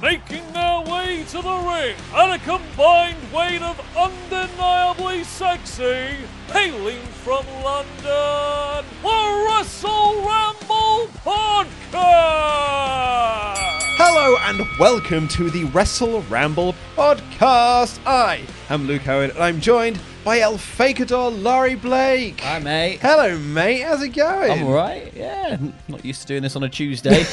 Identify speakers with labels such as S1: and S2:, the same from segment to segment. S1: Making their way to the ring at a combined weight of undeniably sexy, hailing from London, the Wrestle Ramble Podcast!
S2: Hello and welcome to the Wrestle Ramble podcast. I am Luke Owen and I'm joined by El Fakador Laurie Blake.
S3: Hi, mate.
S2: Hello, mate. How's it going?
S3: I'm all right. Yeah, not used to doing this on a Tuesday.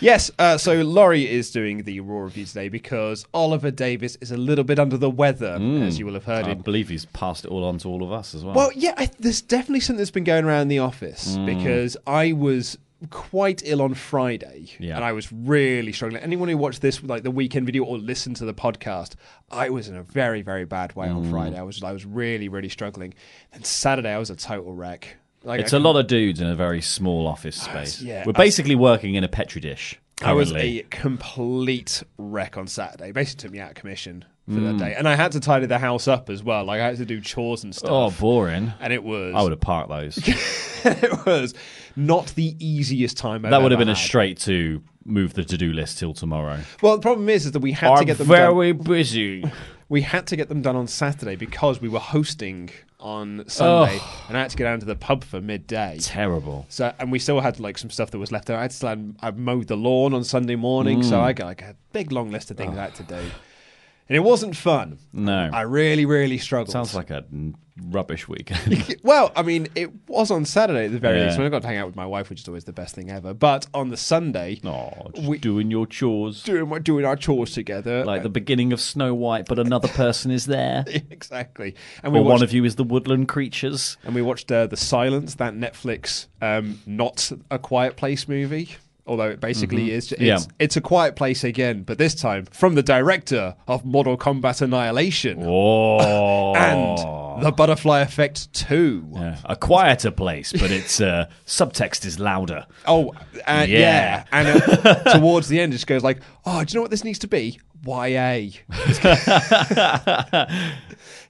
S2: Yes, uh, so Laurie is doing the Raw review today because Oliver Davis is a little bit under the weather,
S3: Mm.
S2: as you will have heard
S4: I
S2: in
S4: believe he's passed it all on to all of us as well.
S2: Well, yeah, I, there's definitely something that's been going around in the office
S4: Mm.
S2: because I was quite ill on Friday
S4: Yeah.
S2: and I was really struggling. Anyone who watched this like the weekend video or listened to the podcast, I was in a very very bad way
S4: Mm.
S2: on Friday. I was I was really really struggling. And Saturday I was a total wreck. Like
S4: it's
S2: I
S4: a
S2: couldn't-
S4: lot of dudes in a very small office space.
S2: Ah, yeah,
S4: We're
S2: I was-
S4: basically working in a petri dish.
S2: I was
S4: currently.
S2: a complete wreck on Saturday. Basically took me out of commission for that
S4: Mm.
S2: day. And I had to tidy the house up as well. Like I had to do chores and stuff.
S4: oh boring.
S2: and it was
S4: I would have parked those.
S2: it was not the easiest time I've
S4: that would have
S2: ever
S4: been a
S2: had.
S4: straight to move the to-do list till tomorrow.
S2: Well, the problem is, is that we had to
S4: I'm
S2: get them done.
S4: very busy.
S2: We had to get them done on Saturday because we were hosting on Sunday, and I had to get down to the pub for midday.
S4: Terrible.
S2: So, and we still had like some stuff that was left out. I had still had, I mowed the lawn on Sunday morning,
S4: Mm.
S2: so I got like a big long list of things I had to do, and it wasn't fun.
S4: No.
S2: I really, really struggled.
S4: Sounds like a n- rubbish weekend.
S2: Well, I mean, it was on Saturday at the very
S4: Yeah.
S2: least when I got to hang out with my wife, which is always the best thing ever. But on the Sunday,
S4: oh, just
S2: We-
S4: doing your chores.
S2: doing my- doing our chores together,
S4: like the beginning of Snow White, but another person is there.
S2: exactly, and
S4: Or
S2: watched-
S4: one of you is the woodland creatures.
S2: and we watched uh, The Silence, that Netflix um, not a Quiet Place movie. Although it basically is, it's,
S4: Mm-hmm. Yeah.
S2: it's a Quiet Place again, but this time from the director of Mortal Kombat Annihilation
S4: Oh.
S2: and The Butterfly Effect Two.
S4: Yeah, a quieter place, but its uh, subtext is louder.
S2: Oh, uh, yeah.
S4: Yeah.
S2: and uh, towards the end, it just goes like, "Oh, do you know what this needs to be? YA." and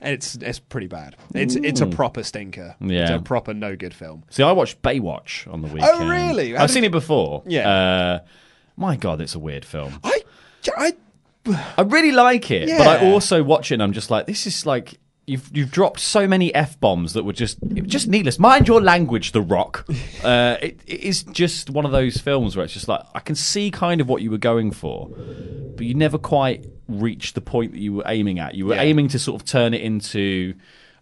S2: it's it's pretty bad. It's it's a proper stinker. it's
S4: Mm. Yeah.
S2: a proper no good film.
S4: See, I watched Baywatch on the weekend.
S2: Oh, really? How
S4: I've
S2: did
S4: seen
S2: you-
S4: it before.
S2: Yeah.
S4: Uh, my God, it's a weird film.
S2: I I
S4: I really like it, but
S2: Yeah.
S4: I also watch it and I'm just like, this is like. You've, you've dropped so many f bombs that were just just needless. Mind your language, The Rock. Uh, it, it is just one of those films where it's just like I can see kind of what you were going for, but you never quite reached the point that you were aiming at. You were
S2: Yeah.
S4: aiming to sort of turn it into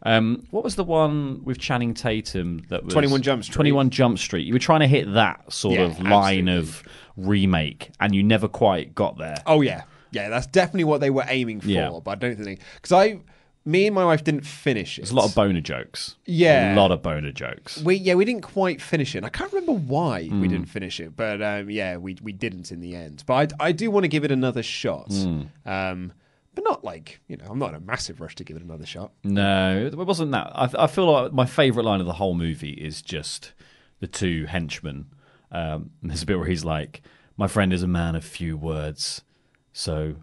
S4: um, what was the one with Channing Tatum that was
S2: 21 Jump Street.
S4: 21 Jump Street. You were trying to hit that sort
S2: Yeah,
S4: of line
S2: absolutely.
S4: of remake, and you never quite got there.
S2: Oh yeah, yeah. That's definitely what they were aiming for.
S4: Yeah.
S2: But I don't think because I, me and my wife didn't finish it.
S4: There's a lot of boner jokes.
S2: Yeah.
S4: a lot of boner jokes.
S2: we yeah we didn't quite finish it. And I can't remember why
S4: Hmm.
S2: we didn't finish it, but um, yeah, we we didn't in the end. But I, I do want to give it another shot.
S4: Hmm.
S2: Um, but not like you know, I'm not in a massive rush to give it another shot.
S4: No, it wasn't that. I, I feel like my favourite line of the whole movie is just the two henchmen. Um, and there's a bit where he's like, "My friend is a man of few words, so."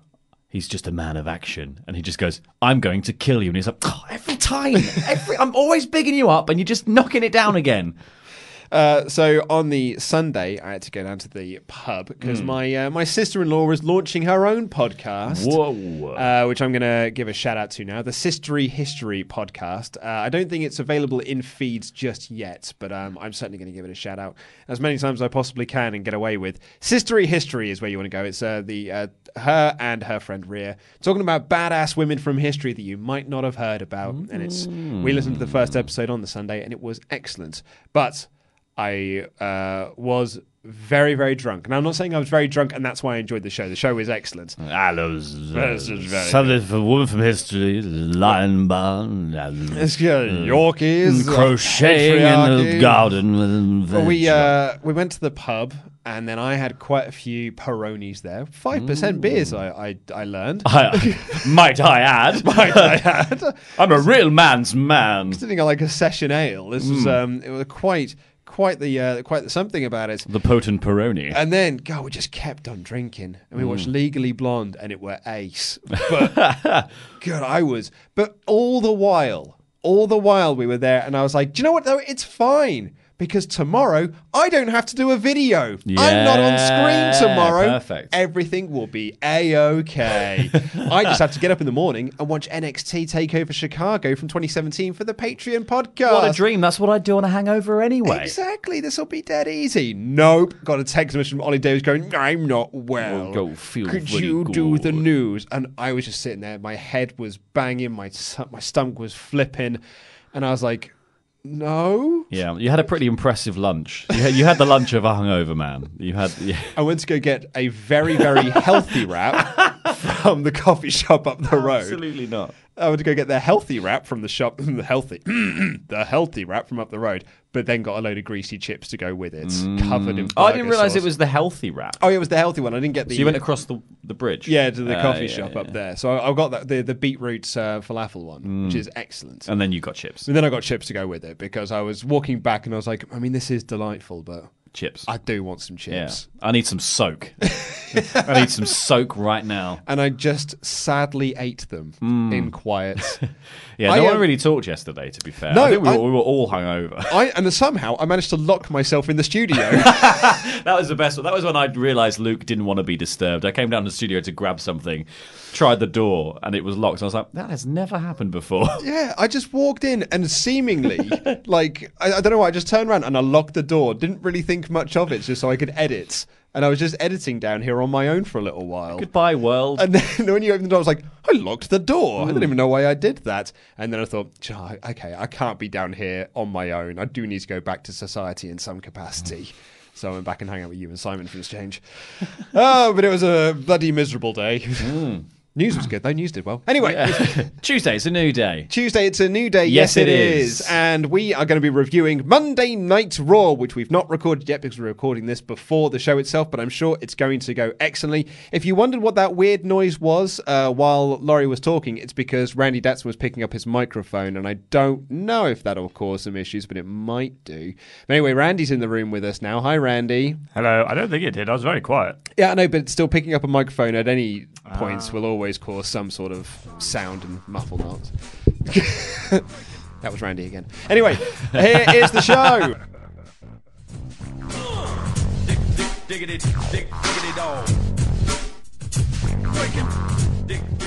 S4: He's just a man of action, and he just goes, "I'm going to kill you," and "Ah, he's like, "Oh, "Every time, every, I'm always bigging you up, and you're just knocking it down again."
S2: Uh, so on the Sunday, I had to go down to the pub because
S4: Hmm.
S2: my uh, my sister in law was launching her own podcast.
S4: Whoa.
S2: Uh, which I'm going to give a shout out to now, the Sistery History podcast. Uh, I don't think it's available in feeds just yet, but um, I'm certainly going to give it a shout out as many times as I possibly can and get away with. Sistery History is where you want to go. It's uh, the uh, her and her friend Rhea talking about badass women from history that you might not have heard about, and it's we listened to the first episode on the Sunday and it was excellent, but. I uh, was very, very drunk. And I'm not saying I was very drunk and that's why I enjoyed the show. The show was excellent.
S4: Hello,
S2: This is very
S4: something for woman from history, lion barn, and
S2: It's, uh, Yorkies, uh,
S4: Mm. crocheting in
S2: patriarchy.
S4: the garden. With
S2: Well, we uh, we went to the pub, and then I had quite a few Peronis there. Five percent beers, I I, I learned.
S4: I, might I add? might I
S2: add.
S4: I'm a real man's man.
S2: Sitting on like a session ale. This was
S4: Mm.
S2: um, it was quite quite the uh, quite the something about it.
S4: The potent Peroni.
S2: And then, God, we just kept on drinking, and we
S4: Mm.
S2: watched Legally Blonde, and it were ace. But God, I was. But all the while, all the while, we were there, and I was like, do you know what though? It's fine because tomorrow I don't have to do a video. I'm not on
S4: Yeah,
S2: screen tomorrow.
S4: perfect.
S2: Everything will be a okay. I just have to get up in the morning and watch NXT Takeover Chicago from 2017 for the Patreon podcast.
S4: What a dream. That's what I do on a hangover anyway.
S2: uh, Exactly. This will be dead easy. Nope. Got a text message from Ollie Davis going, I'm not well.
S4: Well, go Oh, feel
S2: Could
S4: really
S2: you do the
S4: good."
S2: news? And I was just sitting there. My head was banging. My, st- my stomach was flipping. And I was like, no.
S4: Yeah, you had a pretty impressive lunch. You had, you had the lunch of a hungover man. You had. Yeah.
S2: I went to go get a very, very healthy wrap from the coffee shop up the road.
S4: not.
S2: I went to go get the healthy wrap from the shop, the healthy, the healthy wrap from up the road, but then got a load of greasy chips to go with it, covered in.
S4: Oh, I didn't
S2: burger
S4: realise it
S2: sauce.
S4: was the healthy wrap.
S2: Oh, yeah, it was the healthy one. I didn't get the.
S4: So you went across the, the bridge?
S2: Yeah, to the
S4: Uh,
S2: coffee
S4: yeah,
S2: shop
S4: yeah.
S2: up there. So I, I got that the the beetroot uh, falafel one, which is excellent.
S4: Mm. And then you got chips.
S2: and then I got chips to go with it because I was walking back and I was like, I mean, this is delightful, but
S4: Chips.
S2: I do want some
S4: yeah.
S2: chips.
S4: I need some soak. I need some soak right now.
S2: And I just sadly ate them
S4: Mm.
S2: in quiet.
S4: Yeah,
S2: I,
S4: no one
S2: um,
S4: really talked yesterday, to be fair.
S2: No,
S4: I think we,
S2: I-
S4: were, we were all hungover.
S2: I and somehow I managed to lock myself in the studio.
S4: That was the best one. That was when I realised Luke didn't want to be disturbed. I came down to the studio to grab something, tried the door, and it was locked. I was like, that has never happened before.
S2: Yeah, I just walked in and seemingly, like, I, I don't know why, I just turned around and I locked the door. Didn't really think much of it, just so I could edit. And I was just editing down here on my own for a little while.
S4: Goodbye, world.
S2: And then when you opened the door, I was like, I locked the door. I didn't even know why I did that. And then I thought, "Gee, okay, I can't be down here on my own. I do need to go back to society in some capacity. So I went back and hung out with you and Simon for this change. oh, but it was a bloody miserable day. News was good though. News did well. Anyway,
S4: Tuesday's a new day.
S2: Tuesday, it's a new day. Yes, it is. And we are going to be reviewing Monday Night Raw, which we've not recorded yet because we're recording this before the show itself, but I'm sure it's going to go excellently. If you wondered what that weird noise was uh, while Laurie was talking, it's because Randy Datson was picking up his microphone, and I don't know if that'll cause some issues, but it might do. But anyway, Randy's in the room with us now. Hi, Randy.
S5: Hello. I don't think it did. I was very quiet. Ah.
S2: Yeah, I know, but still picking up a microphone at any points will always cause some sort of sound and muffled knots. that was Randy again. Anyway, here is the show.
S6: Dick, dick, diggity, dick, diggity dog.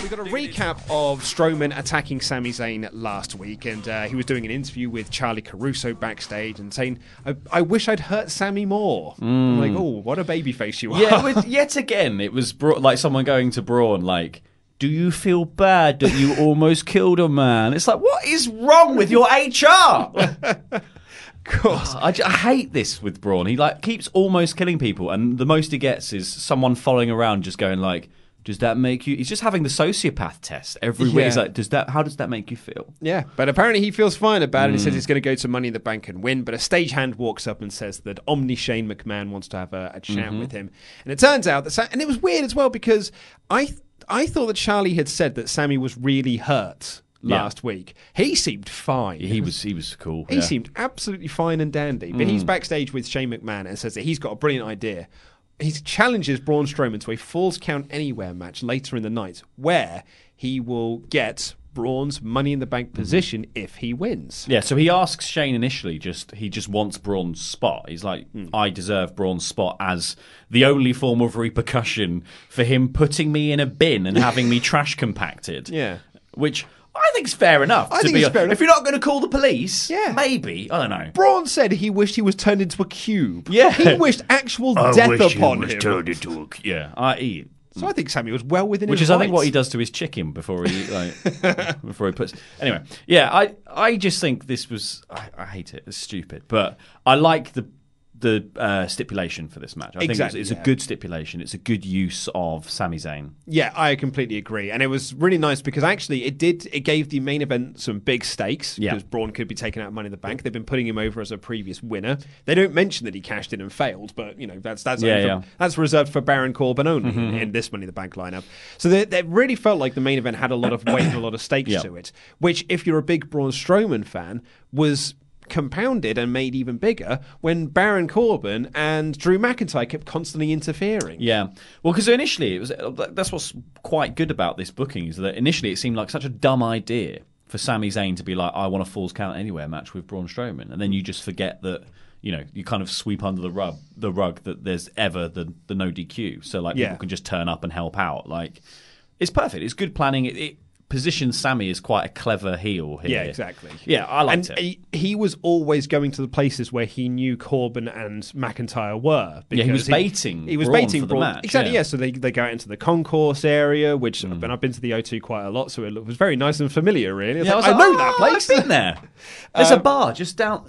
S2: We've got a recap of Strowman attacking Sami Zayn last week, and uh, he was doing an interview with Charlie Caruso backstage and saying, I, I wish I'd hurt Sammy more. I'm like, oh, what a babyface you are.
S4: Yeah, it was, yet again, it was bra- like someone going to Braun, like, do you feel bad that you almost killed a man? It's like, what is wrong with your HR?
S2: of course.
S4: I, ju- I hate this with Braun. He like keeps almost killing people, and the most he gets is someone following around, just going like, "Does that make you?" He's just having the sociopath test every week. He's
S2: Yeah.
S4: like, "Does that? How does that make you feel?"
S2: Yeah, but apparently he feels fine about it. He says
S4: Mm.
S2: he's going to go to Money in the Bank and win. But a stagehand walks up and says that Omni Shane McMahon wants to have a, a chat
S4: Mm-hmm.
S2: with him. And it turns out that, Sa- and it was weird as well because I I thought that Charlie had said that Sammy was really hurt
S4: Yeah.
S2: last week. He seemed fine.
S4: He was he was cool.
S2: He
S4: yeah. Mm.
S2: seemed absolutely fine and dandy, but he's backstage with Shane McMahon and says that he's got a brilliant idea. He challenges Braun Strowman to a Falls Count Anywhere match later in the night, where he will get Braun's Money in the Bank position if he wins.
S4: Mm-hmm. Yeah, so he asks Shane initially just he just wants Braun's spot. He's like,
S2: Hmm.
S4: I deserve Braun's spot as the only form of repercussion for him putting me in a bin and having me trash compacted.
S2: Yeah.
S4: Which I think's fair enough.
S2: I
S4: to
S2: think
S4: be
S2: it's
S4: hon-
S2: fair enough.
S4: If you're not gonna call the police,
S2: Yeah.
S4: maybe. I don't know.
S2: Braun said he wished he was turned into a cube.
S4: Yeah.
S2: He wished actual death upon him.
S4: into a yeah, e i.e.
S2: So I think Sammy was well within
S4: Which
S2: his
S4: is, I think,
S2: rights.
S4: what he does to his chicken before he like, before he puts. Anyway, yeah, I I just think this was I, I hate it. It's stupid, but I like the the uh, stipulation for this match. I
S2: Exactly,
S4: think it's, it's
S2: yeah.
S4: a good stipulation. It's a good use of Sami Zayn.
S2: Yeah, I completely agree, and it was really nice because actually it did it gave the main event some big stakes
S4: Yeah.
S2: because Braun could be taken out of Money in the Bank. They've been putting him over as a previous winner. They don't mention that he cashed in and failed, but you know that's that's
S4: Yeah,
S2: only for-
S4: yeah. Mm-hmm,
S2: that's reserved for Baron Corbin only in, in this Money in the Bank lineup. So they, they really felt like the main event had a lot of weight and a lot of stakes
S4: Yeah.
S2: to it, which if you're a big Braun Strowman fan was. Compounded and made even bigger when Baron Corbin and Drew McIntyre kept constantly interfering.
S4: Yeah, well, because initially it was uh, that's what's quite good about this booking is that initially it seemed like such a dumb idea for Sami Zayn to be like, I want a Falls Count Anywhere match with Braun Strowman, and then you just forget that. You know, you kind of sweep under the rug the rug that there's ever the the no DQ, so like
S2: Yeah.
S4: people can just turn up and help out. Like, it's perfect. It's good planning. It, it positions Sammy as quite a clever heel here.
S2: Yeah, exactly.
S4: Yeah, I liked
S2: and
S4: it.
S2: He, he was always going to the places where he knew Corbin and McIntyre were.
S4: Yeah, he was
S2: because
S4: baiting
S2: He was
S4: Braun
S2: baiting
S4: for the
S2: Braun.
S4: match,
S2: Exactly.
S4: yeah. Hmm.
S2: Yeah. So they they go out into the concourse area, which and I've been to the O2 quite a lot, so it was very nice and familiar. Really, It's
S4: yeah, I,
S2: like,
S4: was
S2: I,
S4: like,
S2: know
S4: "Oh,
S2: that place. Um,
S4: I've been there. There's a bar just down.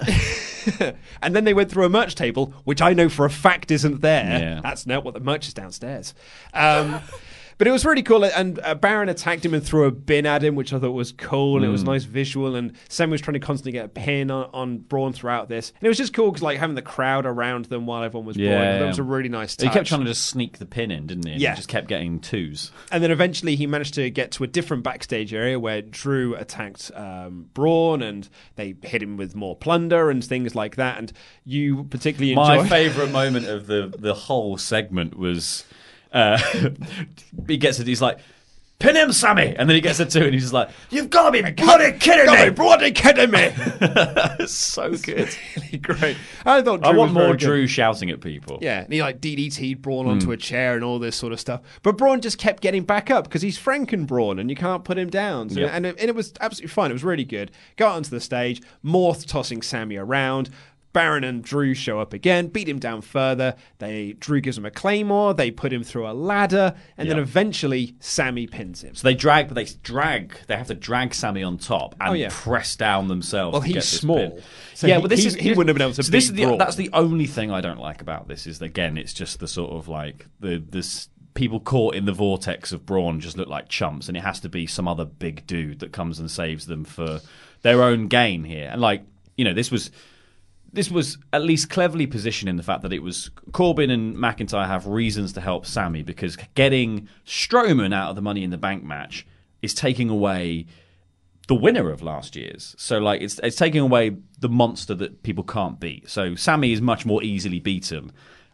S2: and then they went through a merch table, which I know for a fact isn't there.
S4: Yeah.
S2: That's not what the merch is downstairs. Um, but it was really cool. And uh, Baron attacked him and threw a bin at him, which I thought was cool. And it was
S4: Mm.
S2: nice visual. And Sam was trying to constantly get a pin on, on Braun throughout this. And it was just cool because like having the crowd around them while everyone was brawling.
S4: Yeah.
S2: That was a really nice touch.
S4: He kept trying to just sneak the pin in, didn't he? And
S2: Yeah.
S4: He just kept getting twos.
S2: And then eventually he managed to get to a different backstage area where Drew attacked um, Braun and they hit him with more plunder and things like that. And you particularly
S4: My
S2: enjoyed.
S4: favourite moment of the, the whole segment was uh, he gets it, he's like, pin him, Sammy! And then he gets a two and he's just like, you've got to be bloody kidding
S2: God,
S4: me!
S2: I'm bloody kidding me!
S4: It's so good.
S2: really great. I thought Drew
S4: I want
S2: was very
S4: more
S2: good. Hmm.
S4: Drew shouting at people.
S2: Yeah, and he like DDT'd Braun onto a chair and all this sort of stuff. But Braun just kept getting back up because he's Franken Braun and you can't put him down. So, and, it, and it was absolutely fine. It was really good. Got onto the stage, Morth tossing Sammy around. Baron and Drew show up again, beat him down further. They Drew gives him a claymore. They put him through a ladder, and then
S4: Yeah.
S2: eventually Sammy pins him.
S4: So they drag, but they drag. They have to drag Sammy on top and
S2: Oh, yeah.
S4: press down themselves.
S2: Well,
S4: to
S2: he's
S4: get this
S2: small.
S4: pin.
S2: So
S4: yeah,
S2: he-
S4: but this
S2: he-
S4: is
S2: he wouldn't have been able to
S4: So this is
S2: beat
S4: the,
S2: Braun.
S4: that's the only thing I don't like about this is again, it's just the sort of like the this people caught in the vortex of Braun just look like chumps, and it has to be some other big dude that comes and saves them for their own gain here. And like you know, this was this was at least cleverly positioned in the fact that it was Corbyn and McIntyre have reasons to help Sammy because getting Strowman out of the Money in the Bank match is taking away the winner of last year's. So like it's it's taking away the monster that people can't beat. So Sammy is much more easily beaten.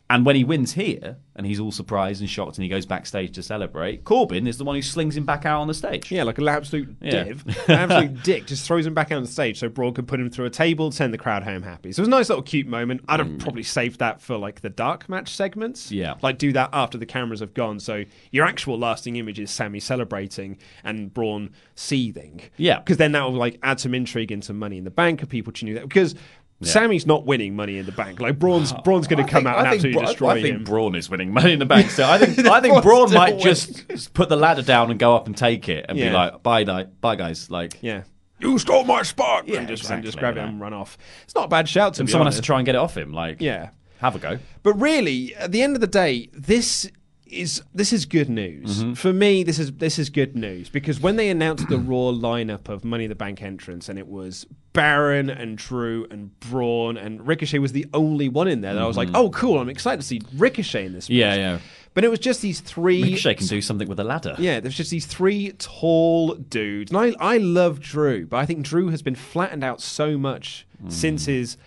S4: And when he wins here, and he's all surprised and shocked, and he goes backstage to celebrate, Corbyn is the one who slings him back out on the stage.
S2: Yeah, like an absolute
S4: Yeah.
S2: div, an absolute dick, just throws him back out on the stage so Braun can put him through a table, send the crowd home happy. So it was a nice little cute moment. I'd have probably saved that for like the dark match segments.
S4: Mm. Yeah.
S2: like do that after the cameras have gone, so your actual lasting image is Sammy celebrating and Braun seething.
S4: Yeah.
S2: because then that will like add some intrigue and some Money in the Bank of people tuning that because. Sammy's not winning Money in the Bank. Like Braun's, Braun's going to come out and absolutely
S4: Bra-
S2: destroy
S4: I think
S2: him.
S4: Braun is winning Money in the Bank. So I think I think
S2: Braun's
S4: Braun
S2: still
S4: might just put the ladder down and go up and take it and
S2: Yeah.
S4: be like, bye, ni- bye, guys. Like,
S2: yeah,
S6: You stole my spark.
S2: and just and just
S4: exactly
S2: grab it
S4: that.
S2: and run off. It's not a bad shout to
S4: and
S2: be
S4: someone
S2: honest.
S4: has to try and get it off him. Like,
S2: Yeah.
S4: have a go.
S2: But really, at the end of the day, this is this is good news
S4: Mm-hmm.
S2: for me. This is this is good news because when they announced the Raw lineup of Money in the Bank entrance, and it was Baron and Drew and Braun and Ricochet was the only one in there. That I was like, oh, cool! I'm excited to see Ricochet in this. Match.
S4: Mm-hmm. Yeah, yeah.
S2: But it was just these three.
S4: Ricochet can do something with a ladder.
S2: Yeah, there's just these three tall dudes. And
S4: Hmm.
S2: I, I love Drew, but I think Drew has been flattened out so much since his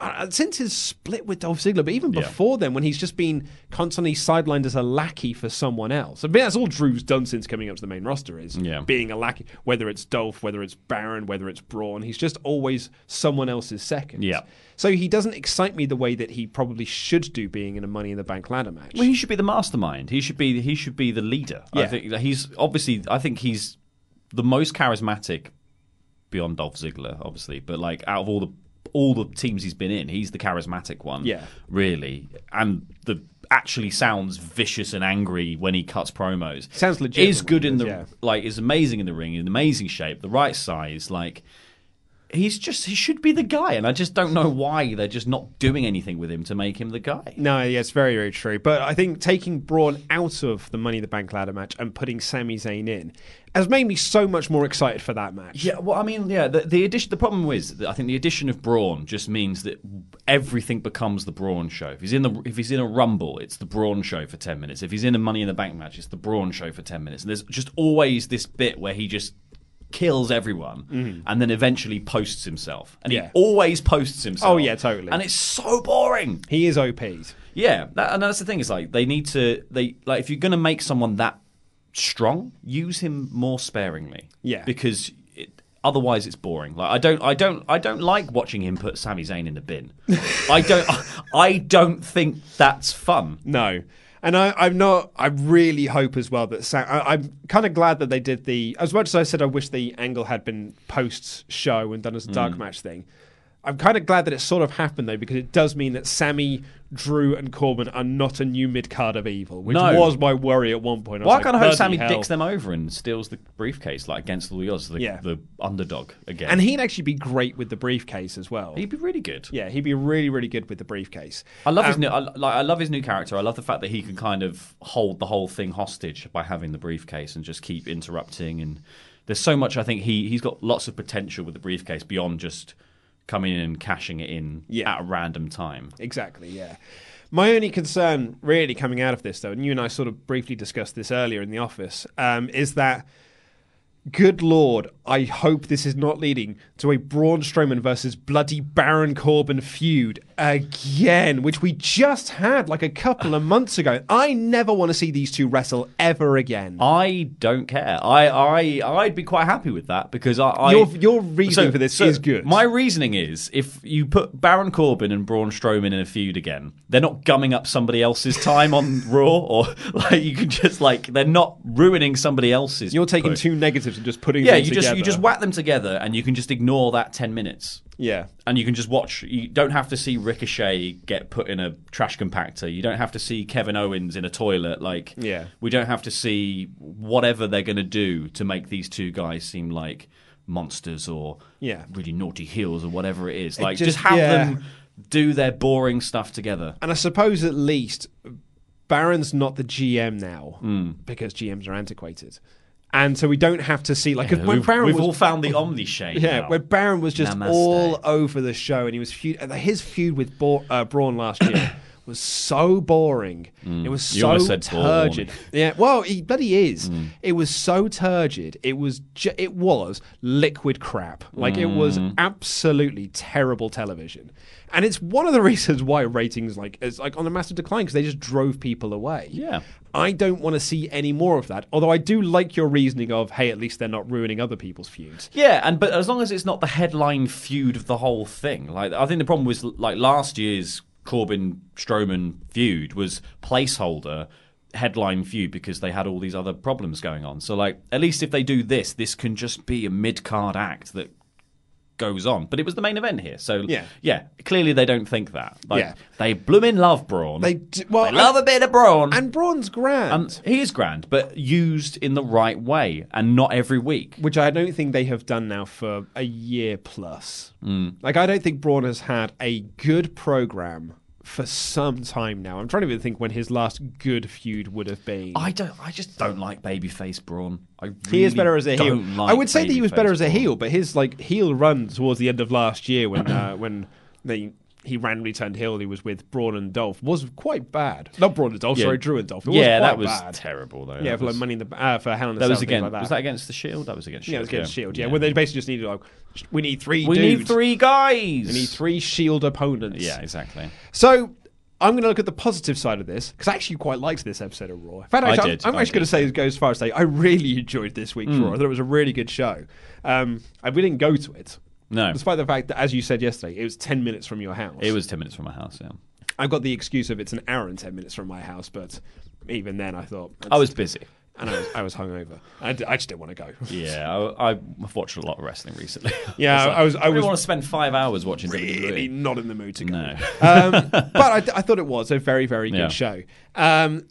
S2: uh, since his split with Dolph Ziggler, but even before then, when he's just been constantly sidelined as a lackey for someone else. I mean, that's all Drew's done since coming up to the main roster is
S4: Yeah.
S2: being a lackey, whether it's Dolph, whether it's Baron, whether it's Braun. He's just always someone else's second.
S4: Yeah.
S2: So he doesn't excite me the way that he probably should do being in a Money in the Bank ladder match.
S4: Well, he should be the mastermind. He should be he should be the leader. I
S2: Yeah.
S4: think that he's obviously. I think he's the most charismatic beyond Dolph Ziggler, obviously. But like out of all the all the teams he's been in, he's the charismatic one.
S2: Yeah.
S4: really, and the actually sounds vicious and angry when he cuts promos.
S2: Sounds legit
S4: Is
S2: when
S4: good
S2: he
S4: in
S2: does,
S4: the
S2: yeah.
S4: like is amazing in the ring, in amazing shape, the right size, like. He's just, he should be the guy, and I just don't know why they're just not doing anything with him to make him the guy.
S2: No, yeah, it's very, very true. But I think taking Braun out of the Money in the Bank ladder match and putting Sami Zayn in has made me so much more excited for that match.
S4: Yeah, well, I mean, yeah, the, the addition. The problem is, that I think the addition of Braun just means that everything becomes the Braun show. If he's in the, if he's in a Rumble, it's the Braun show for ten minutes. If he's in a Money in the Bank match, it's the Braun show for ten minutes. And there's just always this bit where he just kills everyone and then eventually posts himself, and
S2: Mm. Yeah.
S4: he always posts himself.
S2: Oh, yeah, totally.
S4: And it's so boring.
S2: He is OP'd.
S4: Yeah, that, and that's the thing. Is like they need to they like if you're going to make someone that strong, use him more sparingly.
S2: Yeah.
S4: because it, otherwise it's boring. Like I don't, I don't, I don't like watching him put Sami Zayn in the bin. I don't, I don't think that's fun.
S2: No. And I, I'm not. I really hope as well that Sam, I, I'm kind of glad that they did the. As much as I said, I wish the angle had been post show and done as a dark
S4: Mm.
S2: match thing. I'm kind of glad that it sort of happened though, because it does mean that Sammy, Drew, and Corbin are not a new mid card of evil, which
S4: No.
S2: was my worry at one point. I
S4: Well, I
S2: was
S4: kind of
S2: like,
S4: hope
S2: "Bloody
S4: Sammy
S2: hell."
S4: dicks them over and steals the briefcase like against all the odds, the,
S2: Yeah.
S4: the underdog again.
S2: And he'd actually be great with the briefcase as well.
S4: he'd be really good.
S2: yeah, he'd be really, really good with the briefcase. Um,
S4: I love his new. I, like, I love his new character. I love the fact that he can kind of hold the whole thing hostage by having the briefcase and just keep interrupting. And there's so much. I think he he's got lots of potential with the briefcase beyond just coming in and cashing it in
S2: Yeah.
S4: at a random time.
S2: Exactly, yeah. My only concern, really, coming out of this, though, and you and I sort of briefly discussed this earlier in the office, um, is that, good lord, I hope this is not leading to a Braun Strowman versus bloody Baron Corbin feud again, which we just had like a couple of months ago. I never want to see these two wrestle ever again.
S4: I don't care. I I I'd be quite happy with that because I, I
S2: Your- your reasoning for this is good.
S4: My reasoning is if you put Baron Corbin and Braun Strowman in a feud again, they're not gumming up somebody else's time on Raw, or like you can just like they're not ruining somebody else's.
S2: You're taking
S4: push.
S2: two negatives and just putting
S4: Yeah,
S2: them
S4: you just you
S2: together.
S4: just whack them together, and you can just ignore that ten minutes.
S2: Yeah.
S4: And you can just watch. You don't have to see Ricochet get put in a trash compactor. You don't have to see Kevin Owens in a toilet. Like,
S2: Yeah.
S4: we don't have to see whatever they're going to do to make these two guys seem like monsters or
S2: Yeah.
S4: really naughty heels or whatever it is. Like, just,
S2: just-
S4: have
S2: yeah.
S4: them do their boring stuff together.
S2: And I suppose at least Baron's not the GM now
S4: Hmm.
S2: because GMs are antiquated. And so we don't have to see like 'cause when
S4: We've,
S2: Baron
S4: we've
S2: was,
S4: all found the Omni shade.
S2: yeah,
S4: now.
S2: when Baron was just
S4: Namaste.
S2: all over the show, and he was feud, uh, his feud with Bo- uh, Braun last year was so boring. It was
S4: Mm. You
S2: so
S4: almost said Mm. Born.
S2: turgid. Yeah, well, he bloody is. It was so turgid. It was ju- it was liquid crap. Like it was
S4: Mm.
S2: absolutely terrible television. And it's one of the reasons why ratings like is like on a massive decline because they just drove people away.
S4: Yeah.
S2: I don't want to see any more of that. Although I do like your reasoning of hey, at least they're not ruining other people's feuds.
S4: Yeah, and but as long as it's not the headline feud of the whole thing, like I think the problem was like last year's Corbyn Strowman feud was placeholder headline feud because they had all these other problems going on. So like at least if they do this, this can just be a mid card act that goes on. But it was the main event here, so
S2: Yeah.
S4: clearly they don't think that. Like
S2: Yeah.
S4: they bloomin' love Braun.
S2: They d- well,
S4: They love a bit of Braun.
S2: And Braun's grand,
S4: and he is grand, but used in the right way and not every week.
S2: which I don't think they have done now for a year plus.
S4: Hmm.
S2: Like, I don't think Braun has had a good program for some time now. I'm trying to even think when his last good feud would have been.
S4: I don't. I just don't like babyface Braun. I really
S2: he is better as a heel.
S4: don't like
S2: I would say that he was
S4: babyface
S2: better as a
S4: Braun.
S2: heel, but his like heel run towards the end of last year when uh, when they. he randomly turned heel and he was with Braun and Dolph was quite bad. Not Braun and Dolph, sorry, Drew and Dolph. It
S4: yeah,
S2: was
S4: that
S2: quite
S4: was
S2: bad.
S4: terrible though.
S2: Yeah,
S4: that
S2: for like
S4: was-
S2: money in the B- uh, for Hell in a
S4: That
S2: Cell,
S4: was
S2: things
S4: again.
S2: like that.
S4: was that against the Shield? That was against Shield.
S2: Yeah, it was against Shield. Yeah, well, they basically just needed like we need three.
S4: we
S2: dudes.
S4: need three guys.
S2: We need three Shield opponents.
S4: Yeah, exactly.
S2: So I'm going to look at the positive side of this because I actually quite liked this episode of Raw. In fact,
S4: I
S2: actually,
S4: did, Hmm.
S2: I'm, I'm
S4: I
S2: actually going to say go as far as say I really enjoyed this week's Raw. I thought it was a really good show. Um, I we didn't go to it.
S4: No.
S2: Despite the fact that, as you said yesterday, it was 10 minutes from your house.
S4: It was ten minutes from my house. Yeah,
S2: I've got the excuse of it's an hour and 10 minutes from my house, but even then I thought.
S4: I was busy.
S2: And I was, I was hungover. I, d- I just didn't want to go.
S4: Yeah, I, I've watched a lot of wrestling recently.
S2: Yeah,
S4: It's like,
S2: I was- I
S4: really
S2: was-
S4: want to spend five hours watching
S2: really
S4: WWE.
S2: not in the mood to go.
S4: No.
S2: um, but I, I thought it was a very, very good
S4: Yeah.
S2: show. Um,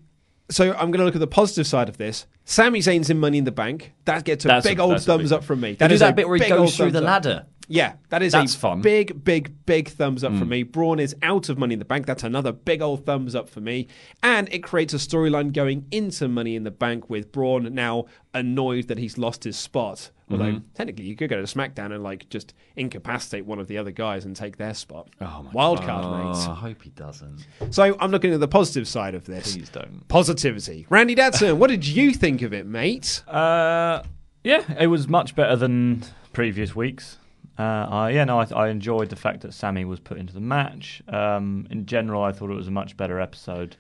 S2: so I'm going to look at the positive side of this. Sami Zayn's in Money in the Bank. That gets a
S4: That's a-
S2: big old
S4: that's a big
S2: thumbs
S4: one.
S2: up from me.
S4: They
S2: That
S4: do
S2: is
S4: that
S2: a
S4: bit where he
S2: big
S4: goes
S2: old
S4: through
S2: thumbs
S4: the
S2: up.
S4: ladder.
S2: Yeah, that is
S4: That's
S2: a
S4: fun. Mm.
S2: big, big, big thumbs up from me. Braun is out of Money in the Bank. That's another big old thumbs up for me. And it creates a storyline going into Money in the Bank with Braun now annoyed that he's lost his spot. Although
S4: Mm-hmm.
S2: technically you could go to SmackDown and like just incapacitate one of the other guys and take their spot. Oh my Wild card rates.
S4: Oh, I hope he doesn't.
S2: So I'm looking at the positive side of this.
S4: Please don't.
S2: Positivity. Randy Dadson, what did you think of it, mate?
S5: Uh, yeah, it was much better than previous weeks. Uh, I, yeah, no, I, I enjoyed the fact that Sammy was put into the match. Um, in general, I thought it was a much better episode.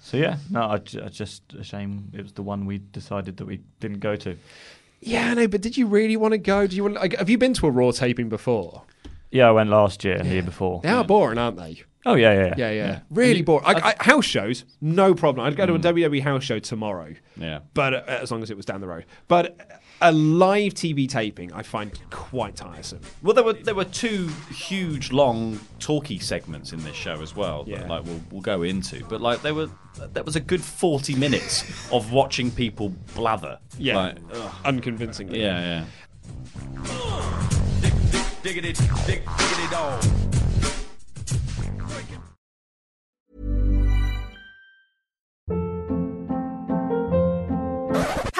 S5: So yeah, no, I, ju- I just a shame it was the one we decided that we didn't go to.
S2: Yeah, no, but did you really want to go? Do you want? Like, have you been to a Raw taping before?
S5: Yeah, I went last year and the year before.
S2: They are boring, aren't they?
S5: Oh yeah, yeah, yeah.
S2: Yeah, yeah. Really boring. I, I, house shows, no problem. I'd go to a WWE house show tomorrow.
S4: Yeah.
S2: But uh, as long as it was down the road. But a live TV taping, I find quite tiresome.
S4: Well, there were there were two huge, long, talky segments in this show as well that
S2: Yeah.
S4: like we'll, we'll go into. But like there were that was a good forty minutes of watching people blather.
S2: Yeah.
S4: Like,
S2: Unconvincingly.
S4: yeah, yeah.
S6: Dig, dig, diggity, dig, diggity dog.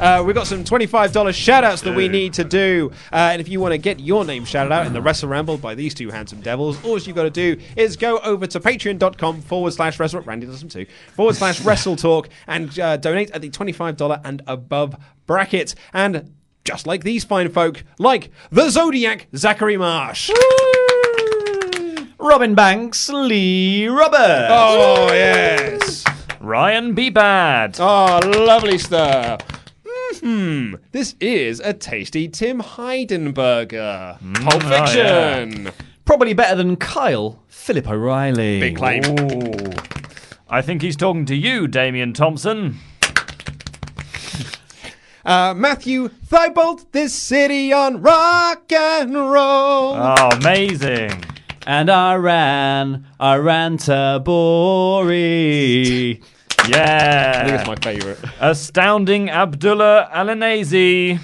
S2: Uh, we've got some $25 shout outs that we need to do. Uh, and if you want to get your name shouted out in the Wrestle Ramble by these two handsome devils, all you've got to do is go over to patreon.com forward slash wrestle, Randy does them too, forward slash wrestle talk and uh, donate at the $25 and above bracket. And just like these fine folk, like the Zodiac Zachary Marsh.
S4: Robin Banks Lee Roberts.
S2: Oh, yes.
S5: Ryan B. Bad.
S2: Oh, lovely stuff. Hmm, this is a tasty Tim Heidenberger. burger. Pulp
S4: oh, yeah.
S2: Fiction.
S4: Probably better than Kyle Philip O'Reilly.
S2: Big claim.
S5: I think he's talking to you, Damian Thompson.
S2: Uh, Matthew Thibault, this city on rock and roll.
S4: Ah,
S5: Oh, amazing.
S4: And I ran, I ran to Bori.
S5: Yeah.
S2: I think it's my favourite.
S5: Astounding Abdullah Alanazi.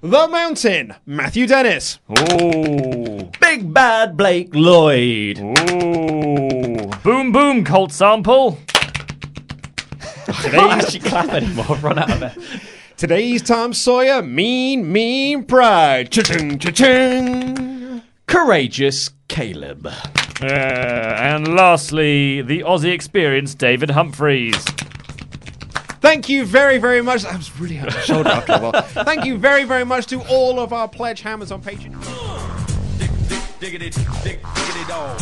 S2: The Mountain, Matthew Dennis.
S5: Oh.
S4: Big Bad Blake Lloyd.
S5: Ooh. Boom Boom Colt Sample.
S4: Do they actually clap anymore? I've run out of air.
S2: Today's Tom Sawyer, Mean Mean Pride. Cha-ching, cha-ching.
S4: Courageous Caleb.
S5: Uh, and lastly, the Aussie experience, David Humphreys.
S2: Thank you very, very much. I was really on my shoulder after a while. Thank you very, very much to all of our pledge hammers on Patreon.
S6: Dig, dig, diggity, dig, diggity dog.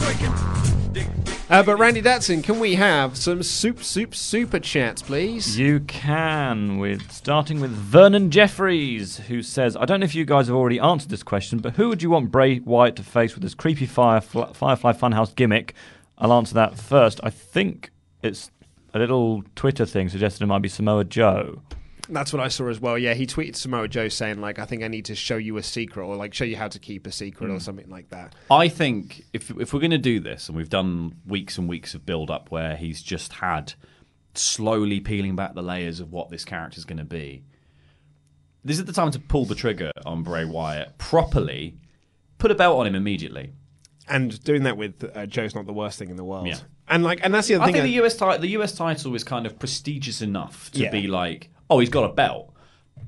S6: Break it. Dig, dig.
S2: Uh, but Randy Datson, can we have some soup, soup, super chats, please?
S5: You can, with starting with Vernon Jeffries, who says, "I don't know if you guys have already answered this question, but who would you want Bray Wyatt to face with his creepy firefly, Firefly Funhouse gimmick?" I'll answer that first. I think it's a little Twitter thing suggested it might be Samoa Joe.
S2: That's what I saw as well. Yeah, he tweeted Samoa Joe saying like, "I think I need to show you a secret, or like show you how to keep a secret, or something like that."
S4: I think if if we're going to do this, and we've done weeks and weeks of build up where he's just had slowly peeling back the layers of what this character's going to be, this is the time to pull the trigger on Bray Wyatt properly. Put a belt on him immediately.
S2: And doing that with uh, Joe's not the worst thing in the world.
S4: Yeah.
S2: And like, and that's the other
S4: I
S2: thing.
S4: think the US title the US title is kind of prestigious enough to
S2: Yeah.
S4: be like, oh, he's got a belt,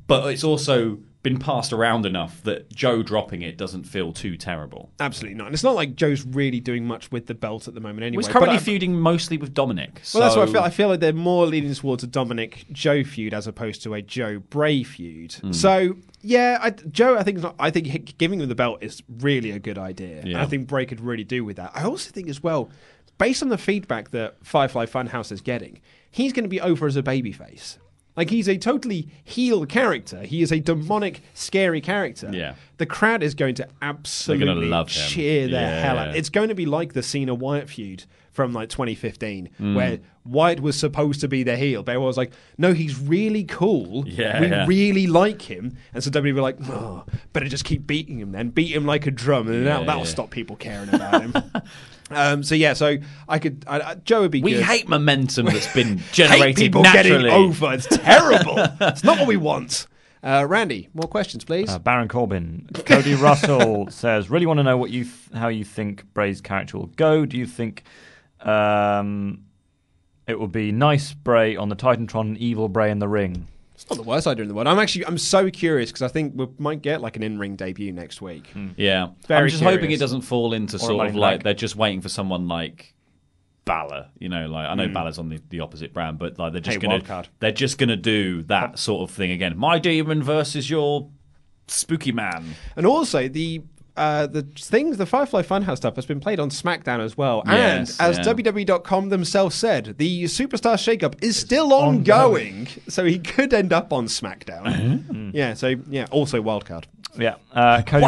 S4: but it's also been passed around enough that Joe dropping it doesn't feel too terrible.
S2: Absolutely not. And it's not like Joe's really doing much with the belt at the moment anyway.
S4: He's currently
S2: but I-
S4: feuding mostly with Dominic.
S2: Well, that's what I
S4: so-
S2: feel. I feel like they're more leaning towards a Dominic Joe feud as opposed to a Joe Bray feud.
S4: Hmm.
S2: So yeah, I, Joe, I think is not, I think h- giving him the belt is really a good idea. And
S4: Yeah.
S2: I think Bray could really do with that. I also think as well, based on the feedback that Firefly Funhouse is getting, he's going to be over as a babyface. Like he's a totally heel character. He is a demonic, scary character.
S4: Yeah.
S2: the crowd is going to absolutely
S4: love him.
S2: cheer the hell out.
S4: Yeah.
S2: It's it's going to be like the Cena Wyatt feud from like 2015,
S4: Hmm.
S2: where Wyatt was supposed to be the heel. But everyone was like, no, he's really cool.
S4: Yeah,
S2: we
S4: yeah.
S2: really like him. And so WWE were like, oh, better just keep beating him then. Beat him like a drum, and that'll, that'll
S4: yeah.
S2: stop people caring about him. um, so yeah, so I could I, I, Joe would be.
S4: We
S2: good.
S4: hate momentum that's been
S2: Hate
S4: generated
S2: people
S4: naturally.
S2: getting over. It's terrible. it's not what we want. Uh, Randy, more questions, please.
S5: Uh, Baron Corbin, Cody Russell says, "Really want to know what you th- how you think Bray's character will go. Do you think um, it will be nice Bray on the Titantron and evil Bray in the ring?"
S2: it's not the worst idea in the world. I'm actually I'm so curious because I think we might get like an in-ring debut next week.
S4: Yeah,
S2: Very
S4: I'm just hoping
S2: curious.
S4: it doesn't fall into
S5: a
S4: sort
S5: money
S4: of like
S5: bag.
S4: they're just waiting for someone like Balor. You know, like I know Balor's on the, the opposite brand, but like they're just
S2: Hmm. Hey,
S4: gonna
S2: wild card.
S4: they're just gonna do that sort of thing again. My demon versus your spooky man.
S2: And also the uh, the things, the Firefly Funhouse stuff has been played on SmackDown as well.
S4: Yes,
S2: and as
S4: yeah.
S2: WWE.com themselves said, the Superstar Shakeup is still ongoing, so he could end up on
S4: Uh-huh.
S2: SmackDown. Yeah, so yeah, also wildcard.
S5: Yeah, uh, Cody,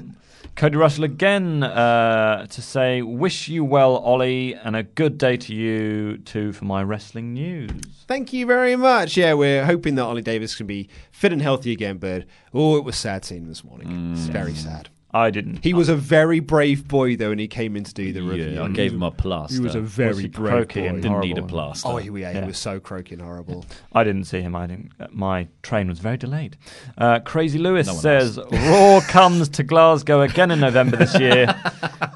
S5: Ru- Cody Russell again uh, to say, "Wish you well, Ollie, and a good day to you too for my wrestling news."
S2: Thank you very much. Yeah, we're hoping that Ollie Davis can be fit and healthy again, but oh, it was sad seeing him this morning.
S4: Mm.
S2: It's very sad.
S5: I didn't.
S2: He was a very brave boy though, and he came in to do the review.
S4: Yeah, I gave him a plaster.
S2: Mm-hmm. He was a very
S5: he
S2: brave
S5: croaky
S2: boy.
S5: and
S4: didn't need a
S5: horrible.
S4: plaster.
S2: Oh, he, yeah,
S5: Yeah.
S2: he was so croaking horrible.
S5: I didn't see him. I didn't. uh, My train was very delayed. Uh, Crazy Lewis
S4: No one
S5: says Raw comes to Glasgow again in November this year.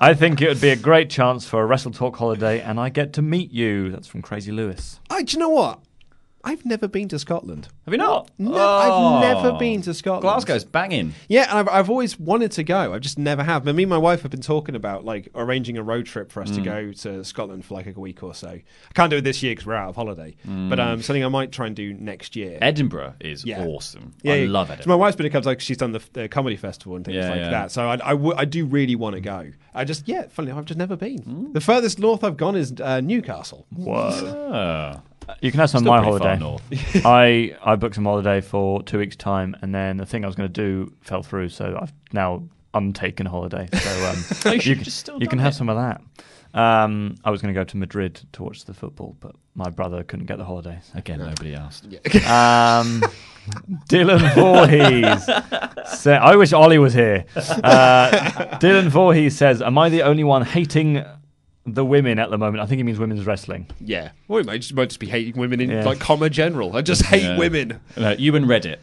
S5: I think it would be a great chance for a Wrestle Talk holiday, and I get to meet you. That's from Crazy Lewis.
S2: I, do you know what? I've never been to Scotland.
S4: Have you not?
S2: No,
S4: Oh.
S2: I've never been to Scotland.
S4: Glasgow's banging.
S2: Yeah, and I've, I've always wanted to go. I just never have. But me and my wife have been talking about like arranging a road trip for us to
S4: Mm.
S2: go to Scotland for like a week or so. I can't do it this year because we're out of holiday.
S4: Mm.
S2: But um, something I might try and do next year.
S4: Edinburgh is
S2: Yeah.
S4: awesome.
S2: Yeah,
S4: I
S2: yeah.
S4: love
S2: So my
S4: Edinburgh.
S2: wife's been to Cubs, like she's done the, the comedy festival and things
S4: Yeah,
S2: like
S4: yeah.
S2: that. So I, I, w- I do really want to go. I just yeah, funny I've just never been.
S4: Mm.
S2: The furthest north I've gone is uh, Newcastle.
S4: Ah.
S5: You can have some
S2: Still
S5: of my
S2: pretty far
S5: holiday. I I booked some holiday for two weeks time, and then the thing I was going to do fell through, so I've now untaken holiday. So um,
S3: Oh, you should've
S5: can,
S3: just still
S5: you can
S3: done
S5: have
S3: it.
S5: some of that. Um, I was going to go to Madrid to watch the football, but my brother couldn't get the holiday.
S4: Again, nobody asked.
S5: um, Dylan Voorhees. Sa- I wish Ollie was here. Uh, Dylan Voorhees says, "Am I the only one hating the women at the moment?" I think he means women's wrestling.
S2: Yeah, well, it might just, might just be hating women in
S5: Yeah.
S2: like comma general. I just hate
S5: Yeah.
S2: women
S4: No, you and Reddit.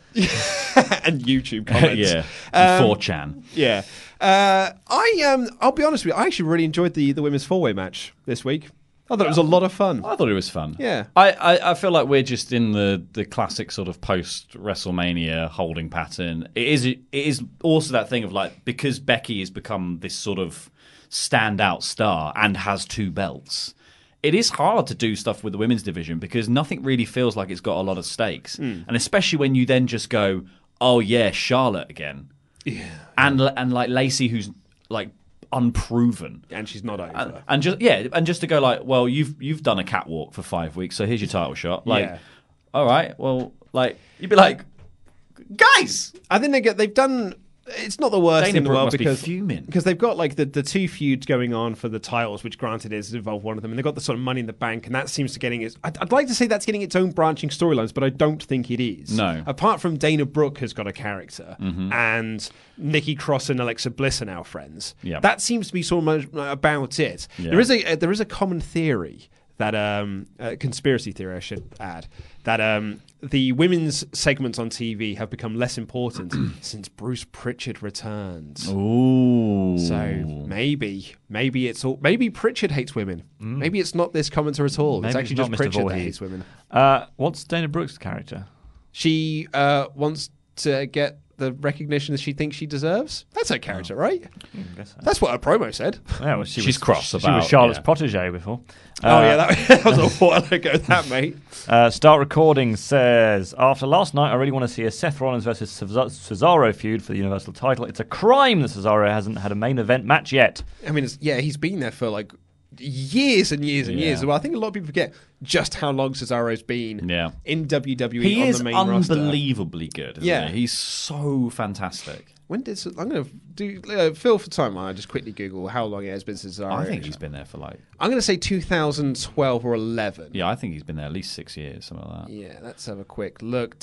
S2: and YouTube comments.
S4: Yeah.
S2: Um,
S4: 4chan.
S2: Yeah, uh, I um, I'll be honest with you. I actually really enjoyed the the women's four way match this week. I thought it was a lot of fun.
S4: I thought it was fun.
S2: Yeah.
S4: I, I, I feel like we're just in the, the classic sort of post WrestleMania holding pattern. It is it is also that thing of like because Becky has become this sort of standout star and has two belts. It is hard to do stuff with the women's division because nothing really feels like it's got a lot of stakes,
S2: Hmm.
S3: Mm.
S4: and especially when you then just go, "Oh yeah, Charlotte again," yeah, and and like Lacey who's like unproven,
S2: and she's not over,
S4: and, and just yeah, and just to go like, well, you've you've done a catwalk for five weeks, so here's your title shot, like,
S2: Yeah.
S4: all right, well, like you'd be like, guys.
S2: I think they get they've done. It's not the worst
S4: Dana
S2: in the
S4: Brooke
S2: world
S4: must be
S2: because
S4: fuming.
S2: because they've got like the, the two feuds going on for the titles, which granted is involved one of them, and they've got the sort of money in the bank, and that seems to getting its. I'd, I'd like to say that's getting its own branching storylines, but I don't think it is.
S4: No.
S2: Apart from Dana Brooke has got a character,
S4: Mhm.
S2: and Nikki Cross and Alexa Bliss are now friends.
S4: Yep.
S2: That seems to be so much about it.
S4: Yeah.
S2: There is a uh, there is a common theory that um uh, conspiracy theory I should add that um the women's segments on TV have become less important since Bruce Pritchard returns.
S4: Ooh.
S2: So maybe maybe it's all maybe Pritchard hates women. Maybe it's not this commenter at all. it's
S5: Maybe
S2: actually
S5: not
S2: just
S5: Mr.
S2: Pritchard that
S5: Voorhees.
S2: hates women.
S5: Uh, what's Dana Brooks' character?
S2: She uh, wants to get the recognition that she thinks she deserves. That's her character, right? That's what her promo said.
S5: Yeah, well, she
S4: She's
S5: was,
S4: cross
S5: she,
S4: about-
S5: was Charlotte's
S4: yeah.
S5: protege before.
S2: oh yeah, that, that was a while ago. That mate.
S5: Uh, Start Recording says, after last night, I really want to see a Seth Rollins versus Ces- Cesaro feud for the Universal title. It's a crime that Cesaro hasn't had a main event match yet.
S2: I mean, it's, yeah, he's been there for like years and years and years.
S5: Yeah.
S2: Well, I think a lot of people forget just how long Cesaro's been
S4: Yeah.
S2: in WWE
S4: He
S2: on
S4: is
S2: the main roster.
S4: unbelievably good. Isn't
S2: Yeah.
S4: he? he's so fantastic.
S2: When did Ce- I'm going to do uh, Phil for time? I just quickly Google how long it has been since Cesaro.
S4: I think he's been there for like,
S2: I'm going to say 2012 or 11.
S4: yeah, I think he's been there at least six years, something like that.
S2: Yeah, let's have a quick look.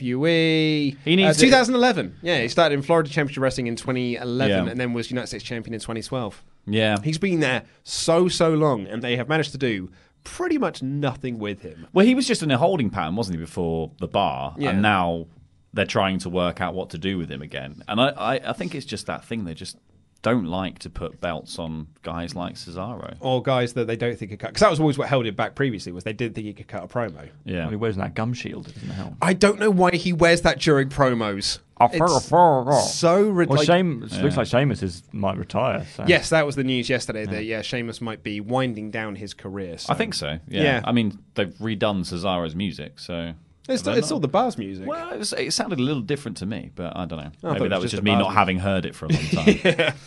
S2: WWE.
S4: He needs
S2: uh,
S4: to-
S2: 2011. Yeah, he started in Florida Championship Wrestling in 2011,
S4: Yeah.
S2: and then was United States Champion in 2012.
S4: Yeah.
S2: He's been there so so long, and they have managed to do pretty much nothing with him.
S4: Well, he was just in a holding pattern, wasn't he, before the bar?
S2: Yeah.
S4: And now they're trying to work out what to do with him again. And I, I, I think it's just that thing they just don't like to put belts on guys like Cesaro.
S2: Or guys that they don't think could cut. Because that was always what held it back previously was they didn't think he could cut a promo.
S4: Yeah.
S5: Well, he wears that gum shield, doesn't help.
S2: I don't know why he wears that during promos. It's so rid-
S5: Well,
S2: like-
S5: Shame, it looks like Seamus is, might retire. So.
S2: Yes, that was the news yesterday that yeah, Sheamus might be winding down his career. So.
S4: I think so. Yeah. I mean, they've redone Cesaro's music, so.
S2: it's,
S4: Have they
S2: it's all
S4: not?
S2: the bars music.
S4: Well, it, was, it sounded a little different to me, but I don't know.
S2: I thought
S4: Maybe
S2: it
S4: that
S2: was
S4: was
S2: just
S4: just
S2: a
S4: me
S2: bad
S4: not
S2: one.
S4: having heard it for a long time.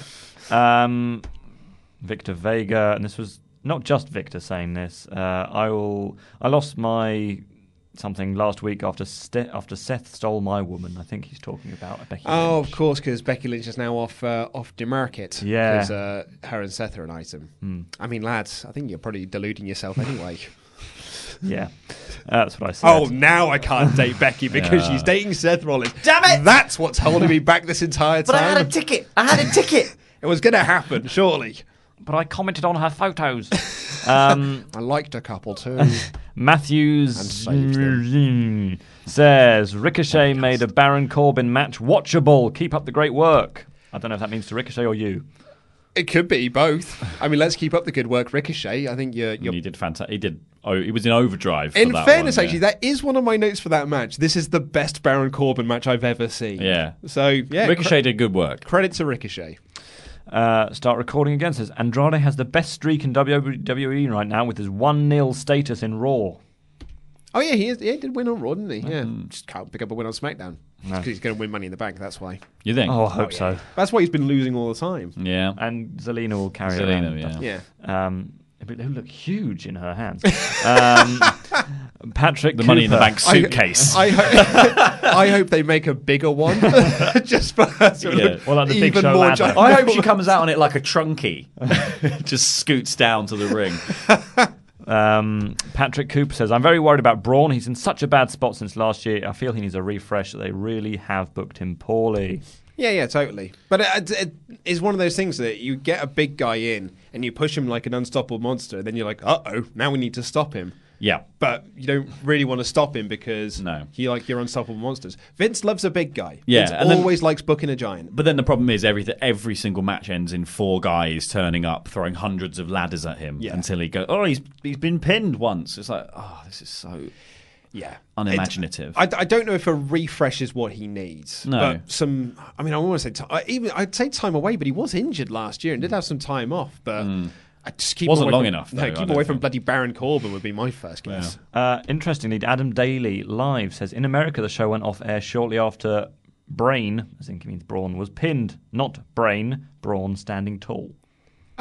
S5: Um, Victor Vega, and this was not just Victor saying this. Uh, I will. I lost my something last week after Ste- after Seth stole my woman. I think he's talking about Becky.
S2: Oh,
S5: Lynch.
S2: of course, because Becky Lynch is now off uh, off the market.
S5: Yeah.
S2: because uh, her and Seth are an item.
S4: Hmm.
S2: I mean, lads, I think you're probably deluding yourself anyway.
S5: yeah, Uh, that's what I said.
S2: oh, now I can't date Becky because
S5: Yeah.
S2: she's dating Seth Rollins. Damn it! That's what's holding me back this entire time.
S7: But I had a ticket. I had a ticket.
S2: It was going to happen, surely.
S5: but I commented on her photos. um,
S2: I liked a couple too.
S5: Matthews says Ricochet made a Baron Corbin match watchable. Keep up the great work. I don't know if that means to Ricochet or you.
S2: It could be both. I mean, let's keep up the good work, Ricochet. I think you're. you're
S4: he did fantastic. He did. Oh, he was in overdrive. for
S2: in
S4: that
S2: fairness,
S4: one, yeah.
S2: actually, that is one of my notes for that match. This is the best Baron Corbin match I've ever seen.
S4: Yeah.
S2: So yeah,
S4: Ricochet did good work.
S2: Credit to Ricochet.
S5: Uh, start recording again. Says Andrade has the best streak in WWE right now with his 1 0 status in Raw.
S2: Oh yeah, he, is, yeah, he did win on Raw, didn't he?
S5: Mm.
S2: Yeah, just can't pick up a win on SmackDown because he's going to win Money in the Bank. That's why.
S4: You think?
S5: Oh, I hope so.
S2: That's why he's been losing all the time.
S4: Yeah.
S5: And Zelina will carry it
S4: Zelina,
S5: around.
S2: yeah.
S5: Um, but they look huge in her hands. Um, Patrick,
S4: The money in the
S5: Cooper.
S4: bank suitcase.
S2: I, ho- I hope they make a bigger one just for her to look
S5: Well, like the Big
S2: even
S5: Show
S2: more
S5: ladder.
S2: giant.
S4: I hope she comes out on it like a trunky, just scoots down to the ring.
S5: Um, Patrick Cooper says, I'm very worried about Braun. He's in such a bad spot since last year. I feel he needs a refresh. They really have booked him poorly.
S2: Yeah, yeah, totally. But it, it, it is one of those things that you get a big guy in and you push him like an unstoppable monster, then you're like, uh oh, now we need to stop him.
S4: Yeah.
S2: But you don't really want to stop him because no. he like you're unstoppable monsters. Vince loves a big guy.
S4: Yeah,
S2: Vince
S4: and then-
S2: always likes booking a giant.
S4: But then the problem is every every single match ends in four guys turning up, throwing hundreds of ladders at him
S2: Yeah.
S4: until he goes. Oh, he's he's been pinned once. It's like, oh, this is so
S2: Yeah,
S4: unimaginative.
S2: I, I don't know if a refresh is what he needs.
S4: No.
S2: but some. I mean, I want to say ti I even I'd say time away, but he was injured last year and did have some time off. But I just keep
S4: Hmm. Wasn't
S2: away
S4: long
S2: from-
S4: enough,
S2: No,
S4: though, I
S2: keep
S4: don't
S2: away from bloody Baron Corbin would be my first guess.
S5: Uh, interestingly, Adam Daly Live says, In America, the show went off air shortly after Brain, I think he means Braun, was pinned. Not Brain, Braun standing tall.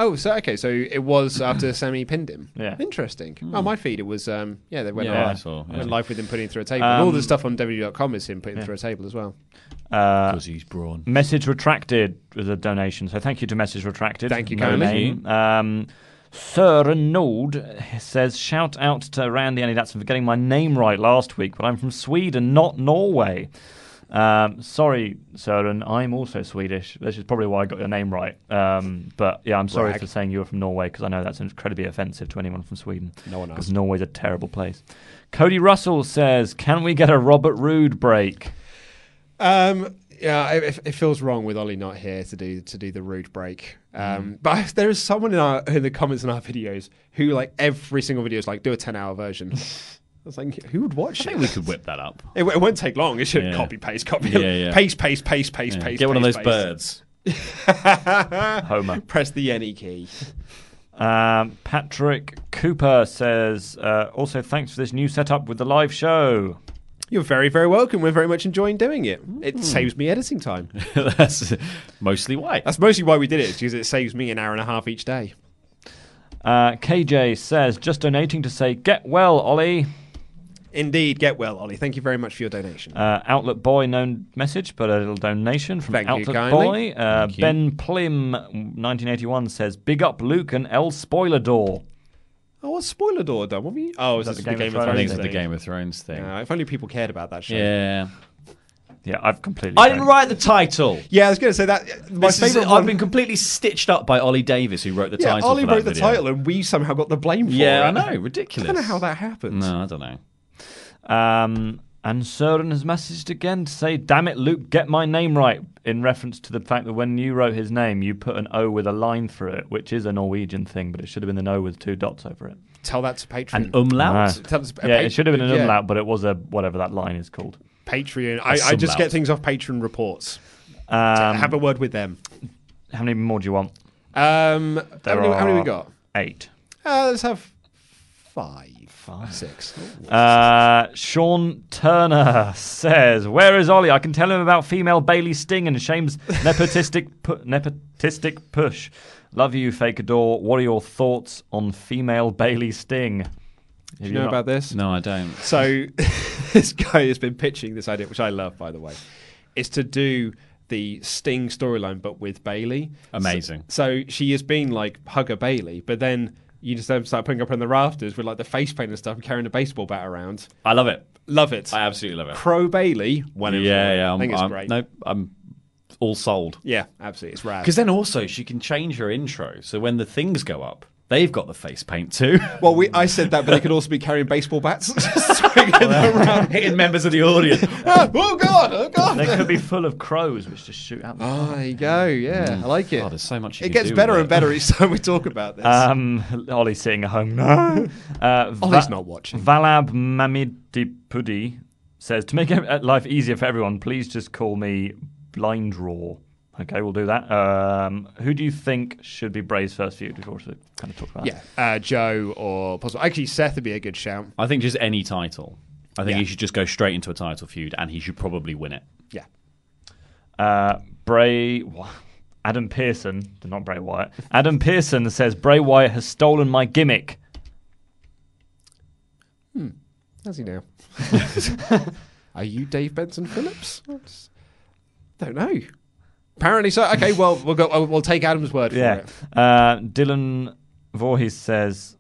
S2: Oh, so okay, so it was after Sammy pinned him.
S5: Yeah.
S2: interesting. Oh, my feed it was. Um, yeah, they went
S4: Hmm. Yeah,
S2: live.
S4: I saw, yeah. Um,
S2: Went live with him putting him through a table. and all the stuff on WWE.com is him putting him through a table as well.
S4: Because he's brawn.
S5: Message retracted with a donation. So thank you to Message Retracted.
S2: Thank you, Mm-hmm.
S5: no
S2: kindly.
S5: name. Um, Sir Renaud says, shout out to Randy and Datson for getting my name right last week, but I'm from Sweden, not Norway. Um, sorry, Søren, I'm also Swedish. This is probably why I got your name right. Um, but yeah, I'm sorry
S2: Brag.
S5: for saying you were from Norway because I know that's incredibly offensive to anyone from Sweden.
S2: No one asked.
S5: Because Norway's a terrible place. Cody Russell says, can we get a Robert Roode break?
S2: Um, yeah, it, it- it feels wrong with Ollie not here to do to do the rude break.
S4: Hmm.
S2: Um, But there is someone in our in the comments in our videos who like every single video is like do a ten hour version. I was like, who would watch
S4: I
S2: it?
S4: think we could whip that up.
S2: It, w- it won't take long. It should
S4: Yeah.
S2: copy paste copy
S4: Yeah, yeah.
S2: paste paste paste paste
S4: Yeah.
S2: paste.
S4: Get one of
S2: paste,
S4: those
S2: paste.
S4: birds.
S5: Homer.
S2: Press the any key.
S5: Um, Patrick Cooper says, uh, also thanks for this new setup with the live show.
S2: You're very very welcome. We're very much enjoying doing it. It saves me editing time.
S4: That's mostly white.
S2: That's mostly why we did it because it saves me an hour and a half each day.
S5: Uh, KJ says, just donating to say, get well, Ollie.
S2: Indeed, get well, Ollie. Thank you very much for your donation.
S5: Uh, Outlet Boy, no message, but a little donation from
S2: Thank you
S5: Outlet
S2: kindly.
S5: Boy. Uh,
S4: Thank you.
S5: ben Plim, 1981, says, big up Luke and El Spoiler Door.
S2: Oh, what's spoiler door done? What were you? Oh, is
S5: that
S2: this the Game of
S4: I
S2: Thrones?
S4: think it's
S2: thing?
S4: the Game of Thrones thing.
S2: Uh, if only people cared about that show.
S4: yeah.
S5: Yeah, I've completely.
S4: I didn't
S5: blown-
S4: write the title.
S2: Yeah, I was going to say that. My
S4: This is-
S2: favorite
S4: I've
S2: one.
S4: been completely stitched up by Ollie Davis, who wrote the
S2: yeah,
S4: title.
S2: Ollie
S4: for that
S2: wrote the
S4: video.
S2: title, and we somehow got the blame for it.
S4: Yeah, I know.
S2: I
S4: Ridiculous.
S2: don't know how that happens.
S4: No, I don't know.
S5: Um, and Søren has messaged again to say, damn it, Luke, get my name right, in reference to the fact that when you wrote his name, you put an O with a line through it, which is a Norwegian thing, but it should have been an O with two dots over it.
S2: Tell that to Patreon.
S4: An umlaut.
S5: Ah.
S2: Tell us- a
S5: yeah,
S2: pa-
S5: it should have been an
S2: yeah.
S5: umlaut, but it was a whatever that line is called.
S2: Patreon. I,
S4: A
S2: I just
S4: sumlaut. Um,
S2: get things off Patreon reports. Have a word with them.
S5: Um, How many more do you want?
S2: Um, how,
S5: There
S2: many, how many
S5: are
S2: we got?
S5: Eight.
S2: Uh, let's have five, five, six.
S5: Uh, Sean Turner says, "Where is Ollie? I can tell him about female Bailey Sting and Shame's nepotistic pu- nepotistic push. Love you, Fakador. What are your thoughts on female Bailey Sting? Have
S2: Do you know
S5: not-
S2: about this?
S4: No, I don't.
S2: So this guy has been pitching this idea, which I love, by the way, is to do the Sting storyline, but with Bailey.
S4: Amazing.
S2: So, so she has been like hugger Bailey, but then you just have to start putting up on the rafters with like the face paint and stuff, and carrying a baseball bat around.
S4: I love it.
S2: Love it.
S4: I absolutely love it.
S2: Pro Bailey, when it was
S4: yeah,
S2: right.
S4: yeah.
S2: I
S4: I'm,
S2: think it's
S4: I'm-
S2: great.
S4: No, I'm all sold.
S2: Yeah, absolutely, it's rad.
S4: Because then also she can change her intro. So when the things go up, They've got the face paint too.
S2: Well, we, I said that, but they could also be carrying baseball bats.
S4: hitting members of the audience.
S2: Ah, oh god! Oh god!
S5: They could be full of crows which just shoot out. the
S2: Oh, there you go. Yeah,
S4: Mm.
S2: I like it.
S4: Oh, there's so much you
S2: It
S4: could
S2: gets
S4: do
S2: better
S4: with
S2: and better each time we talk about this.
S5: Um, Ollie's sitting at home now. Uh,
S2: Ollie's not watching.
S5: Valab Mamidipudi says to make e- life easier for everyone, please just call me Blind Raw. Okay, we'll do that. Um, who do you think should be Bray's first feud? We've also kind of talked about.
S2: yeah, uh, Joe or possible. Actually, Seth would be a good shout.
S4: I think just any title. I think
S2: Yeah.
S4: he should just go straight into a title feud, and he should probably win it.
S2: Yeah.
S5: Uh, Bray, Adam Pearson, not Bray Wyatt. Adam Pearson says Bray Wyatt has stolen my gimmick.
S2: How's he now? Are you Dave Benson Phillips? Don't know. Apparently so. Okay, well we'll go. oh, We'll take Adam's word for
S5: Yeah.
S2: it.
S5: Uh, Dylan Voorhees says,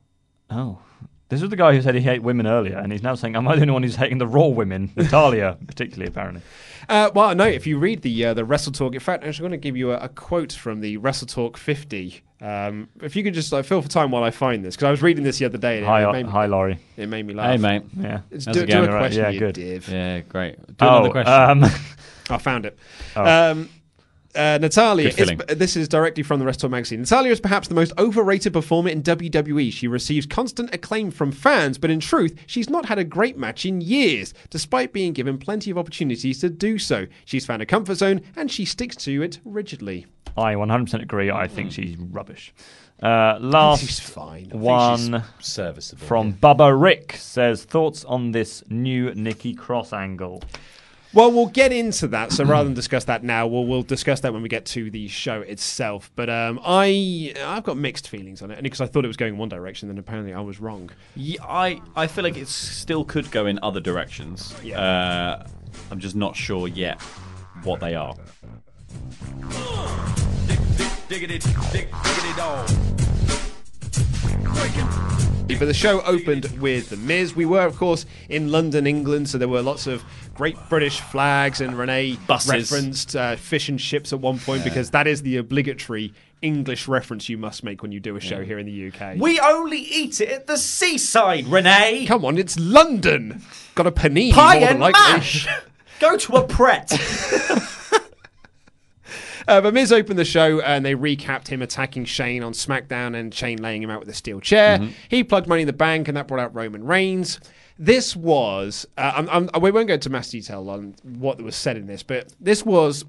S5: "Oh, this was the guy who said he hated women earlier, and he's now saying, am I the only one who's hating the raw women, Natalia particularly, apparently."
S2: Uh, well, no. If you read the uh, the Wrestle Talk, in fact, I'm just going to give you a, a quote from the Wrestle Talk 50. Um, if you could just like, fill for time while I find this, because I was reading this the other day. And it-
S5: Hi,
S2: it,
S5: uh,
S2: made me,
S5: hi, Laurie.
S2: it made me laugh.
S4: Hey, mate.
S5: Yeah.
S2: It's-
S4: How's
S2: do,
S4: it
S2: do
S4: going,
S2: a
S4: all right?
S2: question,
S5: Yeah,
S2: you
S5: good.
S2: div.
S4: Yeah, great. Do
S5: Oh,
S4: another question.
S5: um,
S2: I found it.
S5: Oh.
S2: Um, uh, Natalia,
S4: Good
S2: is,
S4: feeling.
S2: this is directly from the Wrestle magazine. Natalia is perhaps the most overrated performer in WWE. She receives constant acclaim from fans, but in truth, she's not had a great match in years, despite being given plenty of opportunities to do so. She's found a comfort zone and she sticks to it rigidly.
S5: I 100% agree. I think she's rubbish. Uh, last
S2: she's fine. I think she's
S5: one
S4: serviceable,
S5: um, from Bubba Rick says thoughts on this new Nikki Cross angle.
S2: Well, we'll get into that. So rather than discuss that now, we'll, we'll discuss that when we get to the show itself. But um, I I've got mixed feelings on it, and because I thought it was going one direction, then apparently I was wrong.
S4: Yeah, I, I feel like it still could go in other directions. Uh, I'm just not sure yet what they are.
S6: Diggity, dig, diggity dog.
S2: But the show opened with The Miz. We were, of course, in London, England, so there were lots of great British flags, and Renee
S4: Buses.
S2: referenced uh, fish and ships at one point because that is the obligatory English reference you must make when you do a show here in the UK.
S4: We only eat it at the seaside, Renee.
S2: Come on, it's London! Got a panini,
S4: Pie
S2: more than
S4: and
S2: likely.
S4: mash. Go to a pret.
S2: Uh, but Miz opened the show and they recapped him attacking Shane on SmackDown and Shane laying him out with a steel chair.
S4: Mm-hmm.
S2: He plugged Money in the Bank and that brought out Roman Reigns. This was, uh, I'm, I'm, we won't go into mass detail on what was said in this, but this was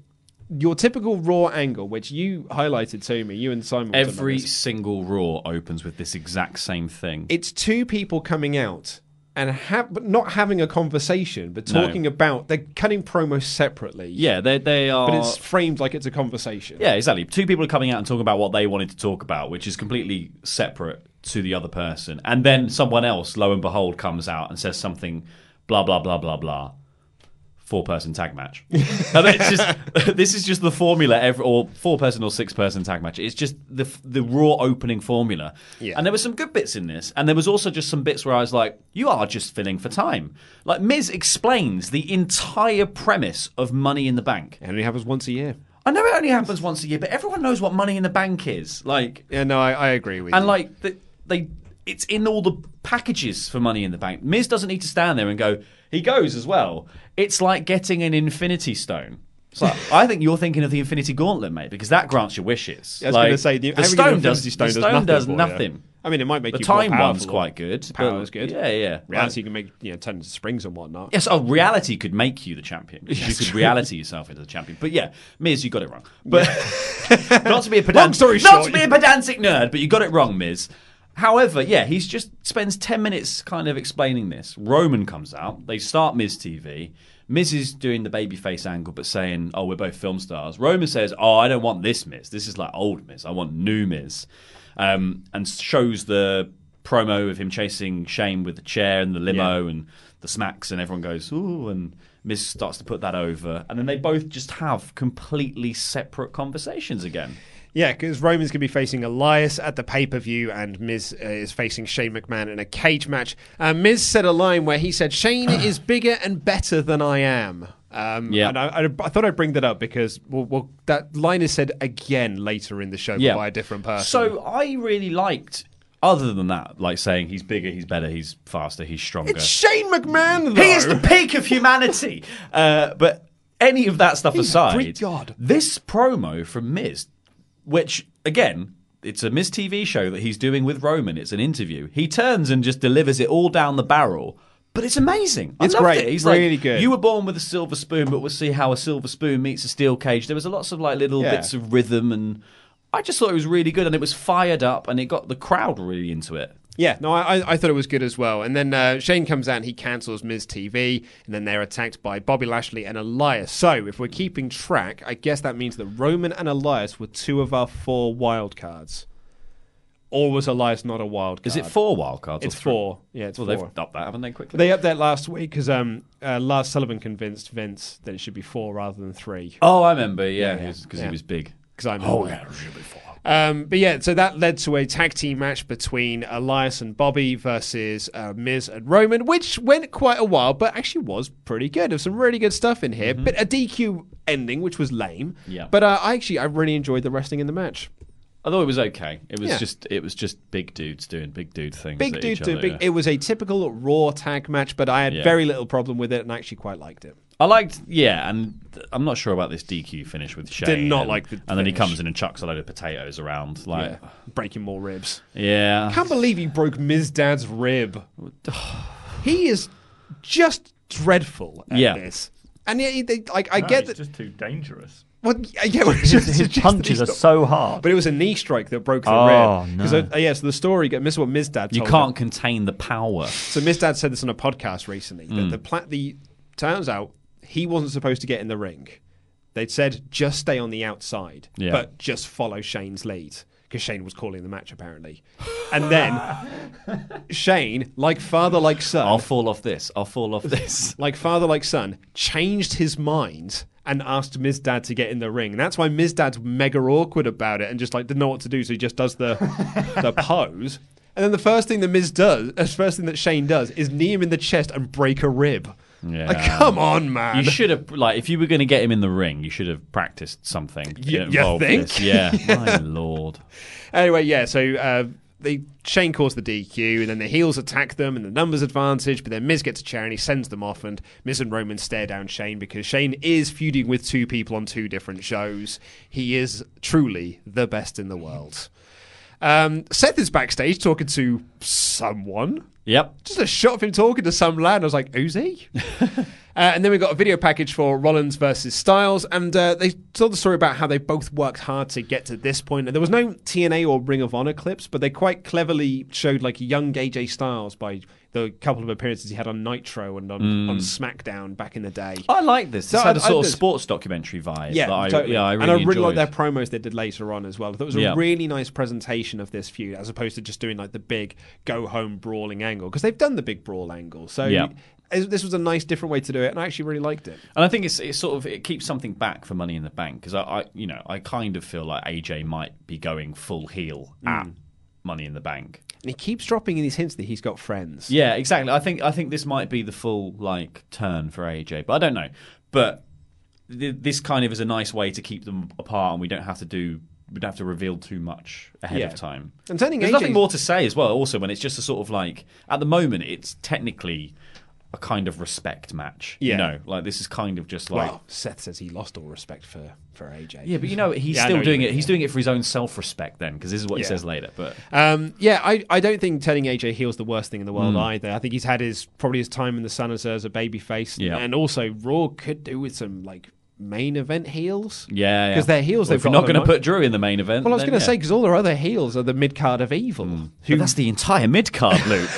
S2: your typical Raw angle, which you highlighted to me, you and Simon. was on
S4: Every
S2: this.
S4: single Raw opens with this exact same thing.
S2: It's two people coming out and ha- but not having a conversation, but
S4: No.
S2: talking about, they're cutting promos separately.
S4: yeah, they, they are.
S2: But it's framed like it's a conversation.
S4: Yeah, exactly. Two people are coming out and talking about what they wanted to talk about, which is completely separate to the other person. And then someone else, lo and behold, comes out and says something, blah, blah, blah, blah, blah. Four person tag match. And it's just, this is just the formula, every, or four person or six person tag match. It's just the, the raw opening formula.
S2: Yeah.
S4: And there were some good bits in this. And there was also just some bits where I was like, you are just filling for time. Like, Miz explains the entire premise of Money in the Bank.
S2: And it happens once a year.
S4: I know it only happens once a year, but everyone knows what Money in the Bank is. Like,
S2: Yeah, no, I, I agree with you.
S4: and like the, they, it's in all the packages for Money in the Bank. Miz doesn't need to stand there and go. He goes as well. It's like getting an Infinity Stone. It's like, I think you're thinking of the Infinity Gauntlet, mate, because that grants your wishes.
S2: I was
S4: Like,
S2: going to say the,
S4: the
S2: having an
S4: stone
S2: Infinity
S4: does
S2: stone
S4: the
S2: does
S4: stone
S2: nothing.
S4: does
S2: for you.
S4: nothing.
S2: I mean, it might make
S4: The
S2: you
S4: time
S2: more
S4: one's
S2: powerful.
S4: quite good.
S2: Power's
S4: but-
S2: good.
S4: Yeah, yeah.
S2: Reality
S4: Like-
S2: you can make you know tons of springs and whatnot.
S4: Yes, oh, reality could make you the champion. you could reality yourself into the champion. But yeah, Miz, you got it wrong. But not to be a pedantic,
S2: Long story
S4: not
S2: short,
S4: to be a pedantic nerd, but you got it wrong, Miz. However, yeah, he's just spends ten minutes kind of explaining this. Roman comes out. They start Miz TV. Miz is doing the babyface angle, but saying, "Oh, we're both film stars." Roman says, "Oh, I don't want this Miz. This is like old Miz. I want new Miz," um, and shows the promo of him chasing Shane with the chair and the limo and the smacks, and everyone goes, ooh, and Miz starts to put that over. And then they both just have completely separate conversations again.
S2: Yeah, because Roman's going to be facing Elias at the pay per view, and Miz uh, is facing Shane McMahon in a cage match. Uh, Miz said a line where he said, "Shane is bigger and better than I am." Um,
S4: Yeah.
S2: and I, I, I thought I'd bring that up because well, well, that line is said again later in the show but by a different person.
S4: So I really liked Other than that, like saying he's bigger, he's better, he's faster, he's stronger.
S2: It's Shane McMahon.
S4: He is the peak of humanity. Uh, but any of that stuff aside, this promo from Miz, which again, it's a Miz TV show that he's doing with Roman. It's an interview. He turns and just delivers it all down the barrel. But it's amazing. I
S2: It's
S4: loved
S2: great.
S4: It. He's
S2: Really
S4: like,
S2: good.
S4: You were born with a silver spoon, but we'll see how a silver spoon meets a steel cage. There was lots of like little
S2: Yeah.
S4: bits of rhythm, and I just thought it was really good, and it was fired up, and it got the crowd really into it.
S2: Yeah, no, I, I- I thought it was good as well. And then uh, Shane comes out and he cancels Ms. TV, and then they're attacked by Bobby Lashley and Elias. So, if we're keeping track, I guess that means that Roman and Elias were two of our four wild cards. Or was Elias not a wild card?
S4: Is it four wild cards? or
S2: Uh, It's
S4: three?
S2: four. Yeah, it's
S4: well,
S2: four.
S4: they've upped that, haven't they? Quickly.
S2: They upped that last week because um, uh, Lars Sullivan convinced Vince that it should be four rather than three.
S4: Oh, I remember. Yeah, because
S2: yeah.
S4: he was big.
S2: Because I'm
S4: Oh yeah,
S2: Um, but yeah, so that led to a tag team match between Elias and Bobby versus uh, Miz and Roman, which went quite a while, but actually was pretty good. There's some really good stuff in here, but a DQ ending, which was lame.
S4: Mm-hmm. Yeah.
S2: But uh, I actually I really enjoyed the wrestling in the match.
S4: I thought it was okay. It was
S2: Yeah.
S4: just it was just big dudes doing big dude things.
S2: Big
S4: at
S2: dude
S4: each
S2: to
S4: other,
S2: big.
S4: yeah.
S2: It was a typical Raw tag match, but I had
S4: Yeah.
S2: very little problem with it and actually quite liked it.
S4: I liked, yeah, and th- I'm not sure about this DQ finish with Shane.
S2: not
S4: and,
S2: like the
S4: And then he
S2: finish.
S4: comes in and chucks a load of potatoes around, like
S2: Yeah. Breaking more ribs.
S4: yeah.
S2: Can't believe he broke Miz Dad's rib. he is just dreadful at
S4: Yeah.
S2: this. And yeah, he- they, like I
S5: No,
S2: get
S5: he's
S2: that.
S5: just too dangerous.
S2: Well, yeah, yeah, well, it's
S5: His-
S2: just-
S5: his
S2: it's just
S5: punches
S2: that he's
S5: are
S2: not-
S5: so hard.
S2: But it was a knee strike that broke the
S5: Oh,
S2: rib.
S5: no.
S2: 'Cause, uh, yeah, so the story. Miss what Miz Dad.
S4: You
S2: told
S4: can't
S2: it.
S4: contain the power.
S2: So Miz Dad said this on a podcast recently. That
S4: Mm.
S2: the pla- the turns out he wasn't supposed to get in the ring. They said just stay on the outside,
S4: Yeah.
S2: but just follow Shane's lead because Shane was calling the match apparently. And then Shane, like father, like son, I'll
S4: fall off this. I'll fall off this.
S2: like father, like son, changed his mind and asked Miz Dad to get in the ring. And that's why Miz Dad's mega awkward about it and just like didn't know what to do, so he just does the the pose. And then the first thing that Miz does, the first thing that Shane does, is knee him in the chest and break a rib.
S4: Yeah.
S2: Like, come on, man.
S4: You should have like if you were going to get him in the ring, you should have practiced something.
S2: Y-
S4: that
S2: you
S4: involved
S2: think?
S4: this. Yeah, my lord.
S2: Anyway, yeah, so uh, they Shane calls the DQ, and then the heels attack them, and the numbers advantage, but then Miz gets a chair and he sends them off, and Miz and Roman stare down Shane because Shane is feuding with two people on two different shows. He is truly the best in the world. Um, Seth is backstage talking to someone.
S4: Yep.
S2: Just a shot of him talking to some lad. I was like, who's he? Uh, and then we got a video package for Rollins versus Styles, and uh, they told the story about how they both worked hard to get to this point. And there was no TNA or Ring of Honor clips, but they quite cleverly showed like young AJ Styles by the couple of appearances he had on Nitro and on,
S4: Mm.
S2: on SmackDown back in the day.
S4: I like this. This
S2: So
S4: had a
S2: I- I
S4: sort of
S2: did-
S4: sports documentary vibe.
S2: Yeah,
S4: that I,
S2: totally.
S4: yeah, I really
S2: and I really like
S4: enjoyed.
S2: their promos they did later on as well. That was a
S4: Yeah.
S2: really nice presentation of this feud, as opposed to just doing like the big go home brawling angle because they've done the big brawl angle. So
S4: Yeah.
S2: as- this was a nice different way to do it, and I actually really liked it.
S4: And I think it's it's sort of it keeps something back for Money in the Bank because I, I you know I kind of feel like AJ might be going full heel at
S2: Mm.
S4: Money in the Bank.
S2: And he keeps dropping in these hints that he's got friends.
S4: Yeah, exactly. I think I think this might be the full like turn for AJ, but I don't know. But th- this kind of is a nice way to keep them apart, and we don't have to do we don't have to reveal too much ahead
S2: Yeah.
S4: of time.
S2: And turning
S4: there's
S2: AJ
S4: nothing more to say as well. Also, when it's just a sort of like at the moment, it's technically a kind of respect match.
S2: Yeah.
S4: You know, like this is kind of just like.
S2: well, Seth says he lost all respect for, for AJ.
S4: Yeah, but you know he's
S2: Yeah, I
S4: still
S2: know
S4: doing
S2: you
S4: it.
S2: mean,
S4: He's doing it for his own self-respect then, because this is what
S2: Yeah.
S4: he says later. But
S2: Um, yeah, I, I don't think turning AJ heel's the worst thing in the world
S4: Mm.
S2: either. I think he's had his probably his time in the sun as a, as a babyface,
S4: Yeah.
S2: and also Raw could do with some like main event heels.
S4: yeah,
S2: because their heels
S4: Well,
S2: they've
S4: if you're
S2: got
S4: not
S2: on
S4: going to
S2: the
S4: put Drew in the main event.
S2: Well, I was
S4: then
S2: going to 'cause
S4: yeah. Hmm.
S2: say because all their other heels are the mid card of evil.
S4: But that's the entire mid card, Luke.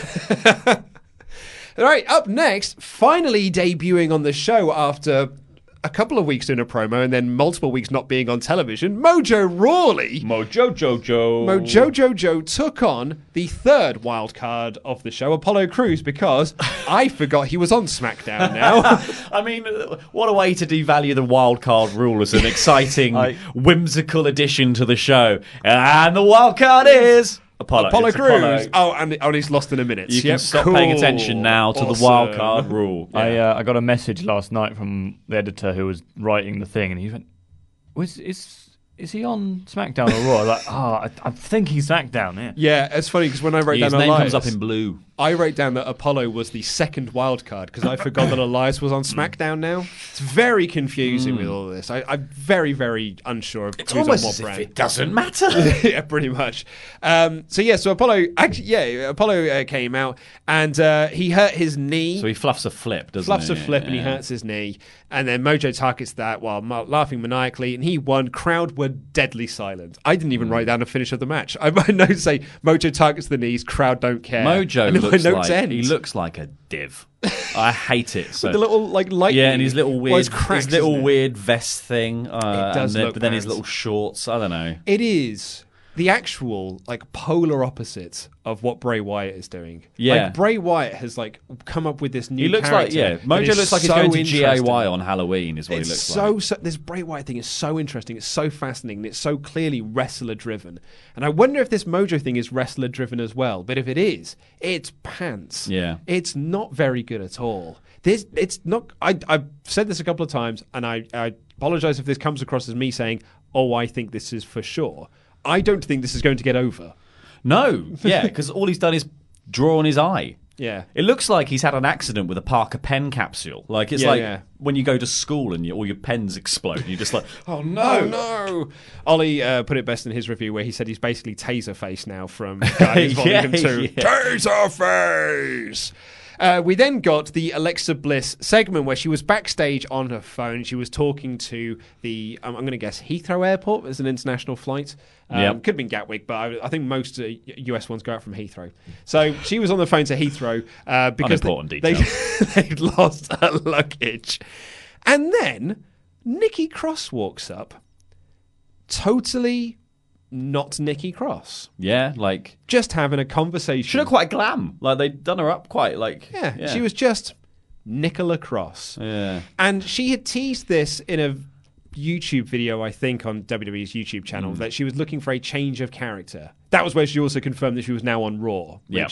S2: All right, up next, finally debuting on the show after a couple of weeks doing a promo and then multiple weeks not being on television, Mojo Rawley.
S4: Mojo Jojo.
S2: Mojo Jojo took on the third wild card of the show, Apollo Crews, because I forgot he was on SmackDown now.
S4: I mean, what a way to devalue the wild card rule as an exciting, whimsical addition to the show. And the wild card is Apollo.
S2: Apollo
S4: It's
S2: Crews.
S4: Apollo.
S2: Oh, and, oh, and he's lost in a minute.
S4: You can
S2: Yep,
S4: stop
S2: cool.
S4: paying attention now to the wild card rule.
S5: I uh, I got a message last night from the editor who was writing the thing, and he went, "Was is is he on SmackDown or Raw? like, ah, I, I'm thinking SmackDown. Yeah.
S2: Yeah, it's funny because when I wrote
S5: Yeah, his
S2: down
S5: name
S2: Elias,
S5: comes up in blue.
S2: I wrote down that Apollo was the second wild card because I forgot that Elias was
S4: Mm.
S2: on SmackDown now. It's very confusing with all this. I, I'm very, very unsure of
S4: It's
S2: who's
S4: almost
S2: on what
S4: as if
S2: brand.
S4: it doesn't matter.
S2: yeah, pretty much. Um, so yeah, so Apollo, actually, yeah, Apollo uh, came out and uh, he hurt his knee.
S4: So he fluffs a flip, doesn't
S2: Fluffs
S4: he?
S2: a flip and he hurts his knee, and then Mojo targets that while ma- laughing maniacally, and he won. Crowd were deadly silent. I didn't
S4: Hmm.
S2: even write down the finish of the match. I might note say Mojo targets the knees, crowd don't care.
S4: Mojo
S2: and then
S4: looks
S2: my notes
S4: like
S2: end.
S4: he looks like a div. I hate it. So
S2: the little, like, lightning-
S4: yeah, and his little
S2: well,
S4: weird,
S2: it's cracks,
S4: his little
S2: isn't it?
S4: weird vest thing. Uh,
S2: It does
S4: and then,
S2: look
S4: but then his
S2: bad.
S4: little shorts. I don't know.
S2: It is the actual like polar opposite of what Bray Wyatt is doing.
S4: Yeah.
S2: like, Bray Wyatt has like come up with this new.
S4: He looks like
S2: character
S4: yeah.
S2: that
S4: Mojo
S2: is
S4: looks like he's
S2: so
S4: going to
S2: interesting.
S4: GAY on Halloween. Is what
S2: it's
S4: he looks
S2: so,
S4: like.
S2: so this Bray Wyatt thing is so interesting. It's so fascinating. and It's so clearly wrestler driven. And I wonder if this Mojo thing is wrestler driven as well. But if it is, it's pants.
S4: Yeah.
S2: it's not very good at all. This it's not. I I've said this a couple of times, and I I apologize if this comes across as me saying, oh, I think this is for sure. I don't think this is going to get over.
S4: No, yeah, because all he's done is draw on his eye.
S2: Yeah.
S4: It looks like he's had an accident with a Parker pen capsule. Like it's
S2: Yeah,
S4: like
S2: yeah.
S4: when you go to school and you, all your pens explode. And you're just like,
S2: Oh no, no! Ollie uh, put it best in his review where he said he's basically Taser Face now from Guardians
S4: Yeah,
S2: Volume Two.
S4: yeah.
S2: Taser Face. Uh, we then got the Alexa Bliss segment where she was backstage on her phone. She was talking to the, um, I'm going to guess Heathrow Airport as an international flight. Um,
S4: Yep.
S2: Could have been Gatwick, but I, I think most uh, US ones go out from Heathrow. So she was on the phone to Heathrow uh, because they-
S4: Unimportant
S2: they,
S4: detail.
S2: they'd lost her luggage. And then Nikki Cross walks up, totally not Nikki Cross,
S4: yeah, like
S2: just having a conversation.
S4: she looked quite glam. Like they'd done her up quite. Like
S2: yeah, she was just Nicola Cross.
S4: Yeah.
S2: And she had teased this in a YouTube video, I think, on WWE's YouTube
S4: Mm.
S2: channel, that she was looking for a change of character. That was where she also confirmed that she was now on Raw, which
S4: Yeah.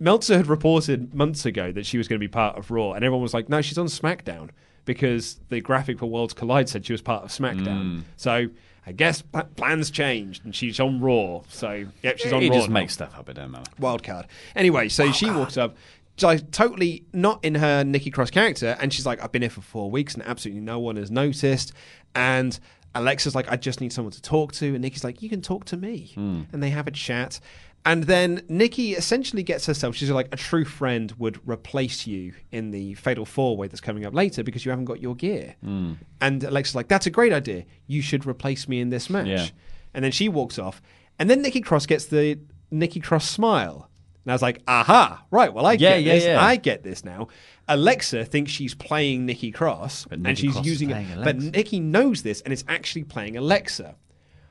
S2: Meltzer had reported months ago that she was going to be part of Raw, and everyone was like, no, she's on SmackDown because the graphic for Worlds Collide said she was part of
S4: Mm.
S2: SmackDown. So. I guess pla- plans changed and she's on Raw. So, yep, she's on
S4: He
S2: Raw.
S4: just
S2: now.
S4: makes stuff up. It don't matter.
S2: Wild card. Anyway, so she walks up, like, totally not in her Nikki Cross character, and she's like, I've been here for four weeks and absolutely no one has noticed. And Alexa's like, I just need someone to talk to. And Nikki's like, You can talk to me. And they have a chat. And then Nikki essentially gets herself, she's like, a true friend would replace you in the fatal four way that's coming up later because you haven't got your gear. And Alexa's like, That's a great idea. You should replace me in this match
S4: Yeah.
S2: and then she walks off. And then Nikki Cross gets the Nikki Cross smile. And I was like, aha, right, well, I
S4: Yeah,
S2: get
S4: yeah,
S2: this.
S4: yeah.
S2: I get this now. Alexa thinks she's playing Nikki Cross, and
S4: Nikki
S2: she's
S4: Cross is
S2: using
S4: playing
S2: it. But
S4: Alexa.
S2: Nikki knows this, and it's actually playing Alexa.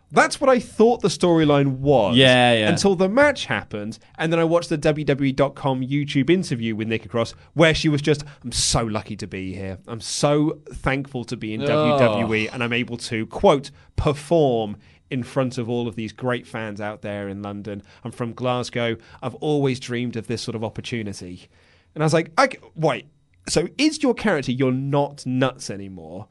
S2: That's what I thought the storyline was.
S4: Yeah, yeah.
S2: Until the match happened, and then I watched the WWE.com YouTube interview with Nikki Cross, where she was just, I'm so lucky to be here. I'm so thankful to be in
S4: Oh.
S2: WWE, and I'm able to, quote, perform in front of all of these great fans out there in London. I'm from Glasgow. I've always dreamed of this sort of opportunity. And I was like, okay, wait, so is your character you're not nuts anymore?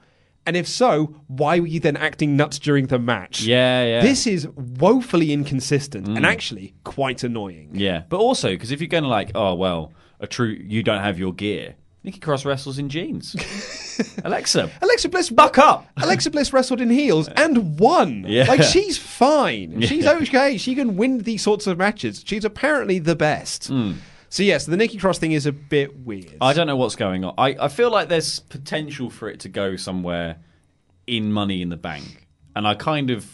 S2: And if so, why were you then acting nuts during the match?
S4: Yeah, yeah.
S2: This is woefully inconsistent and actually quite annoying.
S4: Mm. Yeah, but also because if you're going to like, oh well, a true you don't have your gear. Nikki Cross wrestles in jeans. Alexa,
S2: Alexa Bliss
S4: buck up.
S2: Alexa Bliss wrestled in heels and won.
S4: Yeah.
S2: Like she's fine. She's okay. She can win these sorts of matches. She's apparently the best. So yes, the Nikki Cross thing is a bit weird.
S4: Mm. I don't know what's going on. I, I feel like there's potential for it to go somewhere in Money in the Bank. And I kind of,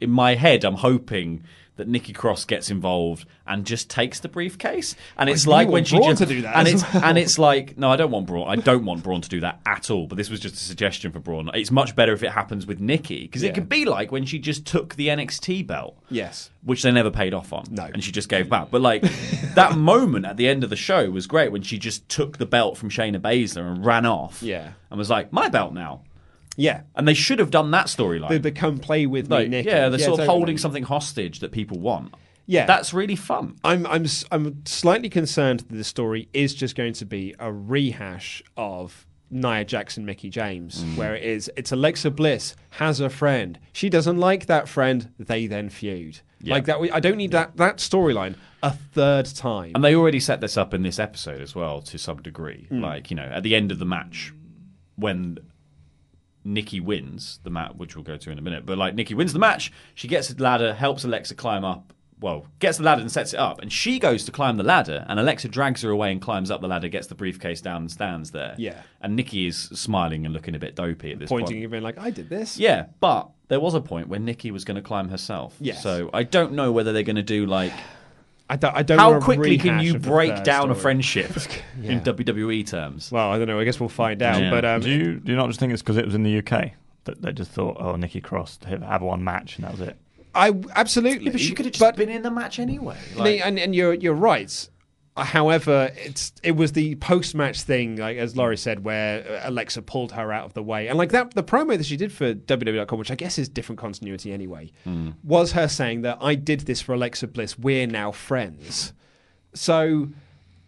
S4: in my head, I'm hoping that Nikki Cross gets involved and just takes the briefcase. And it's
S2: you
S4: like
S2: want
S4: when she
S2: Braun
S4: just
S2: to do that
S4: and
S2: as
S4: it's
S2: well.
S4: and it's like no, I don't want Braun. I don't want Braun to do that at all. But this was just a suggestion for Braun. It's much better if it happens with Nikki because
S2: Yeah.
S4: it could be like when she just took the NXT belt
S2: Yes.
S4: which they never paid off on. No. And she just gave back. But like that moment at the end of the show was great when she just took the belt from Shayna Baszler and ran off.
S2: Yeah.
S4: And was like, my belt now.
S2: Yeah.
S4: And they should have done that
S2: They
S4: storyline.
S2: become play with me,
S4: Like,
S2: Nikki.
S4: yeah, they're sort of
S2: totally.
S4: holding something hostage that people want.
S2: Yeah.
S4: That's really fun.
S2: I'm I'm s- I'm slightly concerned that the story is just going to be a rehash of Nia Jackson, Mickey James,
S4: Mm.
S2: where it is it's Alexa Bliss has a friend. She doesn't like that friend. They then feud.
S4: Yeah.
S2: Like that. I don't need that that storyline a third time.
S4: And they already set this up in this episode as well to some degree.
S2: Mm.
S4: Like, you know, at the end of the match, when Nikki wins the match, which we'll go to in a minute, but like Nikki wins the match, she gets the ladder, helps Alexa climb up. Well, gets the ladder and sets it up, and she goes to climb the ladder, and Alexa drags her away and climbs up the ladder, gets the briefcase down, and stands there.
S2: Yeah.
S4: And Nikki is smiling and looking a bit dopey at this
S2: Pointing
S4: point.
S2: and being like, I did this.
S4: Yeah, but there was a point where Nikki was going to climb herself.
S2: Yes.
S4: So I don't know whether they're going to do like.
S2: I don't, I don't
S4: How
S2: want a
S4: quickly can
S2: rehash
S4: you
S2: of the
S4: break
S2: third
S4: down a
S2: story.
S4: friendship
S2: Yeah.
S4: in WWE terms?
S2: Well, I don't know. I guess we'll find out.
S5: Yeah.
S2: But um,
S5: do you do you not just think it's because it was in the UK that they just thought, oh, Nikki Cross have, have one match and that was it?
S2: I absolutely.
S4: but she could have just been in the match anyway.
S2: I mean, and, and you're you're right. Uh, However, it's it was the post match thing, like as Laurie said, where uh, Alexa pulled her out of the way, and like that the promo that she did for WWE.com, which I guess is different continuity anyway, was her saying that I did this for Alexa Bliss. We're now friends. So,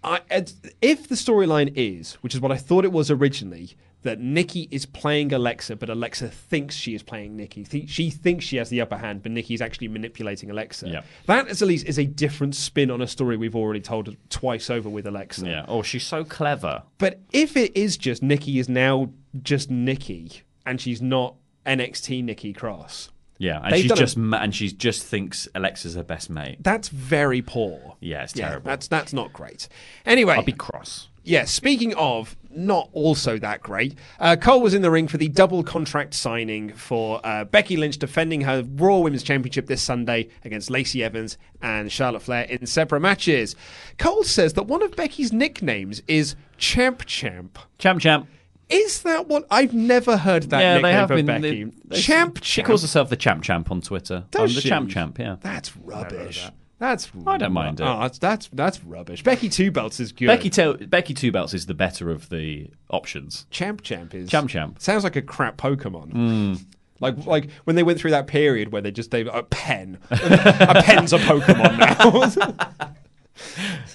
S2: I, it's- if the storyline is, which is what I thought it was originally, that Nikki is playing Alexa, but Alexa thinks she is playing Nikki. Th- she thinks she has the upper hand, but Nikki is actually manipulating Alexa.
S4: Yeah.
S2: That, is, at least, is a different spin on a story we've already told twice over with Alexa.
S4: Yeah. Oh, she's so clever.
S2: But if it is just Nikki is now just Nikki, and she's not NXT Nikki Cross,
S4: Yeah, and
S2: They've
S4: she's
S2: done a-
S4: just ma- and she's just thinks Alexa's her best mate.
S2: that's very poor.
S4: Yeah, it's
S2: Yeah,
S4: terrible.
S2: that's that's not great. Anyway,
S4: I'll be cross.
S2: Yeah, speaking of not also that great, uh, Cole was in the ring for the double contract signing for uh, Becky Lynch defending her Raw Women's Championship this Sunday against Lacey Evans and Charlotte Flair in separate matches. Cole says that one of Becky's nicknames is Champ Champ.
S4: Champ champ.
S2: Is that what I've never heard that
S4: yeah,
S2: nickname
S4: they have
S2: for
S4: been
S2: Becky?
S4: they- they-
S2: champ
S4: She
S2: Champ.
S4: calls herself the champ champ on Twitter.
S2: Does
S4: I'm the
S2: she?
S4: champ champ. Yeah.
S2: That's rubbish. That's
S4: I don't mind it.
S2: Oh, that's, that's that's rubbish. Becky Two Belts is good.
S4: Becky Tel- Becky Two Belts is the better of the options.
S2: Champ Champ is
S4: Champ champ.
S2: Sounds like a crap Pokemon. Like like when they went through that period where they just they a pen, a pen's a Pokemon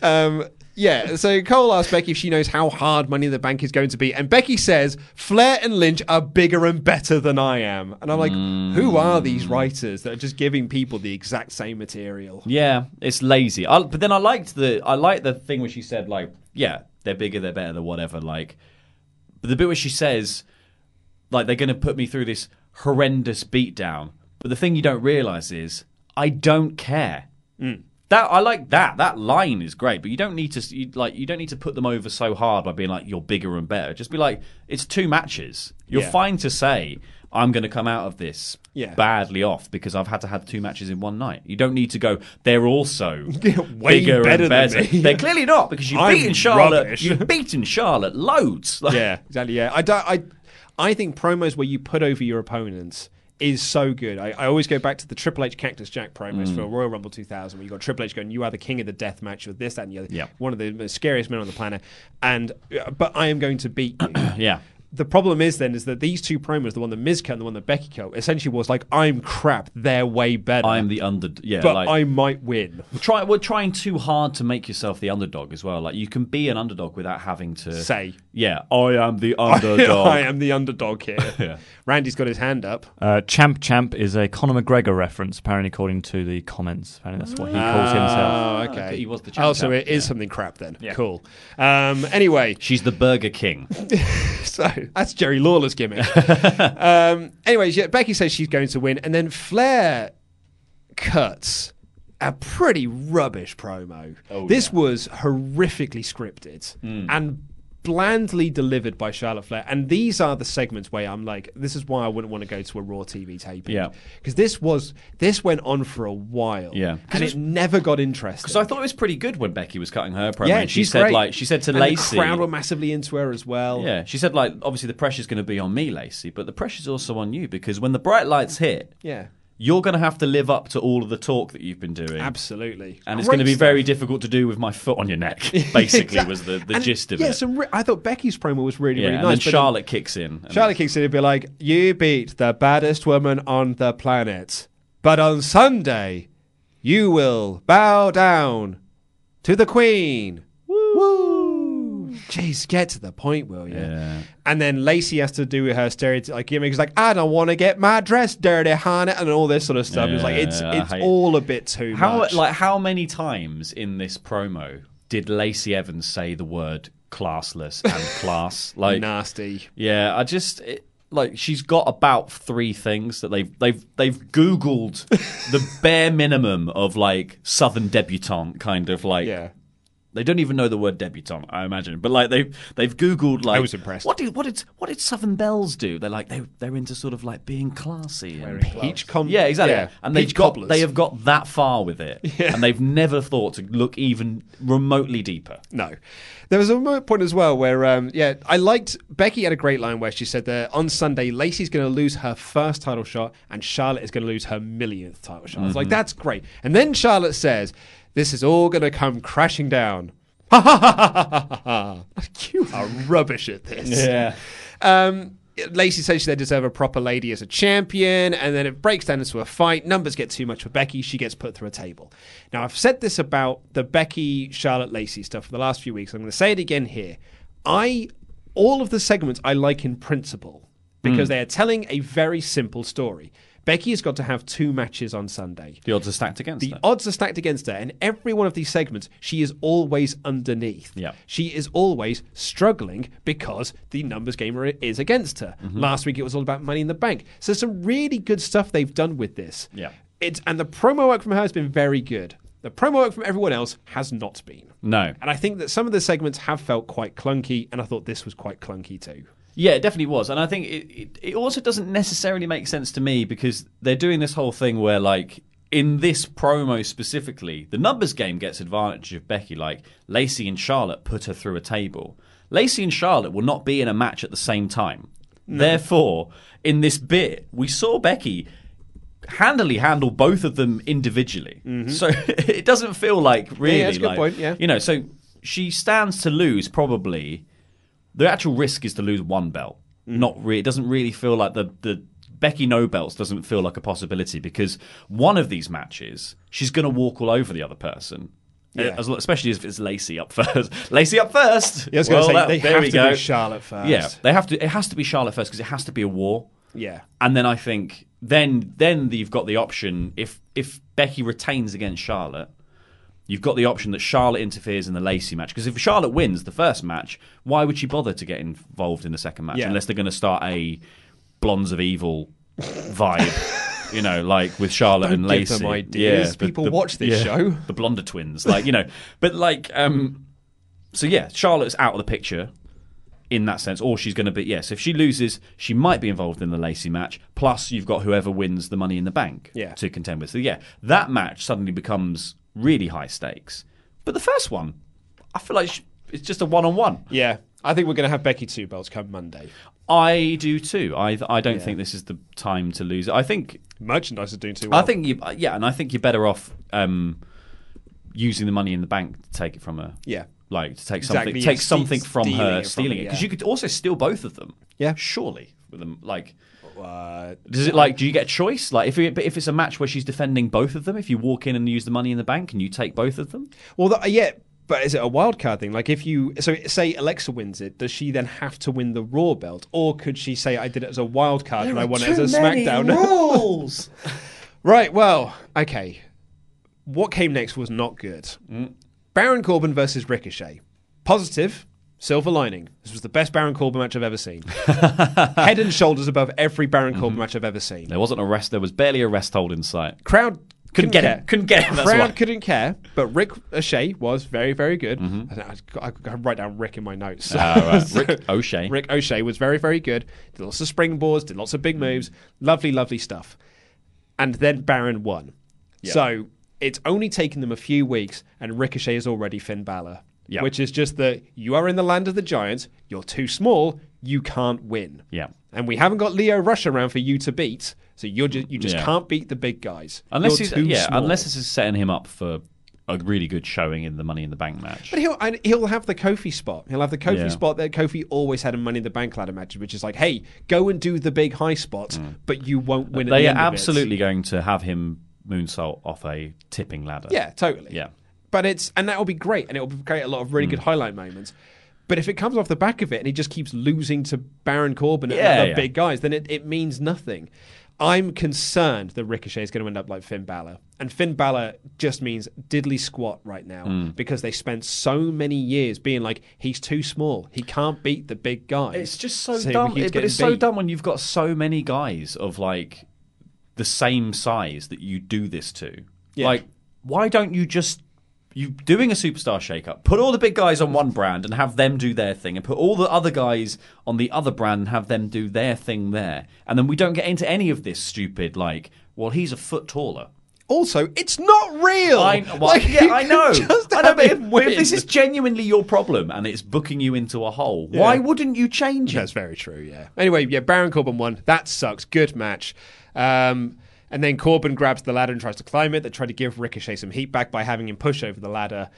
S2: now. um, yeah. So Cole asks Becky if she knows how hard Money in the Bank is going to be, and Becky says Flair and Lynch are bigger and better than I am. And I'm like, who are these writers that are just giving people the exact same material?
S4: Yeah, it's lazy. I, but then I liked the I liked the thing where she said like, yeah, they're bigger, they're better, they're whatever. Like, but the bit where she says, like, they're going to put me through this horrendous beatdown. But the thing you don't realize is, I don't care. That I like that. That line is great, but you don't need to s- you, like you don't need to put them over so hard by being like you're bigger and better. Just be like it's two matches. You're
S2: Yeah.
S4: fine to say I'm going to come out of this
S2: Yeah.
S4: badly off because I've had to have two matches in one night. You don't need to go. They're also
S2: Way
S4: bigger
S2: better
S4: and
S2: than
S4: better.
S2: me.
S4: They're clearly not because you've
S2: I'm
S4: beaten Charlotte.
S2: rubbish.
S4: You've beaten Charlotte loads. Like,
S2: yeah, exactly. Yeah, I don't. I, I think promos where you put over your opponents is so good. I, I always go back to the Triple H Cactus Jack promos
S4: Mm.
S2: for Royal Rumble 2000, where you got Triple H going, "You are the king of the death match with this, that, and the other.
S4: Yeah.
S2: One of the most scariest men on the planet." And uh, but I am going to beat you.
S4: yeah.
S2: The problem is then is that these two promos, the one that Miz cut and the one that Becky cut, essentially was like, "I'm crap. They're way better.
S4: I'm the under. Yeah,
S2: but
S4: like,
S2: I might win."
S4: Try, we're trying too hard to make yourself the underdog as well. Like you can be an underdog without having to
S2: Say.
S4: "Yeah, I am the underdog."
S2: I am the underdog here.
S4: Yeah.
S2: Randy's got his hand up.
S5: Uh, Champ Champ is a Conor McGregor reference, apparently, according to the comments. Apparently, that's what he calls himself.
S2: Oh, okay.
S4: Ah, He was the
S2: Oh,
S4: champ
S2: so
S4: champ,
S2: it is
S4: yeah.
S2: something crap then.
S4: Yeah.
S2: Cool. Um, anyway,
S4: She's the Burger King.
S2: so that's Jerry Lawler's gimmick. um, anyway, yeah, Becky says she's going to win, and then Flair cuts a pretty rubbish promo.
S4: Oh,
S2: this was horrifically scripted
S4: Mm.
S2: and blandly delivered by Charlotte Flair. And these are the segments where I'm like, this is why I wouldn't want to go to a Raw TV taping.
S4: Yeah.
S2: Because this was this went on for a while.
S4: Yeah.
S2: And it never got interesting.
S4: Because I thought it was pretty good when Becky was cutting her promo.
S2: Yeah,
S4: and she
S2: she's
S4: said
S2: great.
S4: like she said to
S2: and
S4: Lacey.
S2: The crowd were massively into her as well.
S4: yeah, she said like obviously the pressure's going to be on me, Lacey, but the pressure's also on you because when the bright lights hit,
S2: Yeah.
S4: you're going to have to live up to all of the talk that you've been doing.
S2: Absolutely.
S4: And it's
S2: Great
S4: going to be
S2: stuff.
S4: very difficult to do with my foot on your neck. Basically,
S2: Exact-
S4: was the, the
S2: and,
S4: gist of
S2: yeah,
S4: it.
S2: Some re- I thought Becky's promo was really,
S4: yeah,
S2: really
S4: and
S2: nice.
S4: then
S2: but
S4: Charlotte kicks in. and
S2: Charlotte kicks in and be like, You beat the baddest woman on the planet, but on Sunday, you will bow down to the Queen. Woo! Jeez, get to the point, will you? And then Lacey has to do her stereotype, like, you know, he's like, I don't want to get my dress dirty, honey, and all this sort of stuff. it's like, it's
S4: Yeah, I
S2: it's
S4: hate-
S2: all a bit too
S4: how
S2: much.
S4: like how many times in this promo did Lacey Evans say the word classless and class like
S2: nasty?
S4: Yeah, I just it, like she's got about three things that they've they've they've googled the bare minimum of like southern debutante kind of like yeah. They don't even know the word debutante, I imagine. But like they've they've googled like
S2: I was impressed.
S4: What did what did what did Southern Bells do? They're like they they're into sort of like being classy and
S2: Peach com-
S4: yeah, exactly.
S2: yeah,
S4: And
S2: peach
S4: they've got
S2: cobblers.
S4: they have got that far with it, and they've never thought to look even remotely deeper.
S2: No. There was a mo- point as well where, um, yeah, I liked Becky had a great line where she said that on Sunday, Lacey's going to lose her first title shot and Charlotte is going to lose her millionth title shot. It's like,
S8: Mhm.
S2: that's great. And then Charlotte says, this is all going to come crashing down. Ha ha ha ha ha ha ha. You are rubbish at this.
S4: Yeah.
S2: Um, Lacey says they deserve a proper lady as a champion, and then it breaks down into a fight. Numbers get too much for Becky. She gets put through a table. Now, I've said this about the Becky Charlotte Lacey stuff for the last few weeks. I'm going to say it again here. I all of the segments I like in principle because
S4: Mm.
S2: they are telling a very simple story. Becky has got to have two matches on Sunday.
S4: The odds are stacked against
S2: The
S4: her.
S2: odds are stacked against her, and every one of these segments, she is always underneath.
S4: Yeah.
S2: She is always struggling because the numbers game are- is against her.
S4: Mm-hmm.
S2: Last week it was all about money in the bank. So some really good stuff they've done with this.
S4: Yeah.
S2: It's and the promo work from her has been very good. The promo work from everyone else has not been.
S4: No.
S2: And I think that some of the segments have felt quite clunky, and I thought this was quite clunky too.
S4: Yeah, it definitely was, and I think it, it it also doesn't necessarily make sense to me because they're doing this whole thing where like in this promo specifically, the numbers game gets advantage of Becky. Like Lacey and Charlotte put her through a table. Lacey and Charlotte will not be in a match at the same time.
S3: No.
S4: Therefore, in this bit, we saw Becky handily handle both of them individually. So it doesn't feel like
S2: Mm-hmm.
S4: really
S2: yeah, it's a good
S4: like-
S2: point, yeah.
S4: you know. So she stands to lose probably the actual risk is to lose one belt.
S2: Mm-hmm.
S4: Not really. It doesn't really feel like the the Becky no belts doesn't feel like a possibility because one of these matches she's going to walk all over the other person.
S2: Yeah.
S4: As- especially if it's Lacey up first. Lacey up first.
S2: Yeah, I was gonna say, they
S4: there
S2: have
S4: we
S2: to
S4: go.
S2: do Charlotte first.
S4: Yeah, they have to. It has to be Charlotte first because it has to be a war.
S2: Yeah.
S4: And then I think then then you've got the option if if Becky retains against Charlotte, you've got the option that Charlotte interferes in the Lacey match because if Charlotte wins the first match, why would she bother to get involved in the second match
S2: Yeah.
S4: unless they're going to start a Blondes of Evil vibe, you know, like with Charlotte
S2: Don't
S4: and
S2: give
S4: Lacey.
S2: them ideas. People watch this show.
S4: The Blonder twins, like you know, but like um, so yeah, Charlotte's out of the picture in that sense, or she's going to be yes. If she loses, she might be involved in the Lacey match. Plus, you've got whoever wins the Money in the Bank
S2: Yeah.
S4: to contend with. So yeah, that match suddenly becomes really high stakes. But the first one, I feel like sh- it's just a one on one.
S2: Yeah, I think we're going to have Becky two belts come Monday.
S4: I do too. I I don't
S2: Yeah.
S4: think this is the time to lose. it. I think
S2: merchandise is doing too
S4: I
S2: well.
S4: think you yeah, and I think you're better off um, using the money in the bank to take it from her.
S2: Yeah.
S4: like to take
S2: Exactly,
S4: something
S2: yeah,
S4: take
S2: ste-
S4: something from
S2: stealing
S4: her
S2: it from
S4: stealing
S2: her,
S4: it because
S2: yeah.
S4: you could also steal both of them.
S2: Yeah,
S4: surely with them like. Does it like? Do you get a choice? Like, if you, but if it's a match where she's defending both of them, if you walk in and use the money in the bank and you take both of them,
S2: Well, that, yeah, but is it a wild card thing? Like, if you so say Alexa wins it, does she then have to win the Raw belt, or could she say I did it as a wild card and I won it as a SmackDown?
S7: rules.
S2: right. Well, okay. What came next was not good. Baron Corbin versus Ricochet. Positive. Silver lining. This was the best Baron Corbin match I've ever seen. Head and shoulders above every Baron Corbin match I've ever seen.
S4: there wasn't a rest. There was barely a rest hold in sight.
S2: Crowd
S4: Couldn't get it. Couldn't get it, that's
S2: Crowd
S4: why.
S2: couldn't care. But Rick O'Shea was very, very good. I, I, I write down Rick in my notes.
S4: Mm-hmm. Ah, right. Rick O'Shea.
S2: Rick O'Shea was very, very good. Did lots of springboards. Did lots of big moves. Lovely, lovely stuff. And then Baron won.
S4: Yeah.
S2: So it's only taken them a few weeks, and Ricochet is already Finn Balor.
S4: Yeah.
S2: Which is just that you are in the land of the giants. You're too small. You can't win.
S4: Yeah.
S2: And we haven't got Leo Rush around for you to beat. So you're just you just
S4: Yeah.
S2: can't beat the big guys.
S4: Unless
S2: You're
S4: he's
S2: too
S4: yeah,
S2: small.
S4: unless this is setting him up for a really good showing in the Money in the Bank match.
S2: But he'll and he'll have the Kofi spot. He'll have the Kofi
S4: Yeah.
S2: spot that Kofi always had in Money in the Bank ladder matches, which is like, hey, go and do the big high spot, but you won't win. at
S4: Mm. They
S2: the
S4: are
S2: end of it.
S4: absolutely going to have him moonsault off a tipping ladder.
S2: Yeah, totally.
S4: Yeah. Mm.
S2: But it's and that will be great, and it will create a lot of really good highlight moments. But if it comes off the back of it and he just keeps losing to Baron Corbin and
S4: Yeah,
S2: other
S4: yeah.
S2: big guys, then it, it means nothing. I'm concerned that Ricochet is going to end up like Finn Balor. And Finn Balor just means diddly squat right now
S4: Mm.
S2: because they spent so many years being like, he's too small. He can't beat the big guys.
S4: It's just so, dumb.
S2: he keeps
S4: It- but it's
S2: getting
S4: so
S2: beat.
S4: dumb when you've got so many guys of like the same size that you do this to. Like, why don't you just you doing a superstar shakeup? Put all the big guys on one brand and have them do their thing, and put all the other guys on the other brand and have them do their thing there, and then we don't get into any of this stupid like, well, he's a foot taller.
S2: Also, it's not real.
S4: I, well,
S2: Oh. Like,
S4: yeah,
S2: you
S4: I know.
S2: could just
S4: I know, but
S2: have
S4: if,
S2: him
S4: but if this
S2: win.
S4: is genuinely your problem and it's booking you into a hole,
S2: Yeah.
S4: why wouldn't you change it?
S2: That's very true, yeah. Anyway, yeah, Baron Corbin won. That sucks. Good match. Um, and then Corbin grabs the ladder and tries to climb it. They try to give Ricochet some heat back by having him push over the ladder.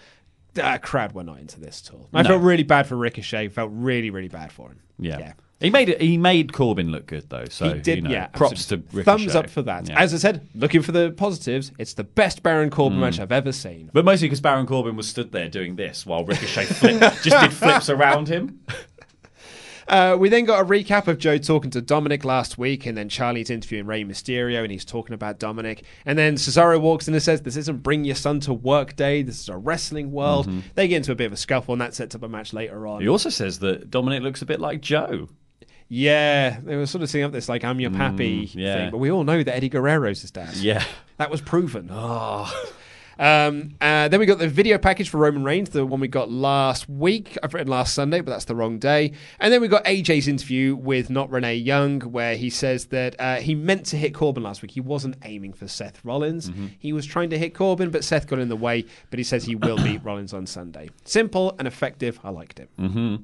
S2: Uh, crowd were not into this at all. I
S4: No.
S2: felt really bad for Ricochet. Felt really, really bad for him.
S4: Yeah. He made it, he made Corbin look good though, so
S2: he did,
S4: you know,
S2: yeah.
S4: props
S2: absolutely.
S4: to Ricochet.
S2: Thumbs up for that.
S4: Yeah.
S2: As I said, looking for the positives, it's the best Baron Corbin
S4: Mm.
S2: match I've ever seen.
S4: but mostly because Baron Corbin was stood there doing this while Ricochet flipped, just did flips around him.
S2: Uh, we then got a recap of Joe talking to Dominic last week, and then Charlie's interviewing Rey Mysterio, and he's talking about Dominic. And then Cesaro walks in and says, "This isn't Bring Your Son to Work Day. This is a wrestling world."
S4: Mhm.
S2: They get into a bit of a scuffle, and that sets up a match later on.
S4: He also says that Dominic looks a bit like Joe.
S2: yeah, they were sort of setting up this like "I'm your pappy"
S4: Mm, yeah.
S2: thing, but we all know that Eddie Guerrero's his dad.
S4: Yeah.
S2: that was proven. Ah. Um, uh, then we got the video package for Roman Reigns, the one we got last week. I've written last Sunday, but that's the wrong day. And then we got AJ's interview with not Renee Young, where he says that uh, he meant to hit Corbin last week. He wasn't aiming for Seth Rollins. He was trying to hit Corbin, but Seth got in the way. But he says he will beat Rollins on Sunday. Simple and effective. I liked it.
S4: Mm-hmm.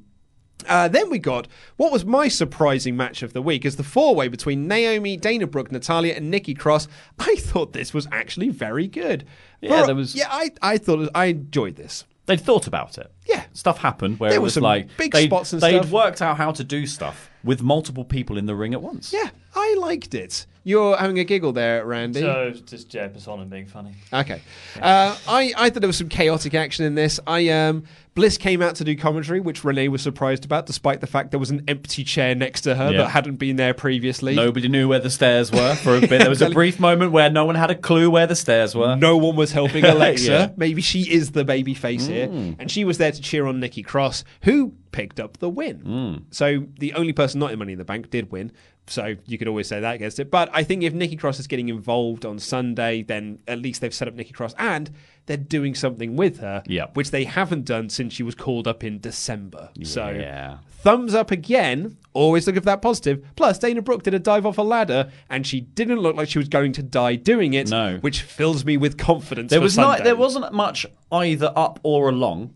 S2: Uh, then we got what was my surprising match of the week is the four way between Naomi, Dana Brooke, Natalia, and Nikki Cross. I thought this was actually very good.
S4: Yeah,
S2: For-
S4: there was-
S2: Yeah, I, I thought it- I enjoyed this.
S4: They'd thought about it.
S2: Yeah.
S4: Stuff happened where
S2: There
S4: it
S2: were
S4: was
S2: some
S4: like
S2: big
S4: they'd-
S2: spots and
S4: they'd
S2: stuff.
S4: worked out how to do stuff with multiple people in the ring at once.
S2: Yeah, I liked it. You're having a giggle there, Randy.
S5: So it's just Jay Persona being funny.
S2: Okay. Uh, I, I thought there was some chaotic action in this. I um, Bliss came out to do commentary, which Renee was surprised about, despite the fact there was an empty chair next to her
S4: Yeah.
S2: that hadn't been there previously.
S4: Nobody knew where the stairs were for a bit. There was a brief moment where no one had a clue where the stairs were.
S2: No one was helping Alexa.
S4: Yeah.
S2: Maybe she is the baby face here.
S4: Mm.
S2: And she was there to cheer on Nikki Cross, who picked up the win.
S4: Hmm.
S2: So the only person not in Money in the Bank did win. So you could always say that against it. But I think if Nikki Cross is getting involved on Sunday, then at least they've set up Nikki Cross and they're doing something with her,
S4: Yeah.
S2: which they haven't done since she was called up in December. So
S4: Yeah.
S2: thumbs up again. Always look for that positive. Plus, Dana Brooke did a dive off a ladder, and she didn't look like she was going to die doing it.
S4: No.
S2: which fills me with confidence.
S4: There
S2: for
S4: was
S2: Sunday.
S4: not, there wasn't much either up or along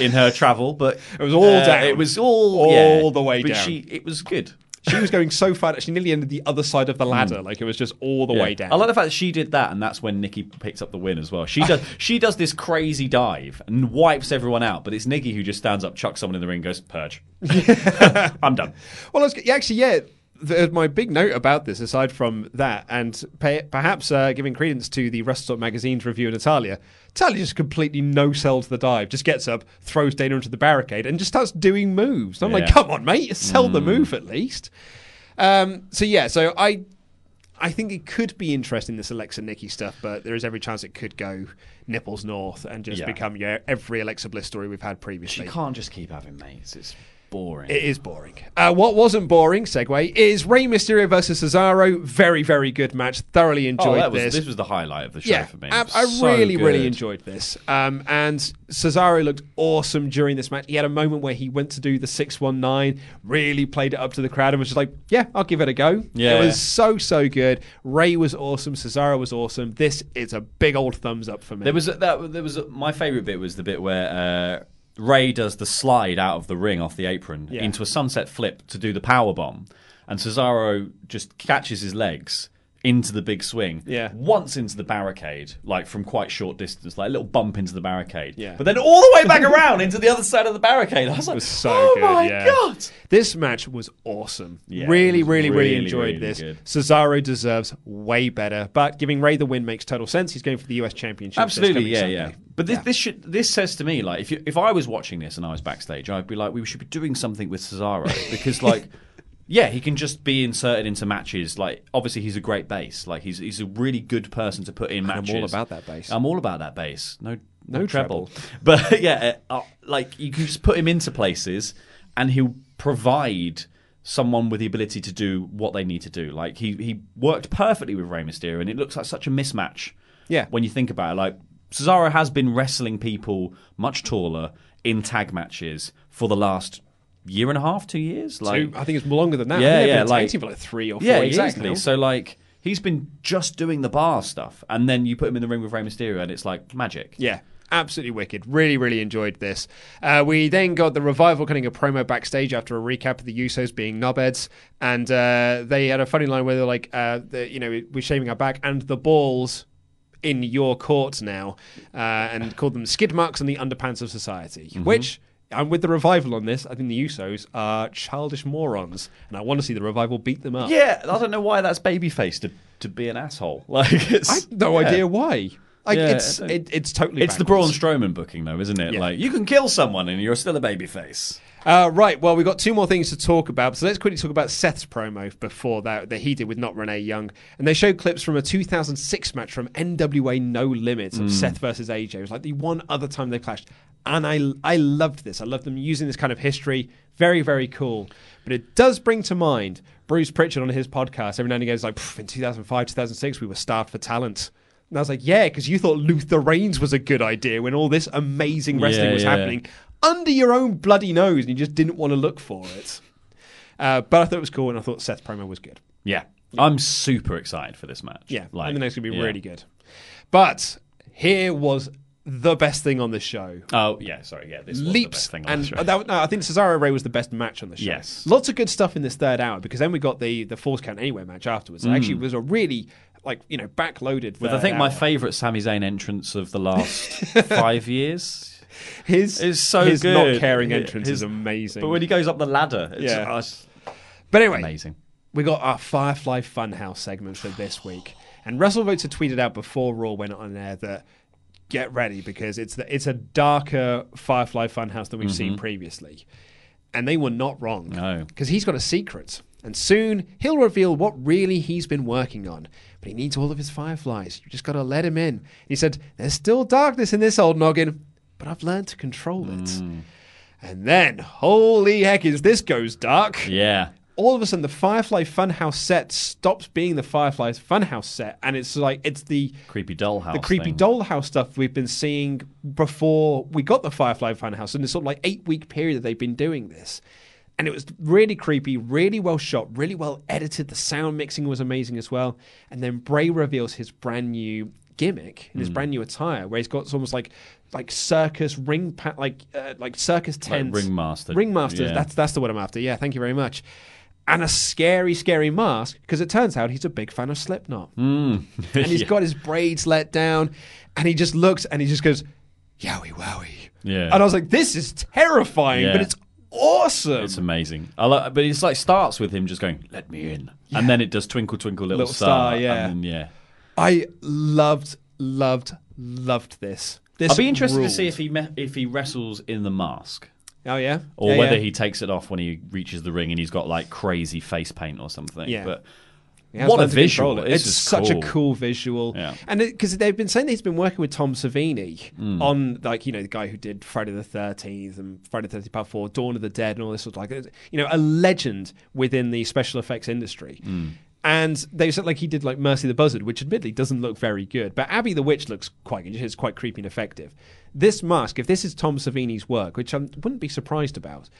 S4: in her travel, but it
S2: was all down.
S4: It was all
S2: All
S4: yeah.
S2: the way
S4: but
S2: down.
S4: She, it was good.
S2: She was going so far that she nearly ended the other side of the ladder. Like it was just all the
S4: Yeah.
S2: way down.
S4: I like the fact that she did that, and that's when Nikki picks up the win as well. She does. she does this crazy dive and wipes everyone out, but it's Nikki who just stands up, chucks someone in the ring, goes purge. I'm done.
S2: Well, I was, yeah, actually, yeah. The, my big note about this, aside from that, and pe- perhaps uh, giving credence to the WrestleTalk magazine's review of Natalia, Natalia just completely no sells the dive, just gets up, throws Dana into the barricade, and just starts doing moves. I'm like,
S4: Yeah.
S2: come on, mate, sell the
S4: Mm.
S2: move at least. Um, so yeah, so I, I think it could be interesting this Alexa Nikki stuff, but there is every chance it could go nipples north and just
S4: Yeah.
S2: become yeah, every Alexa Bliss story we've had previously.
S4: She can't just keep having mates. It's boring.
S2: It is boring. Uh, what wasn't boring, segue, is Rey Mysterio versus Cesaro. Very, very good match. Thoroughly enjoyed
S4: oh, that was,
S2: this.
S4: was the highlight of the show
S2: yeah,
S4: for me.
S2: ab- I
S4: So
S2: really, really
S4: good.
S2: enjoyed this. Um, and Cesaro looked awesome during this match. He had a moment where he went to do the 619, really played it up to the crowd and was just like, yeah, I'll give it a go.
S4: Yeah.
S2: It was so, so good. Rey was awesome. Cesaro was awesome. This is a big old thumbs up for me.
S4: There was a, that. There was a, my favorite bit was the bit where uh, Ray does the slide out of the ring off the apron
S2: Yeah.
S4: into a sunset flip to do the power bomb, and Cesaro just catches his legs into the big swing.
S2: Yeah.
S4: Once into the barricade, like from quite short distance, like a little bump into the barricade.
S2: Yeah.
S4: But then all the way back around into the other side of the barricade. I was like,
S2: was so
S4: oh
S2: good.
S4: my
S2: yeah.
S4: god.
S2: This match was awesome.
S4: Yeah,
S2: really,
S4: it was
S2: really, really,
S4: really,
S2: enjoyed
S4: really
S2: this.
S4: good.
S2: Cesaro deserves way better, but giving Ray the win makes total sense. He's going for the US Championship. this
S4: Absolutely,
S2: coming
S4: yeah,
S2: Sunday.
S4: yeah. But this, this should this says to me like if you, if I was watching this and I was backstage, I'd be like, we should be doing something with Cesaro because like. Yeah, he can just be inserted into matches. Like, obviously, he's a great base. Like, he's he's a really good person to put in
S2: I'm all
S4: matches.
S2: about that base.
S4: I'm all about that base. No, no,
S2: No
S4: treble. But yeah, uh, like you can just put him into places, and he'll provide someone with the ability to do what they need to do. Like he he worked perfectly with Rey Mysterio, and it looks like such a mismatch.
S2: Yeah.
S4: when you think about it, like Cesaro has been wrestling people much taller in tag matches for the last year and a half, two years. Like
S2: Two- I think it's longer than that. I
S4: Yeah,
S2: think they've
S4: yeah,
S2: been a tag
S4: like
S2: team for like three or
S4: yeah,
S2: four years
S4: exactly.
S2: now.
S4: So like. He's been just doing the bar stuff, and then you put him in the ring with Rey Mysterio, and it's like magic.
S2: Yeah. Absolutely wicked. Really, really enjoyed this. Uh, we then got the revival cutting a promo backstage after a recap of the Usos being knobheads, and uh, they had a funny line where they're like, uh, the, "You know, we're shaving our back and the balls in your court now," uh, and called them skid marks and the underpants of society.
S4: Mm-hmm.
S2: Which I'm with the revival on this. I think the Usos are childish morons, and I want to see the revival beat them up.
S4: Yeah, I don't know why that's babyface to to be an asshole. Like, it's,
S2: I have no
S4: yeah.
S2: idea why. Like
S4: Yeah,
S2: it's
S4: I don't-
S2: it, it's totally
S4: It's the Braun
S2: backwards.
S4: Strowman booking, though, isn't it?
S2: Yeah.
S4: Like, you can kill someone and you're still a babyface.
S2: Uh, right. Well, we've got two more things to talk about. So let's quickly talk about Seth's promo before that that he did with not Renee Young, and they showed clips from a 2006 match from NWA No Limits of
S8: Mm.
S2: Seth versus AJ. It was like the one other time they clashed, and I I loved this. I loved them using this kind of history. Very very cool. But it does bring to mind Bruce Pritchard on his podcast every now and again. Is like "Pff, in 2005 2006 we were starved for talent. And I was like, yeah, because you thought Luther Reigns was a good idea when all this amazing wrestling
S4: Yeah,
S2: was
S4: yeah.
S2: happening under your own bloody nose and you just didn't want to look for it. Uh, but I thought it was cool and I thought Seth promo was good.
S4: Yeah. I'm super excited for this match.
S2: Yeah,
S4: Like,
S2: I think that's going to be
S4: yeah.
S2: really good. But here was the best thing on the show.
S4: Oh, yeah, sorry. Yeah, this was the
S2: Leaps
S4: best thing on
S2: and
S4: the show.
S2: uh, that- no, I think Cesaro Ray was the best match on the show.
S4: Yes.
S2: lots of good stuff in this third hour because then we got the the Force Count Anywhere match afterwards. It
S4: Mm.
S2: actually was a really like you know backloaded.
S4: With,
S2: third
S4: I think, my
S2: hour.
S4: favourite Sami Zayn entrance of the last five years.
S2: His
S4: is so
S2: his
S4: good.
S2: not caring
S4: Yeah,
S2: entrance
S4: his-
S2: is amazing.
S4: But when he goes up the ladder, it's,
S2: Yeah.
S4: oh, it's-
S2: But anyway,
S4: Amazing.
S2: We got our Firefly Funhouse segment for this week, and Russell Votes had tweeted out before Raw went on air that get ready because it's the, it's a darker Firefly Funhouse than we've seen
S4: Mhm.
S2: previously, and they were not wrong.
S4: No.
S2: because he's got a secret, and soon he'll reveal what really he's been working on. But he needs all of his fireflies. You just got to let him in. He said, "There's still darkness in this old noggin, but I've learned to control it." And then, holy heck, is this goes dark?
S4: Yeah.
S2: all of a sudden the Firefly Funhouse set stops being the Firefly's Funhouse set, and it's like it's the
S4: Creepy dollhouse.
S2: the creepy
S4: thing.
S2: dollhouse stuff we've been seeing before we got the Firefly Funhouse, and it's sort of like eight week period that they've been doing this. And it was really creepy, really well shot, really well edited. The sound mixing was amazing as well. And then Bray reveals his brand new gimmick and his
S4: Mm.
S2: brand new attire, where he's got almost like like circus ring, pa- like uh, like circus
S4: Like
S2: tents,
S4: ringmaster.
S2: ringmasters.
S4: Yeah.
S2: That's that's the word I'm after. Yeah, thank you very much. And a scary, scary mask because it turns out he's a big fan of Slipknot
S4: Mm.
S2: and he's
S4: yeah.
S2: got his braids let down, and he just looks and he just goes, "Yowie wowie,"
S4: Yeah.
S2: and I was like, "This is terrifying, but
S4: Yeah.
S2: it's awesome."
S4: It's amazing. I lo- but it's like starts with him just going, "Let me in," and then it does twinkle, twinkle, little,
S2: Little star, yeah.
S4: and then, yeah.
S2: I loved, loved, loved this. This
S4: I'll be interested
S2: ruled.
S4: to see if he me- if he wrestles in the mask
S2: Oh yeah,
S4: or
S2: Yeah,
S4: whether
S2: yeah.
S4: he takes it off when he reaches the ring and he's got like crazy face paint or something.
S2: Yeah.
S4: But
S2: He has
S4: what a
S2: learned to control
S4: visual!
S2: it. It's,
S4: just
S2: such
S4: cool.
S2: a cool visual.
S4: Yeah.
S2: And because they've been saying that he's been working with Tom Savini
S4: Mm.
S2: on, like, you know, the guy who did Friday the 13th and Friday the 13th Part 4, Dawn of the Dead, and all this sort of like, you know, a legend within the special effects industry. And they said, like, he did, like, Mercy the Buzzard, which admittedly doesn't look very good, but Abby the Witch looks quite good. It's quite creepy and effective. This mask, if this is Tom Savini's work, which I wouldn't be surprised about,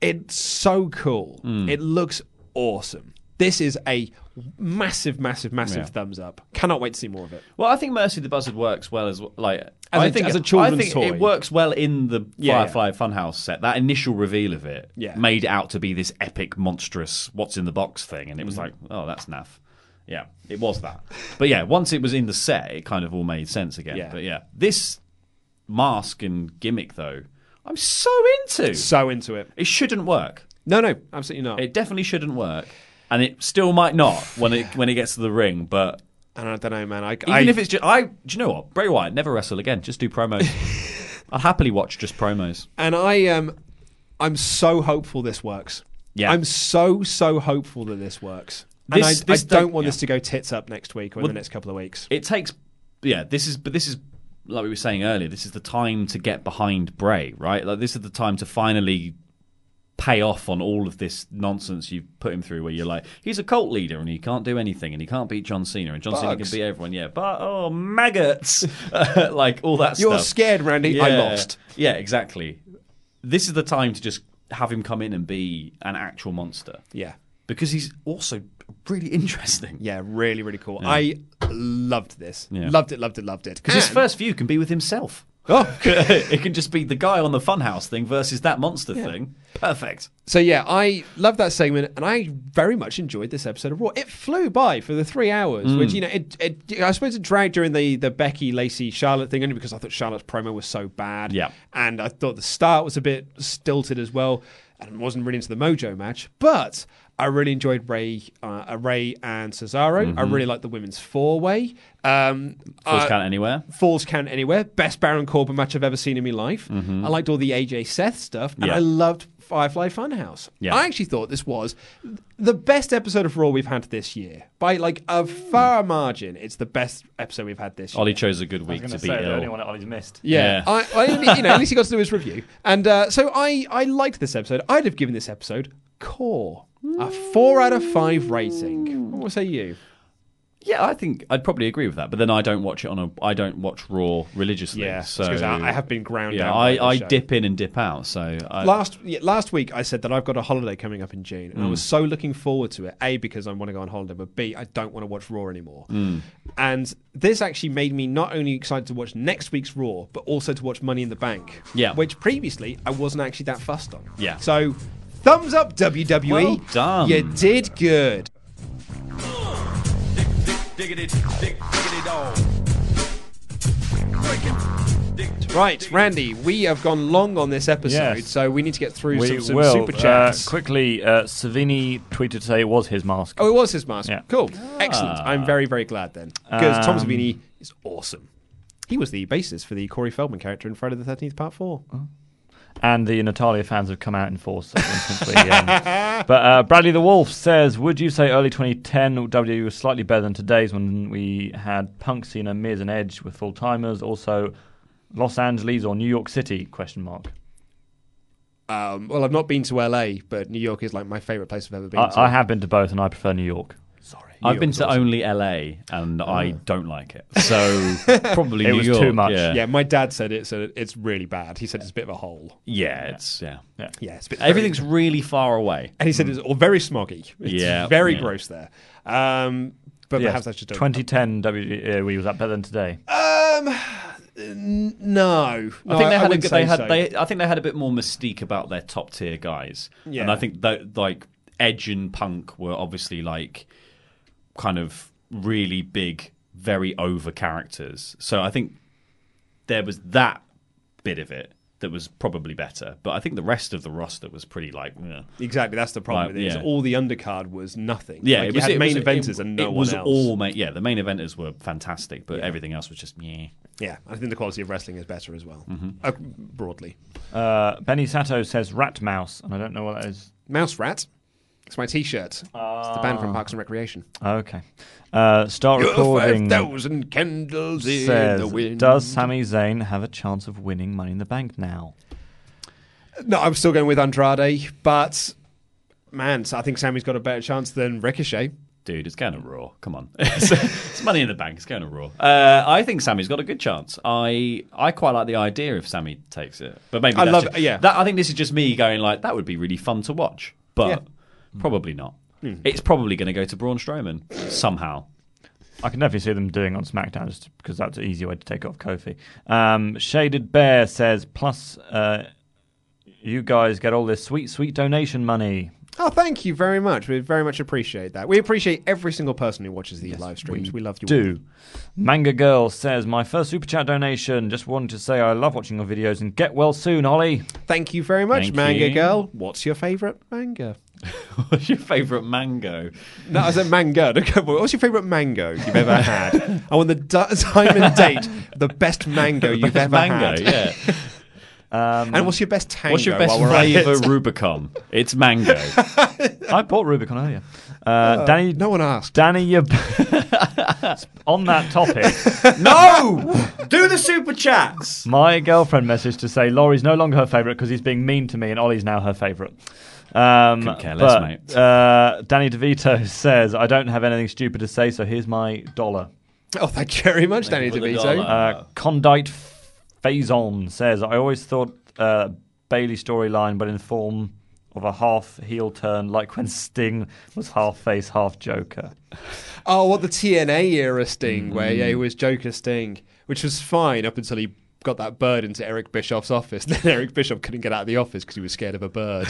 S2: it's so cool.
S4: Mm.
S2: It looks awesome. This is a massive, massive, massive
S4: Yeah.
S2: thumbs up. Cannot wait to see more of it.
S4: Well, I think Mercy the Buzzard works well as like
S2: As
S4: I
S2: a-
S4: think
S2: as a children's
S4: I think
S2: toy.
S4: It works well in the
S2: Yeah,
S4: Firefly Funhouse set. That initial reveal of it
S2: Yeah.
S4: made it out to be this epic, monstrous "what's in the box" thing, and it was
S2: Mm.
S4: like, oh, that's naff. Yeah, it was that. But yeah, once it was in the set, it kind of all made sense again.
S2: Yeah.
S4: But yeah, this mask and gimmick though, I'm so into.
S2: So into it.
S4: It shouldn't work.
S2: No, no, absolutely not.
S4: It definitely shouldn't work, and it still might not when it when it gets to the ring. But
S2: And I don't know, man. I,
S4: Even
S2: I-
S4: if it's just, I, do you know what? Bray Wyatt never wrestle again. Just do promos. I'll happily watch just promos.
S2: and I am, I'm so hopeful this works.
S4: Yeah.
S2: I'm so so hopeful that this works. and I,
S4: This- this
S2: I don't
S4: don't-
S2: want
S4: yeah.
S2: this to go tits up next week or in
S4: Well,
S2: the next couple of weeks.
S4: It takes, yeah. This is, but this is like we were saying earlier. This is the time to get behind Bray, right? Like this is the time to finally pay off on all of this nonsense you've put him through. Where you're like, he's a cult leader and he can't do anything and he can't beat John Cena and John Cena can
S2: Bugs.
S4: beat everyone. Yeah, but oh maggots, like all that
S2: You're
S4: stuff.
S2: scared, Randy. I
S4: Yeah.
S2: lost.
S4: Yeah, exactly. This is the time to just have him come in and be an actual monster.
S2: Yeah.
S4: Because he's also really interesting.
S2: Yeah, really, really cool.
S4: Yeah.
S2: I loved this.
S4: Yeah.
S2: Loved it, loved it, loved it.
S4: Because his
S2: And-
S4: first view can be with himself.
S2: Oh,
S4: it can just be the guy on the funhouse thing versus that monster thing. Perfect.
S2: So yeah, I love that segment, and I very much enjoyed this episode of Raw. It flew by for the three hours,
S4: Mm.
S2: which you know, it, it, I suppose it dragged during the the Becky Lacey Charlotte thing only because I thought Charlotte's promo was so bad,
S4: Yeah.
S2: and I thought the start was a bit stilted as well, and wasn't really into the Mojo match, but. I really enjoyed Ray, uh, Ray and Cesaro. I
S4: Mhm.
S2: really liked the women's four way. Um,
S4: Falls
S2: uh,
S4: count anywhere.
S2: Falls Count Anywhere, best Baron Corbin match I've ever seen in my life.
S4: Mhm.
S2: I liked all the AJ Seth stuff, and
S4: Yeah.
S2: I loved Firefly Funhouse.
S4: Yeah.
S2: I actually thought this was the best episode of Raw we've had this year by like a far margin. It's the best episode we've had this year.
S4: Ollie chose a good
S5: I was
S4: week
S5: going
S4: to
S5: to
S4: be
S5: say the
S4: ill.
S5: only one that Ollie's missed.
S2: Yeah, I, I only, you know, at least he got to do his review, and uh, so I I liked this episode. I'd have given this episode core a four out of five rating. What say you?
S4: Yeah, I think I'd probably agree with that. But then I don't watch it on a. I don't watch Raw religiously.
S2: Yeah,
S4: so
S2: 'cause I- I have been ground
S4: Yeah,
S2: down by the
S4: I, I
S2: show.
S4: dip in and dip out. So I,
S2: last yeah, last week I said that I've got a holiday coming up in June, and I
S4: Mm.
S2: was so looking forward to it. A because I want to go on holiday, but B I don't want to watch Raw anymore.
S4: Mm.
S2: And this actually made me not only excited to watch next week's Raw, but also to watch Money in the Bank.
S4: Yeah.
S2: which previously I wasn't actually that fussed on.
S4: Yeah.
S2: So, thumbs up WWE.
S4: Well done.
S2: You did good.
S6: Diggity, dig, diggity dog.
S2: Right, Randy, we have gone long on this episode,
S5: Yes.
S2: so we need to get through
S5: we
S2: some, some
S5: will.
S2: super
S5: Uh,
S2: chats.
S5: quickly, uh, Savini tweeted today it was his mask.
S2: Oh, it was his mask.
S5: Yeah.
S2: Cool. Excellent.
S4: Ah.
S2: I'm very, very glad then. Because Tom
S5: Um,
S2: Savini is awesome. He was the basis for the Corey Feldman character in Friday the 13th, Part 4.
S4: Uh-huh.
S5: and the Natalia fans have come out in force since we, um, but uh, Bradley the Wolf says, "Would you say early 2010 WWE was slightly better than today's when we had Punk, Cena, Miz, and Edge with full timers? Also, Los Angeles or New York City? Question mark.
S2: Um, well, I've not been to LA, but New York is like my favorite place I've ever been
S5: I,
S2: to.
S5: I have been to both, and I prefer New York.
S4: I've been
S2: York's
S4: to
S2: awesome.
S4: only LA and I don't like it. So probably
S5: It
S4: New
S5: was
S4: York,
S5: too much.
S4: Yeah,
S2: Yeah, my dad said it, so it's really bad. He said it's a bit of a hole.
S4: Yeah, it's yeah.
S5: Yeah,
S2: Yeah, it's a bit
S4: Everything's really far away.
S2: And he said it's all very smoggy. It's
S4: Yeah,
S2: Very
S4: yeah.
S2: gross there. Um, but
S5: Yes,
S2: perhaps I should do
S5: 2010 WWE uh, was that better than today?
S2: Um, no.
S4: I think they had a
S2: wouldn't
S4: good, they
S2: say
S4: had
S2: so.
S4: they I think they had a bit more mystique about their top tier guys.
S2: Yeah.
S4: And I think that like Edge and Punk were obviously like kind of really big, very over characters. So I think there was that bit of it that was probably better. But I think the rest of the roster was pretty like meh.
S2: Exactly, that's the problem.
S4: Like,
S2: with it, is
S4: yeah.
S2: all the undercard was nothing.
S4: Yeah,
S2: Like,
S4: it
S2: you
S4: was
S2: had
S4: it
S2: main
S4: was-
S2: eventers
S4: it-
S2: and no
S4: it
S2: one
S4: was
S2: else.
S4: all main. Yeah, the main eventers were fantastic, but everything else was just meh.
S2: Yeah, I think the quality of wrestling is better as well, uh, broadly.
S5: Uh, Benny Sato says Rat Mouse, and I don't know what that is.
S2: Mouse Rat. It's my T-shirt. it's the band from Parks and Recreation.
S5: Oh, Okay. Uh, start recording.
S2: thousand candles in the
S5: says,
S2: wind.
S5: does Sami Zayn have a chance of winning Money in the Bank now?
S2: No, I'm still going with Andrade, but man, so I think Sammy's got a better chance than Ricochet.
S4: Dude, it's going to Raw. Come on, it's, it's money in the bank. It's going to Raw. Uh, I think Sammy's got a good chance. I I quite like the idea if Sammy takes it, but maybe
S2: I
S4: that's
S2: love
S4: just-
S2: it, yeah.
S4: That, I think this is just me going like that would be really fun to watch, but probably not.
S2: Mm-hmm.
S4: It's probably going to go to Braun Strowman somehow.
S5: I can definitely see them doing on SmackDown just because that's an easy way to take off Kofi. Um, Shaded Bear says, plus uh, you guys get all this sweet, sweet donation money.
S2: Oh, thank you very much. We very much appreciate that. We appreciate every single person who watches these live streams. We, love you. all.
S5: Do. Manga Girl says, my first super chat donation. Just wanted to say I love watching your videos and get well soon, Ollie.
S2: Thank you very much,
S4: Thank
S2: Manga
S4: you.
S2: Girl. What's your favourite manga?
S4: What's your favourite mango?
S2: No, I said mango. Okay, well, What's your favourite mango you've ever had? I want the di- time and date, the best mango you've
S4: Best
S2: ever
S4: mango,
S2: had.
S4: yeah.
S2: and what's your best tango?
S4: What's your best
S2: while we're at
S4: flavour
S2: it?
S4: Rubicon? It's mango.
S5: I bought Rubicon earlier. Uh,
S2: Uh,
S5: Danny, no
S2: one asked.
S5: Danny, you on that topic.
S7: no! Do the super chats!
S5: My girlfriend messaged to say Laurie's no longer her favourite because he's being mean to me, and Ollie's now her favourite. Um,
S4: Couldn't care less,
S5: but,
S4: mate.
S5: Uh, Danny DeVito says, "I don't have anything stupid to say, so here's my dollar."
S2: Oh, thank you very much, Danny DeVito.
S5: Uh, Condite Faison says, "I always thought uh, Bailey storyline, but in form of a half heel turn, like when Sting was half face, half Joker."
S2: Oh, what the TNA era Sting, where yeah, he
S4: Mm.
S2: was Joker Sting, which was fine up until he got that bird into Eric Bischoff's office. Then Eric Bischoff couldn't get out of the office because he was scared of a bird.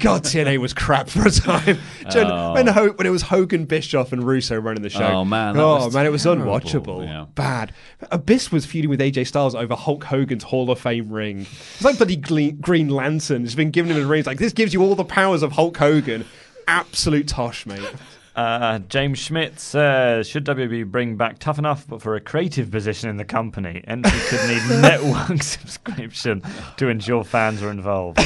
S2: God, TNA was crap for a time. Jen-
S4: Oh.
S2: When Ho- when it was Hogan, Bischoff, and Russo running the show.
S4: Oh, man, that
S2: oh
S4: was
S2: man, it was
S4: terrible.
S2: unwatchable.
S4: Yeah.
S2: Bad. Abyss was feuding with AJ Styles over Hulk Hogan's Hall of Fame ring. It's like bloody gle- Green Lantern. It's been giving him a ring. It's like this gives you all the powers of Hulk Hogan. Absolute tosh, mate.
S5: Uh, James Schmidt says, should WWE bring back Tough Enough, but for a creative position in the company? Entry could need network subscription to ensure fans are involved.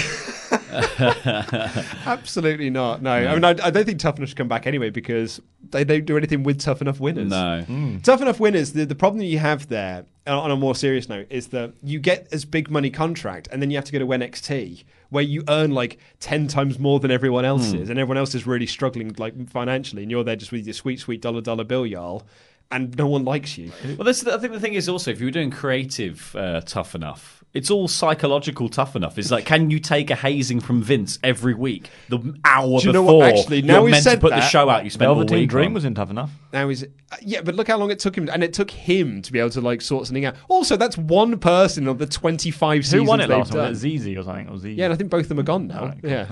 S2: Absolutely not. No, I mean, I, I don't think Tough Enough should come back anyway because they don't do anything with Tough Enough winners.
S4: No.
S5: Hmm.
S4: Mm.
S2: Tough Enough winners, the, the problem you have there, uh, on a more serious note, is that you get this big money contract and then you have to go to NXT where you earn like 10 times more than everyone else
S4: Mm.
S2: is and everyone else is really struggling like financially and you're there just with your sweet, sweet dollar dollar bill, y'all, and no one likes you.
S4: Well, this, I think the thing is also if you were doing creative uh, tough enough, it's all psychological tough enough. It's like, can you take a hazing from Vince every week? The hour
S2: Do you know
S4: before
S2: what? Actually, now
S4: you're
S2: we've
S4: meant
S2: said
S4: to put the
S2: that,
S4: show out, you spend all
S5: Velveteen
S4: week
S5: Dream
S4: on.
S5: was in Tough Enough.
S2: Now he's uh, yeah, but look how long it took him, and it took him to be able to like sort something out. Also, that's one person of the twenty-five
S5: Who
S2: seasons
S5: won it
S2: they've
S5: last
S2: done.
S5: time? Was it ZZ or something? Or ZZ?
S2: Yeah, and I think both of them are gone now. yeah.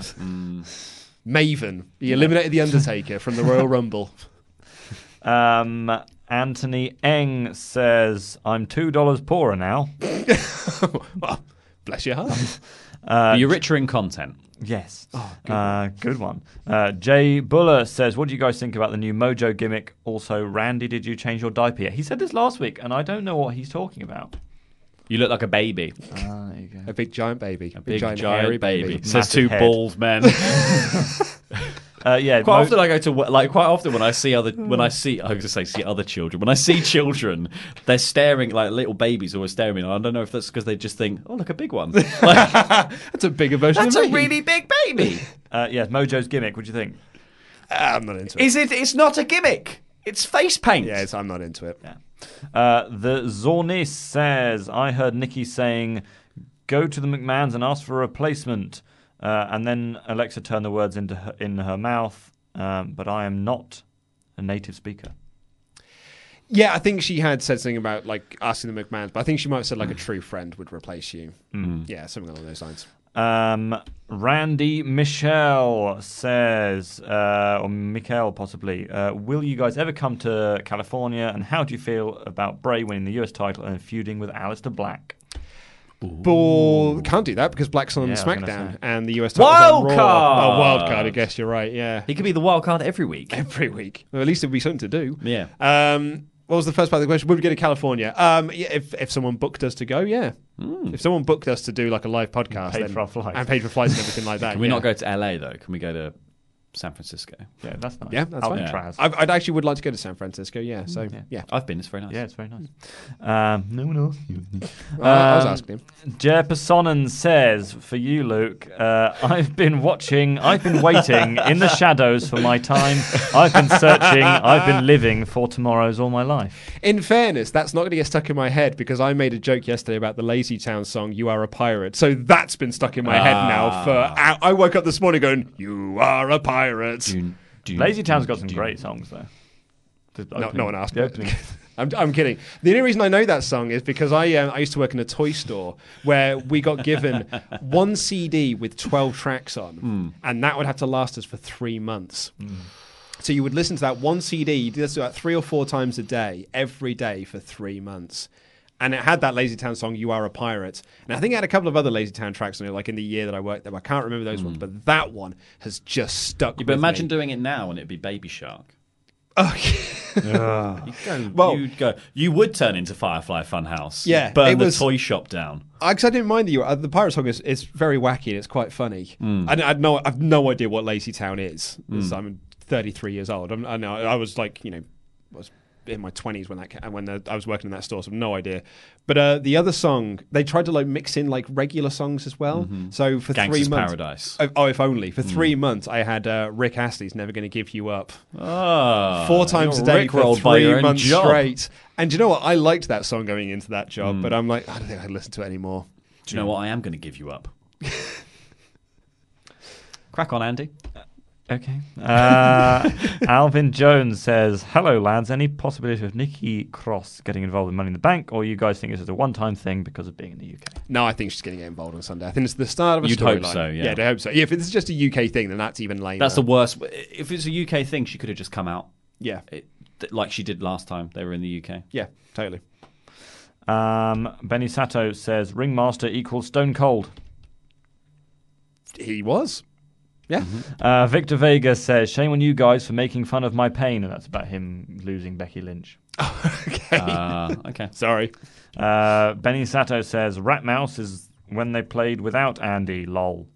S2: Maven. He eliminated The Undertaker from the Royal Rumble.
S5: Um, Anthony Eng says, I'm $2 poorer now.
S2: well, bless your heart.
S5: Uh,
S4: You're richer in content.
S5: Yes. good, uh, good one. Uh, Jay Buller says, What do you guys think about the new mojo gimmick? Also, Randy, did you change your diaper yet? He said this last week, and I don't know what he's talking about.
S4: You look like a baby.
S5: Ah, there you go.
S2: A big giant baby. A
S4: Big giant, baby. Says
S5: Massive
S4: two
S5: head.
S4: bald men.
S5: Uh, yeah,
S4: Quite
S5: mo-
S4: often I go to wo- like quite often when I see other when I see I was gonna say see other children when I see children they're staring like little babies always staring at me and I don't know if that's because they just think oh look a big one
S2: that's a bigger version.
S4: That's
S2: of
S4: a
S2: me.
S4: really big baby.
S5: Uh, yes, Mojo's gimmick. What do you think?
S2: Ah, I'm not into it.
S4: Is it? It's not a gimmick. It's face paint.
S2: Yeah, it's, I'm not into it.
S5: Uh, the Zornis says, I heard Nikki saying, go to the McMahons and ask for a replacement. Uh, and then Alexa turned the words into her, in her mouth, um, but I am not a native speaker.
S2: Yeah, I think she had said something about like asking the McMahons, but I think she might have said like a true friend would replace you.
S5: Mm.
S2: Yeah, something along those lines.
S5: Um, Randy Michelle says, uh, or Michael possibly, uh, will you guys ever come to California? And how do you feel about Bray winning the US title and feuding with Alistair Black?
S2: Bull can't do that because Black's on
S5: Yeah, I was gonna
S2: SmackDown
S5: say.
S2: and the US title
S4: Wild
S2: Oh,
S4: card!
S2: wild card. I guess you're right. Yeah,
S4: He could be the wild card every week.
S2: every week. Well, at least it'd be something to do.
S4: Yeah.
S2: Um, what was the first part of the question? Would we go to California? Um, yeah, if if someone booked us to go, yeah. If someone booked us to do like a live podcast,
S5: Paid
S2: then,
S5: for our flights.
S2: and paid for flights and everything like that,
S4: Can we
S2: yeah.
S4: not go to LA though? Can we go to San Francisco?
S5: Yeah, that's nice.
S2: Oh, Yeah, that's fine.
S5: Alcatraz.
S2: I I'd actually would like to go to San Francisco. Yeah. So yeah.
S4: I've been. It's very nice.
S5: Yeah, it's very nice. Um, no one else.
S2: Well, Hmm. Uh, I was asking him.
S5: Jer Personen Um, says, for you, Luke, uh, I've been watching, I've been waiting in the shadows for my time. I've been searching, I've been living for tomorrow's all my life.
S2: In fairness, that's not going to get stuck in my head because I made a joke yesterday about the Lazy Town song "You Are a Pirate," so that's been stuck in my head now. For I, I woke up this morning going, "You are a pirate."
S5: Lazy Town's got some great songs, though. The
S2: No,
S5: opening-
S2: no one asked.
S5: the
S2: me.
S5: opening.
S2: I'm, I'm kidding. The only reason I know that song is because I um, I used to work in a toy store where we got given one CD with 12 tracks on,
S5: Hmm.
S2: and that would have to last us for three months. So you would listen to that one CD, you did this about three or four times a day, every day for three months. And it had that Lazy Town song, You Are a Pirate. And I think it had a couple of other Lazy Town tracks on it, like in the year that I worked there. I can't remember those
S5: Hmm.
S2: ones, but that one has just stuck
S4: Yeah,
S2: with
S4: but imagine
S2: me.
S4: doing it now and it'd be Baby Shark.
S2: Ugh.
S4: You'd go, you'd go. You would turn into Firefly Funhouse.
S2: Yeah,
S4: You'd burn
S2: it
S4: the
S2: was-
S4: toy shop down.
S2: Because I didn't mind the uh, the pirate song is, is very wacky and it's quite funny.
S4: Mm.
S2: I, I know I've no idea what Lacey Town is.
S4: Mm.
S2: So I'm 33 years old. I'm, I know I was like you know I was in my 20s when that ca- when the, I was working in that store, so I've no idea. But uh, the other song they tried to like mix in like regular songs as well.
S4: Mhm.
S2: So for
S4: Gangsta's
S2: three months,
S4: Paradise.
S2: Oh, oh, if only for
S4: Mm.
S2: three months I had uh, Rick Astley's "Never Gonna Give You Up"
S4: Ah,
S2: four times a
S4: you're
S2: day for
S4: rickrolled by your
S2: three
S4: own
S2: months
S4: job.
S2: straight. And do you know what? I liked that song going into that job,
S4: Mm.
S2: but I'm like, I don't think I'd listen to it anymore.
S4: Do you know what? I am going to give you up. Crack on, Andy.
S5: Okay. Uh, Alvin Jones says, "Hello, lads. Any possibility of Nikki Cross getting involved in Money in the Bank, or you guys think this is a one-time thing because of being in the UK?"
S2: No, I think she's going to get involved on Sunday. I think it's the start of a
S4: You'd
S2: storyline.
S4: hope so, yeah.
S2: I hope so. Yeah, if it's just a UK thing, then that's even later.
S4: That's the worst. If it's a UK thing, she could have just come out.
S2: Yeah.
S4: It, th- like she did last time they were in the UK.
S2: Yeah, totally.
S5: Um, Benny Sato says, "Ringmaster equals Stone Cold."
S2: He was. Yeah.
S4: Mm-hmm.
S5: Uh, Victor Vega says, "Shame on you guys for making fun of my pain," and that's about him losing Becky Lynch.
S2: okay.
S4: okay.
S2: Sorry.
S5: Uh, Benny Sato says, "Rat Mouse is when they played without Andy." Lol.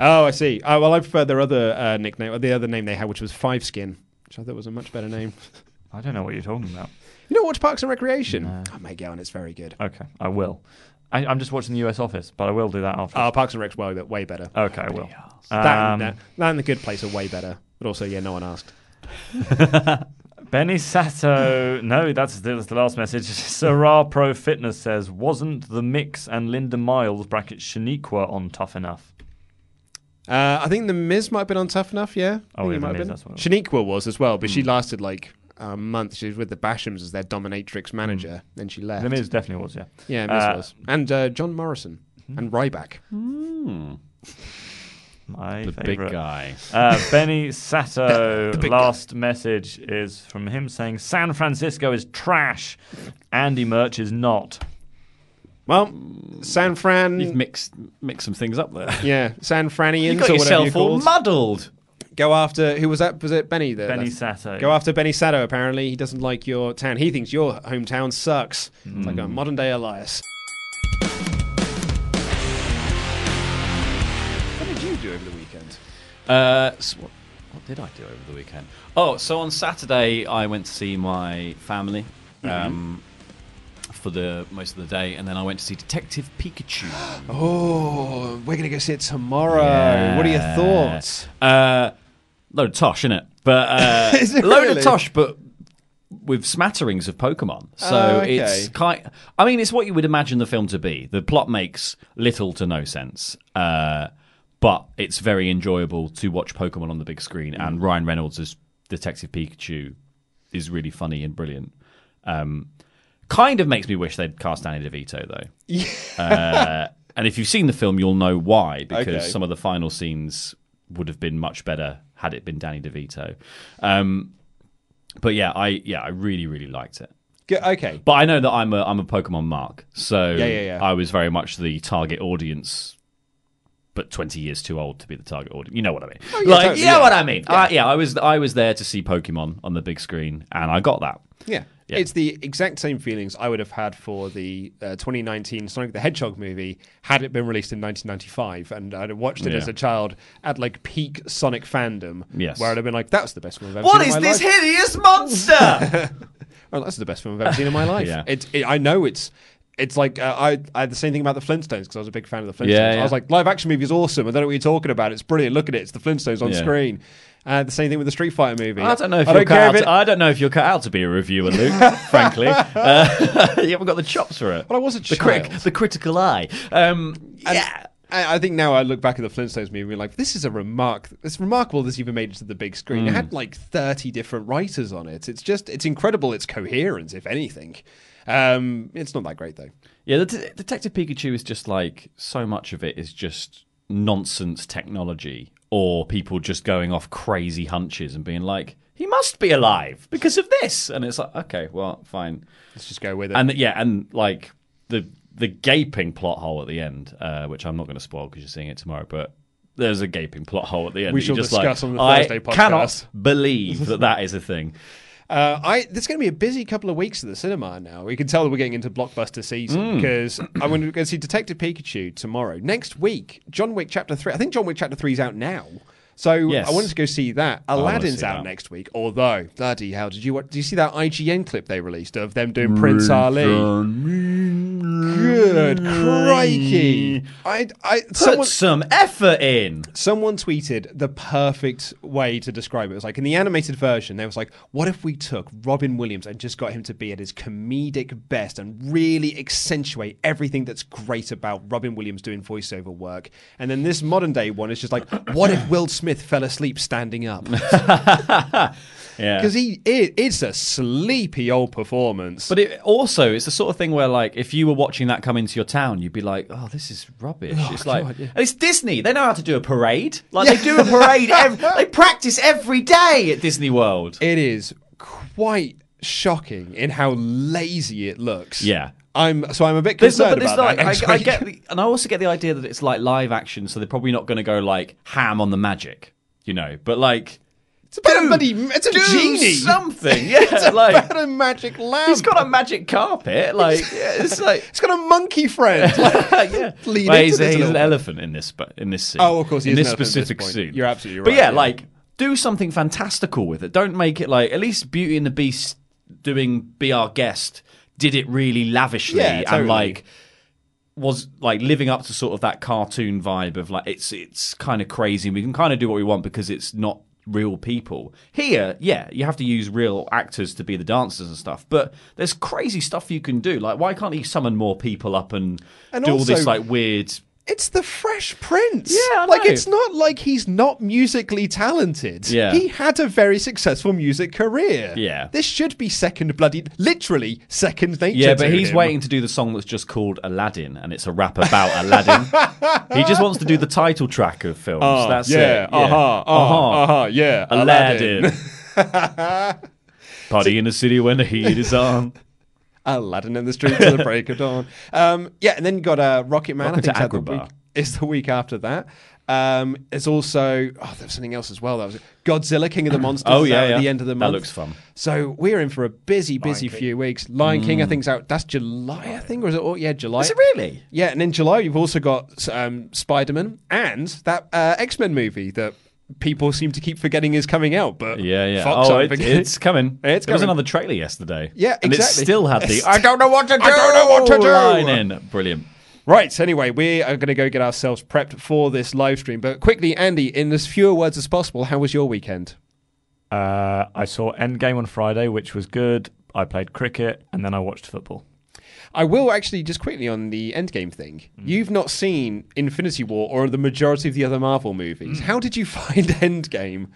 S2: Oh, I see. Oh, well, I prefer their other uh, nickname, or the other name they had, which was Five Skin, which I thought was a much better name.
S5: I don't know what you're talking about.
S2: You don't watch Parks and Recreation? I may go, and it's very good.
S5: Okay, I will. I, I'm just watching the U.S. Office, but I will do that after.
S2: Oh, Parks and Rec's way, be- way better.
S5: Okay, I will.
S2: That,
S5: Um,
S2: and, uh, that and The Good Place are way better. But also, yeah, no one asked.
S5: Benny Sato, no, that's the, that's the last message. Sarah Pro Fitness says, wasn't the Mix and Linda Miles bracket Shaniqua on Tough Enough?
S2: Uh, I think the Miz might have been on Tough Enough, yeah. I think
S5: Oh, yeah,
S2: it
S5: The
S2: might have
S5: Miz,
S2: been.
S5: that's what it Hmm.
S2: Shaniqua was as well, but she lasted like a month. She was with the Bashams as their dominatrix manager, then she left.
S5: Hmm. The Miz definitely was, yeah.
S2: Yeah, Miz
S5: Uh, Hmm.
S2: was, and uh, John Morrison and Ryback.
S5: My
S4: The big
S5: favorite.
S4: guy.
S5: Uh, Benny Sato,
S4: The big
S5: last message is from him saying, San Francisco is trash. Andy Merch is not.
S2: Well,
S5: Hmm.
S2: San Fran.
S4: You've mixed mixed some things up there.
S2: Yeah, San Franians
S4: You got
S2: or whatever
S4: yourself
S2: you're
S4: all
S2: called.
S4: muddled.
S2: Go after who was that? Was it Benny? That
S5: Benny
S2: that's-
S5: Sato.
S2: Go after Benny Sato. Apparently, he doesn't like your town. He thinks your hometown sucks. It's like a
S5: Hmm.
S2: modern day Elias. What did you do over the weekend?
S4: Uh, so what, what did I do over the weekend? Oh, so on Saturday I went to see my family
S2: Mm-hmm.
S4: um, for the most of the day, and then I went to see Detective Pikachu.
S2: Oh, we're gonna go see it tomorrow. What are your
S4: Yeah.
S2: thoughts?
S4: Uh, load of tosh, innit? But uh,
S2: Is it
S4: load
S2: really?
S4: of tosh, but with smatterings of Pokemon.
S2: Oh,
S4: So
S2: okay.
S4: it's kind. I mean, it's what you would imagine the film to be. The plot makes little to no sense, uh, but it's very enjoyable to watch Pokemon on the big screen.
S2: Mm.
S4: And Ryan Reynolds as Detective Pikachu is really funny and brilliant. Um, kind of makes me wish they'd cast Danny DeVito though. uh, and if you've seen the film, you'll know why because
S2: Okay.
S4: some of the final scenes would have been much better had it been Danny DeVito. Um, but yeah, I yeah I really really liked it.
S2: Go- okay.
S4: But I know that I'm a I'm a Pokemon mark, so
S2: Yeah, yeah, yeah.
S4: I was very much the target audience. But twenty years too old to be the target audience. You know what I mean?
S2: Oh, yeah,
S4: like,
S2: totally,
S4: you know
S2: yeah.
S4: what I mean?
S2: Yeah.
S4: Yeah. yeah, I was I was there to see Pokemon on the big screen, and I got that.
S2: Yeah.
S4: Yeah.
S2: It's the exact same feelings I would have had for the uh, 2019 Sonic the Hedgehog movie had it been released in 1995. And I'd have watched it
S4: Yeah.
S2: as a child at like peak Sonic fandom.
S4: Yes.
S2: Where I'd have been like, that's the best film I've ever
S7: What
S2: seen
S7: is
S2: in my
S7: this
S2: life.
S7: hideous monster?
S2: Oh, that's the best film I've ever seen in my life.
S4: Yeah.
S2: It's- it, I know it's. It's like uh, I, I had the same thing about the Flintstones because I was a big fan of the Flintstones.
S4: Yeah,
S2: I
S4: yeah.
S2: was like, live action movie is awesome. I don't know what you're talking about. It's brilliant. Look at it. It's the Flintstones on
S4: Yeah.
S2: screen. Uh, the same thing with the Street Fighter movie.
S4: I don't know if
S2: I
S4: you're
S2: don't
S4: cut
S2: care
S4: out.
S2: if it-
S4: To, I don't know if you're cut out to be a reviewer, Luke. frankly, uh, you haven't got the chops for it.
S2: Well, I was a
S4: the
S2: child.
S4: the critical eye. Um,
S2: And I, I think now I look back at the Flintstones movie and be like, this is a remark. It's remarkable this even made it to the big screen. It had like 30 different writers on it. It's just, it's incredible its coherence, if anything. Um, it's not that great, though.
S4: yeah, the det- Detective Pikachu is just like so much of it is just nonsense technology or people just going off crazy hunches and being like, he must be alive because of this. And it's like, okay, well, fine.
S2: Let's just go with it.
S4: And th- yeah, and like the the gaping plot hole at the end, uh, which I'm not going to spoil because you're seeing it tomorrow, but there's a gaping plot hole at the end.
S2: We
S4: that
S2: shall
S4: you're just
S2: discuss
S4: like,
S2: on the Thursday
S4: I
S2: podcast."
S4: cannot believe that that is a thing.
S2: Uh, I there's going to be a busy couple of weeks at the cinema now. You can tell that we're getting into blockbuster season
S4: Mm.
S2: because I'm going to go see Detective Pikachu tomorrow. Next week, John Wick Chapter Three. I think John Wick Chapter Three is out now. So
S4: Yes.
S2: I wanted to go see that.
S4: I wanna
S2: Aladdin's
S4: see
S2: out
S4: that.
S2: next week. Although, bloody hell, did you what? Do you see that IGN clip they released of them doing Prince Ali? Good crikey! I, I put
S4: some effort in.
S2: Someone tweeted the perfect way to describe it. It was like in the animated version, there was like, "What if we took Robin Williams and just got him to be at his comedic best and really accentuate everything that's great about Robin Williams doing voiceover work?" And then this modern day one is just like, "What if Will Smith fell asleep standing up?"
S4: Yeah.
S2: Because he it, it's a sleepy old performance.
S4: But it also it's the sort of thing where like if you were watching that come into your town, you'd be like, "Oh, this is rubbish."
S3: Oh,
S4: it's like
S3: God, yeah.
S4: and it's Disney. They know how to do a parade. Like
S3: Yeah.
S4: they do a parade. Every, they practice every day at Disney World.
S2: It is quite shocking in how lazy it looks.
S4: Yeah.
S2: I'm so I'm a bit
S4: There's no-
S2: concerned about that.
S4: but there's like-
S2: next
S4: I, I
S2: week.
S4: get the, and I also get the idea that it's like live action, so they're probably not going to go like ham on the magic, you know. But like
S2: It's about a bloody. It's a
S4: do
S2: genie.
S4: something, yeah.
S2: it's
S4: like
S2: about a magic lamp. He's got
S4: a magic carpet. Like yeah, it's like
S2: it's got a monkey friend. Like, lean
S4: Well,
S2: into
S4: he's,
S2: this a
S4: he's
S2: little
S4: an
S2: bit.
S4: elephant in this sp- in this scene.
S2: Oh, of course, he
S4: in
S2: is an
S4: this
S2: elephant at this
S4: specific
S2: point.
S4: scene.
S2: You're absolutely
S4: But
S2: right,
S4: yeah,
S2: yeah.
S4: like do something fantastical with it. Don't make it like at least Beauty and the Beast doing "Be Our Guest" did it really lavishly
S3: Yeah, totally.
S4: and like was like living up to sort of that cartoon vibe of like it's it's kind of crazy. We can kind of do what we want because it's not real people here yeah you have to use real actors to be the dancers and stuff but there's crazy stuff you can do like why can't he summon more people up and,
S2: And
S4: do all this
S2: also-
S4: like weird
S2: It's the Fresh Prince.
S4: Yeah, I
S2: like
S4: know.
S2: it's not like he's not musically talented.
S4: Yeah.
S2: he had a very successful music career.
S4: Yeah.
S2: this should be second bloody, literally second nature.
S4: Yeah, but
S2: to
S4: he's
S2: him.
S4: waiting to do the song that's just called Aladdin, and it's a rap about Aladdin. he just wants to do the title track of films.
S2: Ah,
S4: that's
S2: yeah,
S4: it. Uh-huh.
S2: aha, ah, aha, yeah,
S4: Aladdin. Party in the city when the heat is on.
S2: Aladdin in the streets at the break of dawn. Um, yeah, and then you got uh, Rocket Man.
S4: Welcome
S2: I think
S4: to
S2: it's the
S4: Agrabah.
S2: week, it's the week after that. Um, there's also oh, there's something else as well. That was Godzilla, King of the Monsters.
S4: Oh,
S2: is
S4: yeah,
S2: out at
S4: yeah.
S2: the end of the
S4: That
S2: month.
S4: looks fun.
S2: So we're in for a busy, busy few weeks. Lion King, I
S4: Mm.
S2: think's out. That's July, I think, or is it? Oh, yeah, July.
S4: Is it really?
S2: Yeah, and in July you've also got um, Spider Man and that uh, X Men movie that people seem to keep forgetting is coming out. But
S4: Yeah, yeah.
S2: Fox
S4: oh,
S2: aren't
S4: it-
S2: forgetting.
S4: it's coming.
S2: It's
S4: There was
S2: coming.
S4: another trailer yesterday.
S2: Yeah,
S4: And
S2: exactly.
S4: it still had the
S2: It's-
S4: I don't know what to do.
S2: I don't know what to do.
S4: line in. Brilliant.
S2: Right, anyway, we are going to go get ourselves prepped for this live stream. But quickly, Andy, in as fewer words as possible, how was your weekend?
S5: Uh, I saw Endgame on Friday, which was good. I played cricket and then I watched football.
S2: I will actually just quickly on the Endgame thing.
S4: Mm.
S2: You've not seen Infinity War or the majority of the other Marvel movies.
S4: Mm.
S2: How did you find Endgame?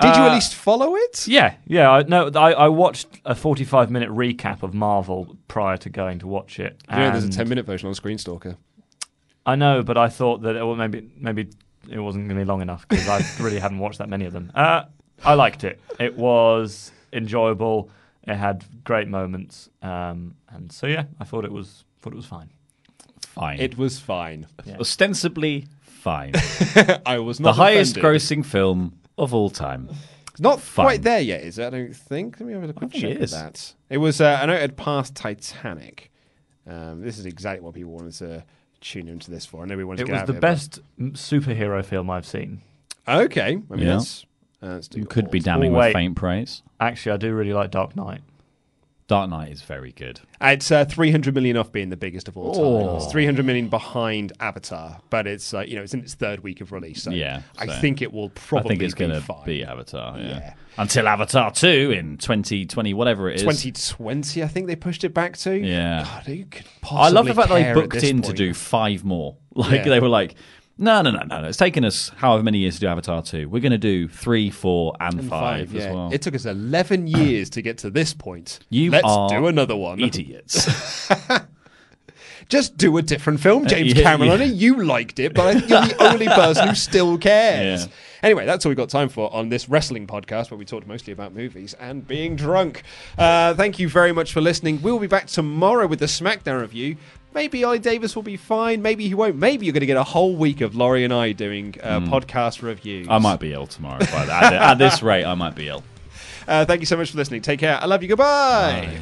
S2: Did you at
S5: Uh,
S2: least follow it?
S5: Yeah, yeah. I, no, I, I watched a 45 minute recap of Marvel prior to going to watch it.
S2: You know, there's a
S5: and
S2: 10 minute version on Screenstalker.
S5: I know, but I thought that it, well, maybe maybe it wasn't going to be long enough because I really hadn't watched that many of them. Uh, I liked it. It was enjoyable. It had great moments, um, and so yeah, I thought it was thought it was fine.
S4: Fine.
S2: It was fine.
S4: Ostensibly fine.
S2: I was
S4: the
S2: not
S4: highest
S2: offended.
S4: grossing film of all time.
S2: It's not
S4: Fine.
S2: quite there yet, is it? I don't think. Let me have a quick
S4: think
S2: check
S4: it
S2: of
S4: is.
S2: that. It was. Uh, I know it had passed Titanic. Um, this is exactly what people wanted to tune into this for. I know we wanted
S5: It
S2: to get
S5: was
S2: out
S5: the
S2: of here, but-
S5: best m- superhero film I've seen.
S2: Okay, I mean
S4: Yeah.
S2: that's, that's
S4: You could be
S2: Oh,
S4: damning with
S5: wait.
S4: faint praise.
S5: Actually, I do really like Dark Knight.
S4: Dark Knight is very good.
S2: It's uh, 300 million off being the biggest of all time.
S4: Oh.
S2: It's 300 million behind Avatar, but it's uh, you know it's in its third week of release. So
S4: yeah,
S2: I
S4: so-
S2: think it will probably
S4: I think it's
S2: be
S4: gonna
S2: fine.
S4: be Avatar. Yeah. until Avatar two in twenty twenty whatever it is.
S2: 2020, I think they pushed it back to.
S4: Yeah.
S2: God, who could
S4: I love
S2: possibly
S4: the fact that they
S2: care at
S4: booked
S2: this
S4: in to
S2: point?
S4: do five more. Like
S2: Yeah.
S4: they were like, no, no, no, no, no. It's taken us however many years to do Avatar two. We're going to do three, four, and,
S2: And
S4: five,
S2: five,
S4: as
S2: yeah.
S4: well.
S2: It took us 11 years to get to this point.
S4: You
S2: Let's
S4: are E
S2: do another one.
S4: Idiots.
S2: Just do a different film,
S4: Uh,
S2: James
S4: yeah,
S2: Cameron. I
S4: yeah.
S2: know you liked it, but I think you're the only person who still cares. Anyway, that's all we've got time for on this wrestling podcast where we talked mostly about movies and being drunk. Uh, thank you very much for listening. We'll be back tomorrow with the SmackDown review. Maybe I Davis will be fine. Maybe he won't. Maybe you're going to get a whole week of Laurie and I doing uh, podcast reviews.
S4: Hmm. I might be ill tomorrow. By the, at, at this rate, I might be ill.
S2: Uh, thank you so much for listening. Take care. I love you. Goodbye.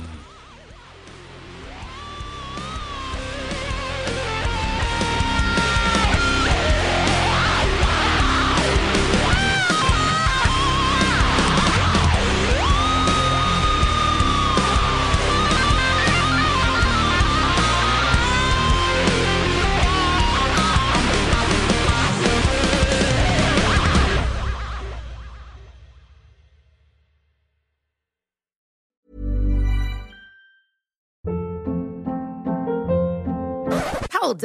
S9: Hold